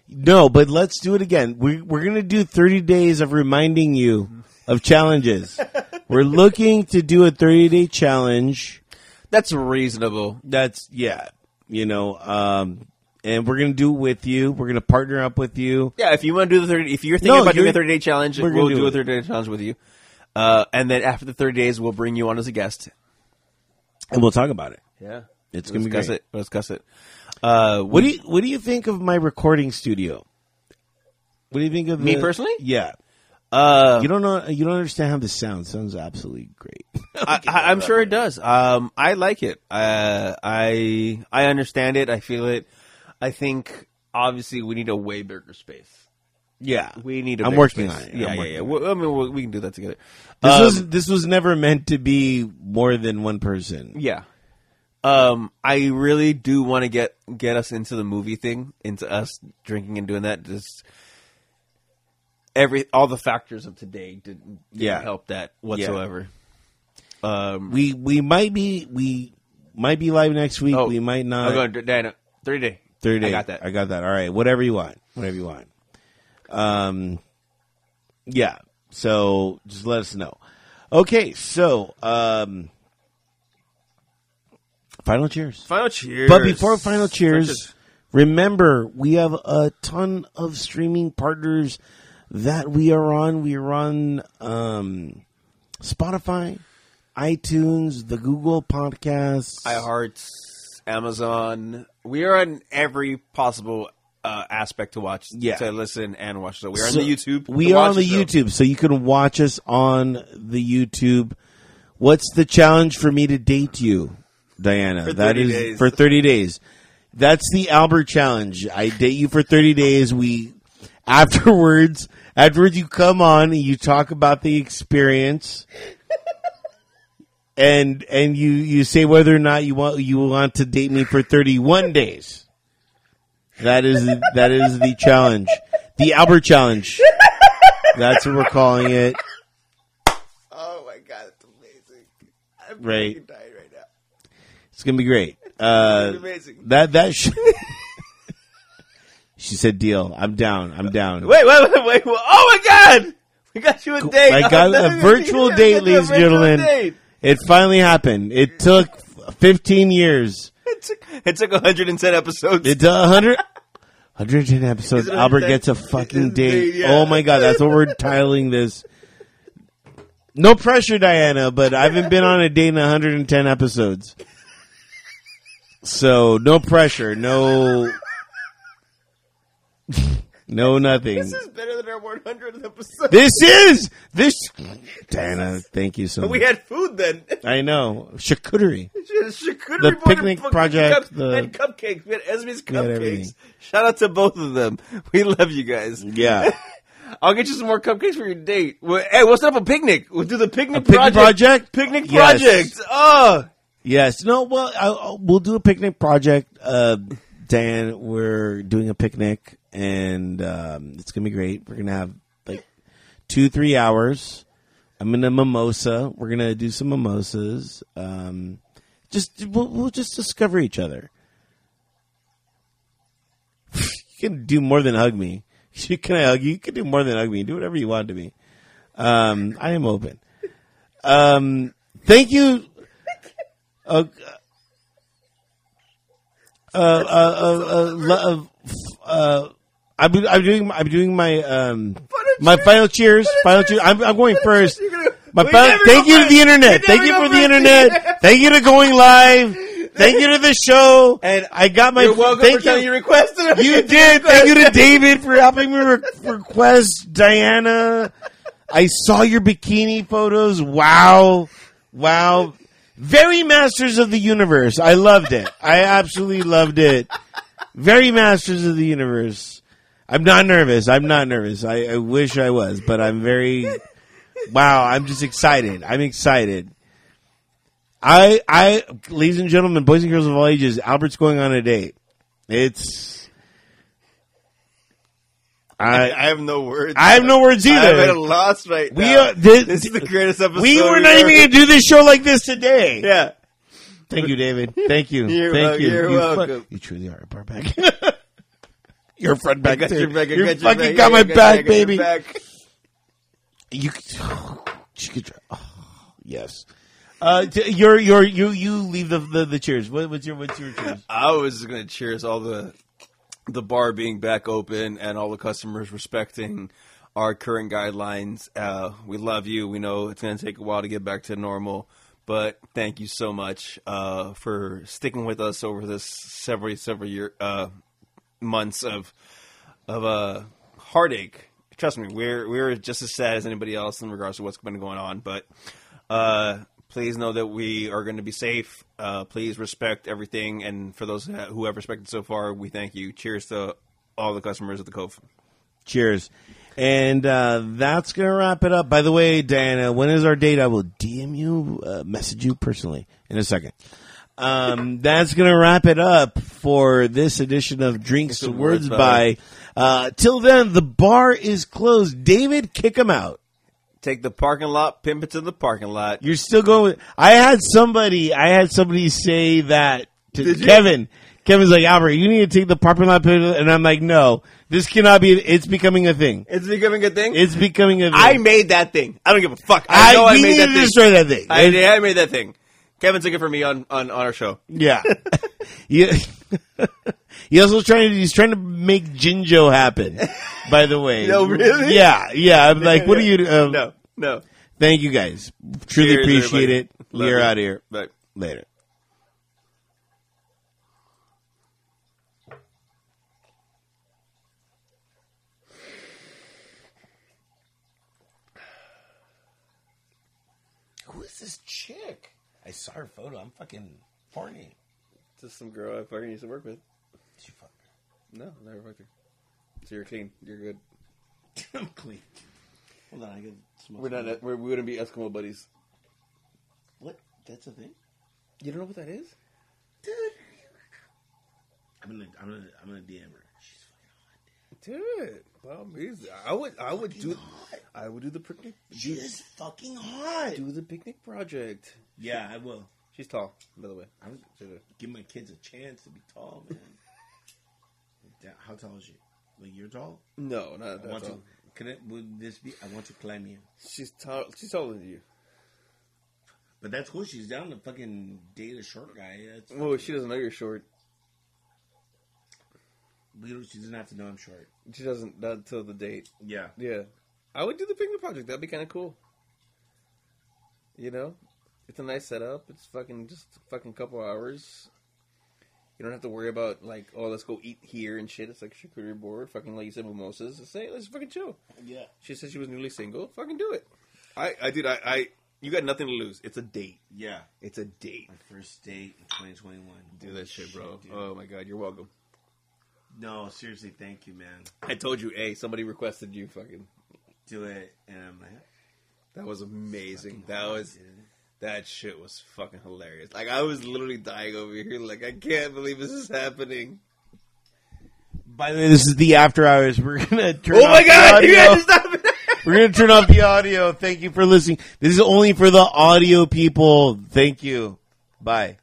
[SPEAKER 1] No, but let's do it again. We, we're going to do 30 days of reminding you of challenges. we're looking to do a 30 day challenge.
[SPEAKER 2] That's reasonable.
[SPEAKER 1] That's yeah. You know, um, and we're going to do it with you. We're going to partner up with you.
[SPEAKER 2] Yeah, if you want to do the thirty, if you're thinking
[SPEAKER 1] No,
[SPEAKER 2] about doing
[SPEAKER 1] you're-
[SPEAKER 2] a thirty day challenge,
[SPEAKER 1] we're
[SPEAKER 2] we'll
[SPEAKER 1] gonna
[SPEAKER 2] do,
[SPEAKER 1] do
[SPEAKER 2] a
[SPEAKER 1] it.
[SPEAKER 2] thirty day challenge with you. Uh, and then after the thirty days, we'll bring you on as a guest.
[SPEAKER 1] and we'll talk about it.
[SPEAKER 2] Yeah,
[SPEAKER 1] It's
[SPEAKER 2] we'll
[SPEAKER 1] gonna be
[SPEAKER 2] discuss
[SPEAKER 1] great.
[SPEAKER 2] it. We'll discuss it. Uh,
[SPEAKER 1] What do you What do you think of my recording studio? What do you think of
[SPEAKER 2] Me
[SPEAKER 1] the-
[SPEAKER 2] personally?
[SPEAKER 1] Yeah,
[SPEAKER 2] uh,
[SPEAKER 1] you don't know. You don't understand how this sounds. sounds absolutely great.
[SPEAKER 2] I, I, I'm sure it does. Um, I like it. Uh, I I understand it. I feel it. I think obviously we need a way bigger space.
[SPEAKER 1] yeah, this
[SPEAKER 2] We need. i
[SPEAKER 1] I'm working on it.
[SPEAKER 2] Yeah,
[SPEAKER 1] I'm
[SPEAKER 2] yeah,
[SPEAKER 1] working
[SPEAKER 2] yeah.
[SPEAKER 1] on
[SPEAKER 2] Well, I mean, we- we can do that together. Uh,
[SPEAKER 1] was
[SPEAKER 2] Um,
[SPEAKER 1] this was never meant to be more than one person.
[SPEAKER 2] Yeah. Um, I really do want to get get us into the movie thing, into us drinking and doing that. Just every all the factors of today didn't, didn't
[SPEAKER 1] Yeah.
[SPEAKER 2] help that whatsoever. Um,
[SPEAKER 1] We we might be we might be live next week.
[SPEAKER 2] oh,
[SPEAKER 1] we might not.
[SPEAKER 2] I'm going to Dana three day.
[SPEAKER 1] Thirty.
[SPEAKER 2] I got that.
[SPEAKER 1] I got that. All right. Whatever you want. Whatever you want. Um, yeah. So just let us know. Okay. So, um, final cheers.
[SPEAKER 2] Final cheers.
[SPEAKER 1] But before final cheers,
[SPEAKER 2] Francis.
[SPEAKER 1] remember we have a ton of streaming partners that we are on. We are on um, Spotify, iTunes, the Google Podcasts.
[SPEAKER 2] iHearts, Amazon. We are on every possible uh, aspect to watch,
[SPEAKER 1] Yeah.
[SPEAKER 2] to listen and watch. So we are
[SPEAKER 1] So,
[SPEAKER 2] on the YouTube.
[SPEAKER 1] We
[SPEAKER 2] to
[SPEAKER 1] are
[SPEAKER 2] watch
[SPEAKER 1] on the
[SPEAKER 2] show.
[SPEAKER 1] YouTube, so you can watch us on the YouTube. What's the challenge for me to date you, Diana?
[SPEAKER 2] For
[SPEAKER 1] that
[SPEAKER 2] 30
[SPEAKER 1] is
[SPEAKER 2] days.
[SPEAKER 1] for thirty days. That's the Albert challenge. I date you for thirty days. We afterwards, afterwards you come on and you talk about the experience. And and you, you say whether or not you want you want to date me for thirty one days. That is that is the challenge, the Albert challenge. That's what we're calling it.
[SPEAKER 2] Oh my god, it's amazing. I'm
[SPEAKER 1] Right.
[SPEAKER 2] fucking dying right now.
[SPEAKER 1] It's gonna be great. Uh,
[SPEAKER 2] amazing.
[SPEAKER 1] that that sh- she said, "Deal. I'm down. I'm down."
[SPEAKER 2] Wait, wait, wait, wait. wait. Oh my god! I got you a date.
[SPEAKER 1] I got a virtual date, ladies and gentlemen. It finally happened. It took 15 years.
[SPEAKER 2] It took, it took 110 episodes.
[SPEAKER 1] It took 100, 110 episodes.
[SPEAKER 2] Is it
[SPEAKER 1] Albert
[SPEAKER 2] 110?
[SPEAKER 1] gets a
[SPEAKER 2] It
[SPEAKER 1] fucking
[SPEAKER 2] is
[SPEAKER 1] date.
[SPEAKER 2] date, yeah.
[SPEAKER 1] Oh my god, that's what we're titling this. No pressure, Diana, but I haven't been on a date in 110 episodes. So no pressure, no, no nothing.
[SPEAKER 2] this is better than our 100th episode.
[SPEAKER 1] This is this. Diana, thank you so much.
[SPEAKER 2] we had food then.
[SPEAKER 1] I know charcuterie.
[SPEAKER 2] Charcuterie
[SPEAKER 1] The
[SPEAKER 2] board
[SPEAKER 1] picnic
[SPEAKER 2] and fucking
[SPEAKER 1] project, the-
[SPEAKER 2] we had cupcakes. We had Esme's
[SPEAKER 1] had
[SPEAKER 2] cupcakes.
[SPEAKER 1] everything. Mm.
[SPEAKER 2] Shout out to both of them. We love you guys.
[SPEAKER 1] Yeah,
[SPEAKER 2] I'll get you some more cupcakes for your date. Well, hey, what's up a picnic? We'll do the picnic
[SPEAKER 1] picnic
[SPEAKER 2] project.
[SPEAKER 1] project.
[SPEAKER 2] Picnic
[SPEAKER 1] Yes.
[SPEAKER 2] project. Oh,
[SPEAKER 1] Yes. No. Well, I, I- we'll do a picnic project. Uh, Dan, we're doing a picnic, and um, it's gonna be great. We're gonna have like two, three hours. I'm in a mimosa. We're gonna do some mimosas. Um, just we'll, we'll just discover each other. you can do more than hug me. You can I hug you. You can do more than hug me. Do whatever you want to me. Um, I am open. Um, thank you. Uh, uh, uh, uh, uh, lo- uh, f- uh, I'm, I'm doing I'm doing my um my
[SPEAKER 2] cheer.
[SPEAKER 1] final cheers final cheers I'm, I'm going first
[SPEAKER 2] You're gonna-
[SPEAKER 1] my
[SPEAKER 2] We
[SPEAKER 1] final-
[SPEAKER 2] never
[SPEAKER 1] thank
[SPEAKER 2] go
[SPEAKER 1] you to
[SPEAKER 2] first.
[SPEAKER 1] the
[SPEAKER 2] We
[SPEAKER 1] internet
[SPEAKER 2] never
[SPEAKER 1] thank you
[SPEAKER 2] go
[SPEAKER 1] for the
[SPEAKER 2] first.
[SPEAKER 1] internet thank you to going live thank you to the show
[SPEAKER 2] And
[SPEAKER 1] I got my
[SPEAKER 2] you're welcome
[SPEAKER 1] thank
[SPEAKER 2] for telling you requested it.
[SPEAKER 1] you did. Thank you to David for helping me re- request Diana. I saw your bikini photos. Wow. Wow. Very Masters of the Universe. I loved it. I absolutely loved it. Very Masters of the Universe. I'm not nervous. I'm not nervous. I, I wish I was, but I'm very. Wow. I'm just excited. I'm excited. I, I, ladies and gentlemen, boys and girls of all ages, Albert's going on a date. It's. I
[SPEAKER 2] I have no words.
[SPEAKER 1] I have no words
[SPEAKER 2] I'm at a
[SPEAKER 1] either.
[SPEAKER 2] loss right
[SPEAKER 1] We
[SPEAKER 2] now.
[SPEAKER 1] are this,
[SPEAKER 2] this is the greatest episode.
[SPEAKER 1] we were not even
[SPEAKER 2] we've ever-
[SPEAKER 1] going to do this show like this today.
[SPEAKER 2] Yeah.
[SPEAKER 1] Thank you, David. Thank you.
[SPEAKER 2] You're
[SPEAKER 1] Thank
[SPEAKER 2] wel-
[SPEAKER 1] you.
[SPEAKER 2] you're
[SPEAKER 1] you fu-
[SPEAKER 2] welcome.
[SPEAKER 1] you truly are a bar back. you're a front back.
[SPEAKER 2] I got
[SPEAKER 1] too.
[SPEAKER 2] your back. I
[SPEAKER 1] You
[SPEAKER 2] got your
[SPEAKER 1] fucking
[SPEAKER 2] back.
[SPEAKER 1] got
[SPEAKER 2] I
[SPEAKER 1] my
[SPEAKER 2] your
[SPEAKER 1] back,
[SPEAKER 2] I got your
[SPEAKER 1] baby.
[SPEAKER 2] back.
[SPEAKER 1] You. you could- oh, yes. Uh, t- your your you you leave the the, the cheers. What, what's your what's your cheers?
[SPEAKER 2] I was just gonna cheers all the the bar being back open and all the customers respecting our current guidelines. Uh, we love you. We know it's gonna take a while to get back to normal, but thank you so much uh, for sticking with us over this several several year uh, months of of uh, heartache. Trust me, we're we're just as sad as anybody else in regards to what's been going on. But uh, please know that we are going to be safe. Uh, please respect everything, and for those that- who have respected so far, we thank you. Cheers to all the customers at the Cove.
[SPEAKER 1] Cheers. And uh, that's gonna wrap it up. By the way, Diana, when is our date? I will DM you, uh, message you personally in a second. Um, that's gonna wrap it up for this edition of Drinks to Words
[SPEAKER 2] Words
[SPEAKER 1] by. Uh, till then, the bar is closed. David, kick him out.
[SPEAKER 2] Take the parking lot, pimp it to the parking lot.
[SPEAKER 1] You're still going. With, I had somebody. I had somebody say that to
[SPEAKER 2] Did you?
[SPEAKER 1] Kevin. Kevin's like Albert, you need to take the parking lot, and I'm like, no, this cannot be. It's becoming a thing.
[SPEAKER 2] It's becoming a thing.
[SPEAKER 1] It's becoming a thing.
[SPEAKER 2] I made that thing. I don't give a fuck. I,
[SPEAKER 1] I,
[SPEAKER 2] know I
[SPEAKER 1] we
[SPEAKER 2] made
[SPEAKER 1] need
[SPEAKER 2] that
[SPEAKER 1] to
[SPEAKER 2] thing.
[SPEAKER 1] destroy that thing.
[SPEAKER 2] I, did- I made that thing. Kevin took it from me on, on, on our show.
[SPEAKER 1] yeah. yeah. he also trying to he's trying to make Jinjo happen. By the way,
[SPEAKER 2] No, really?
[SPEAKER 1] Yeah, yeah. I'm like, what are you? Uh,
[SPEAKER 2] No, no.
[SPEAKER 1] Thank you guys. Truly
[SPEAKER 2] Cheers,
[SPEAKER 1] appreciate
[SPEAKER 2] everybody.
[SPEAKER 1] it.
[SPEAKER 2] Love
[SPEAKER 1] We're
[SPEAKER 2] you.
[SPEAKER 1] out of here
[SPEAKER 2] But
[SPEAKER 1] later. Who is this chick? I saw her photo. I'm fucking horny.
[SPEAKER 2] just some girl I fucking used to work with.
[SPEAKER 1] She fucking.
[SPEAKER 2] No, never fucked her. So you're clean. You're good.
[SPEAKER 1] I'm clean. Hold on, I can smoke.
[SPEAKER 2] We're not. We're, we wouldn't be Eskimo buddies.
[SPEAKER 1] What? That's a thing,
[SPEAKER 2] You don't know what that is?
[SPEAKER 1] dude. I'm gonna, I'm gonna, I'm gonna DM her. She's
[SPEAKER 2] Dude, well, he's- I would, I would do, I would do the picnic,
[SPEAKER 1] She is fucking hot.
[SPEAKER 2] do the picnic project.
[SPEAKER 1] Yeah, I will.
[SPEAKER 2] She's tall, by the way.
[SPEAKER 1] I'm give my kids a chance to be tall, man. That- How tall is she? Like you're tall?
[SPEAKER 2] No, not
[SPEAKER 1] I
[SPEAKER 2] that
[SPEAKER 1] want
[SPEAKER 2] tall.
[SPEAKER 1] to. Could it, would this be? I want to climb you.
[SPEAKER 2] She's tall. She's taller than you.
[SPEAKER 1] But that's cool. She's down to fucking date a short guy. That's,
[SPEAKER 2] Well, Oh, she doesn't know you're short.
[SPEAKER 1] we don't, she doesn't have to know I'm short.
[SPEAKER 2] She doesn't not until the date.
[SPEAKER 1] Yeah.
[SPEAKER 2] Yeah, I would do the picnic project. That'd be kind of cool. You know, it's a nice setup. It's fucking just a fucking couple hours. You don't have to worry about like, oh, let's go eat here and shit. It's like charcuterie board, fucking like you said, mimosas. Let's say, let's fucking chill.
[SPEAKER 1] Yeah.
[SPEAKER 2] She said she was newly single. Fucking do it. I, I did. I, I, you got nothing to lose. It's a date.
[SPEAKER 1] Yeah.
[SPEAKER 2] It's a date.
[SPEAKER 1] My first date in 2021.
[SPEAKER 2] Do that shit, bro.
[SPEAKER 1] dude.
[SPEAKER 2] oh my god, you're welcome.
[SPEAKER 1] No, seriously, thank you, man.
[SPEAKER 2] I told you, hey, somebody requested you. Fucking,
[SPEAKER 1] Do it, and I'm like,
[SPEAKER 2] that was amazing.
[SPEAKER 1] fucking
[SPEAKER 2] That
[SPEAKER 1] hard,
[SPEAKER 2] was.
[SPEAKER 1] dude.
[SPEAKER 2] That shit was fucking hilarious. Like I was literally dying over here. Like I can't believe this is happening.
[SPEAKER 1] By the way, this is the after hours. We're gonna turn.
[SPEAKER 2] Oh my
[SPEAKER 1] off
[SPEAKER 2] god!
[SPEAKER 1] the
[SPEAKER 2] You
[SPEAKER 1] audio.
[SPEAKER 2] guys stop it.
[SPEAKER 1] We're gonna turn off the audio. Thank you for listening. This is only for the audio people. Thank you. Bye.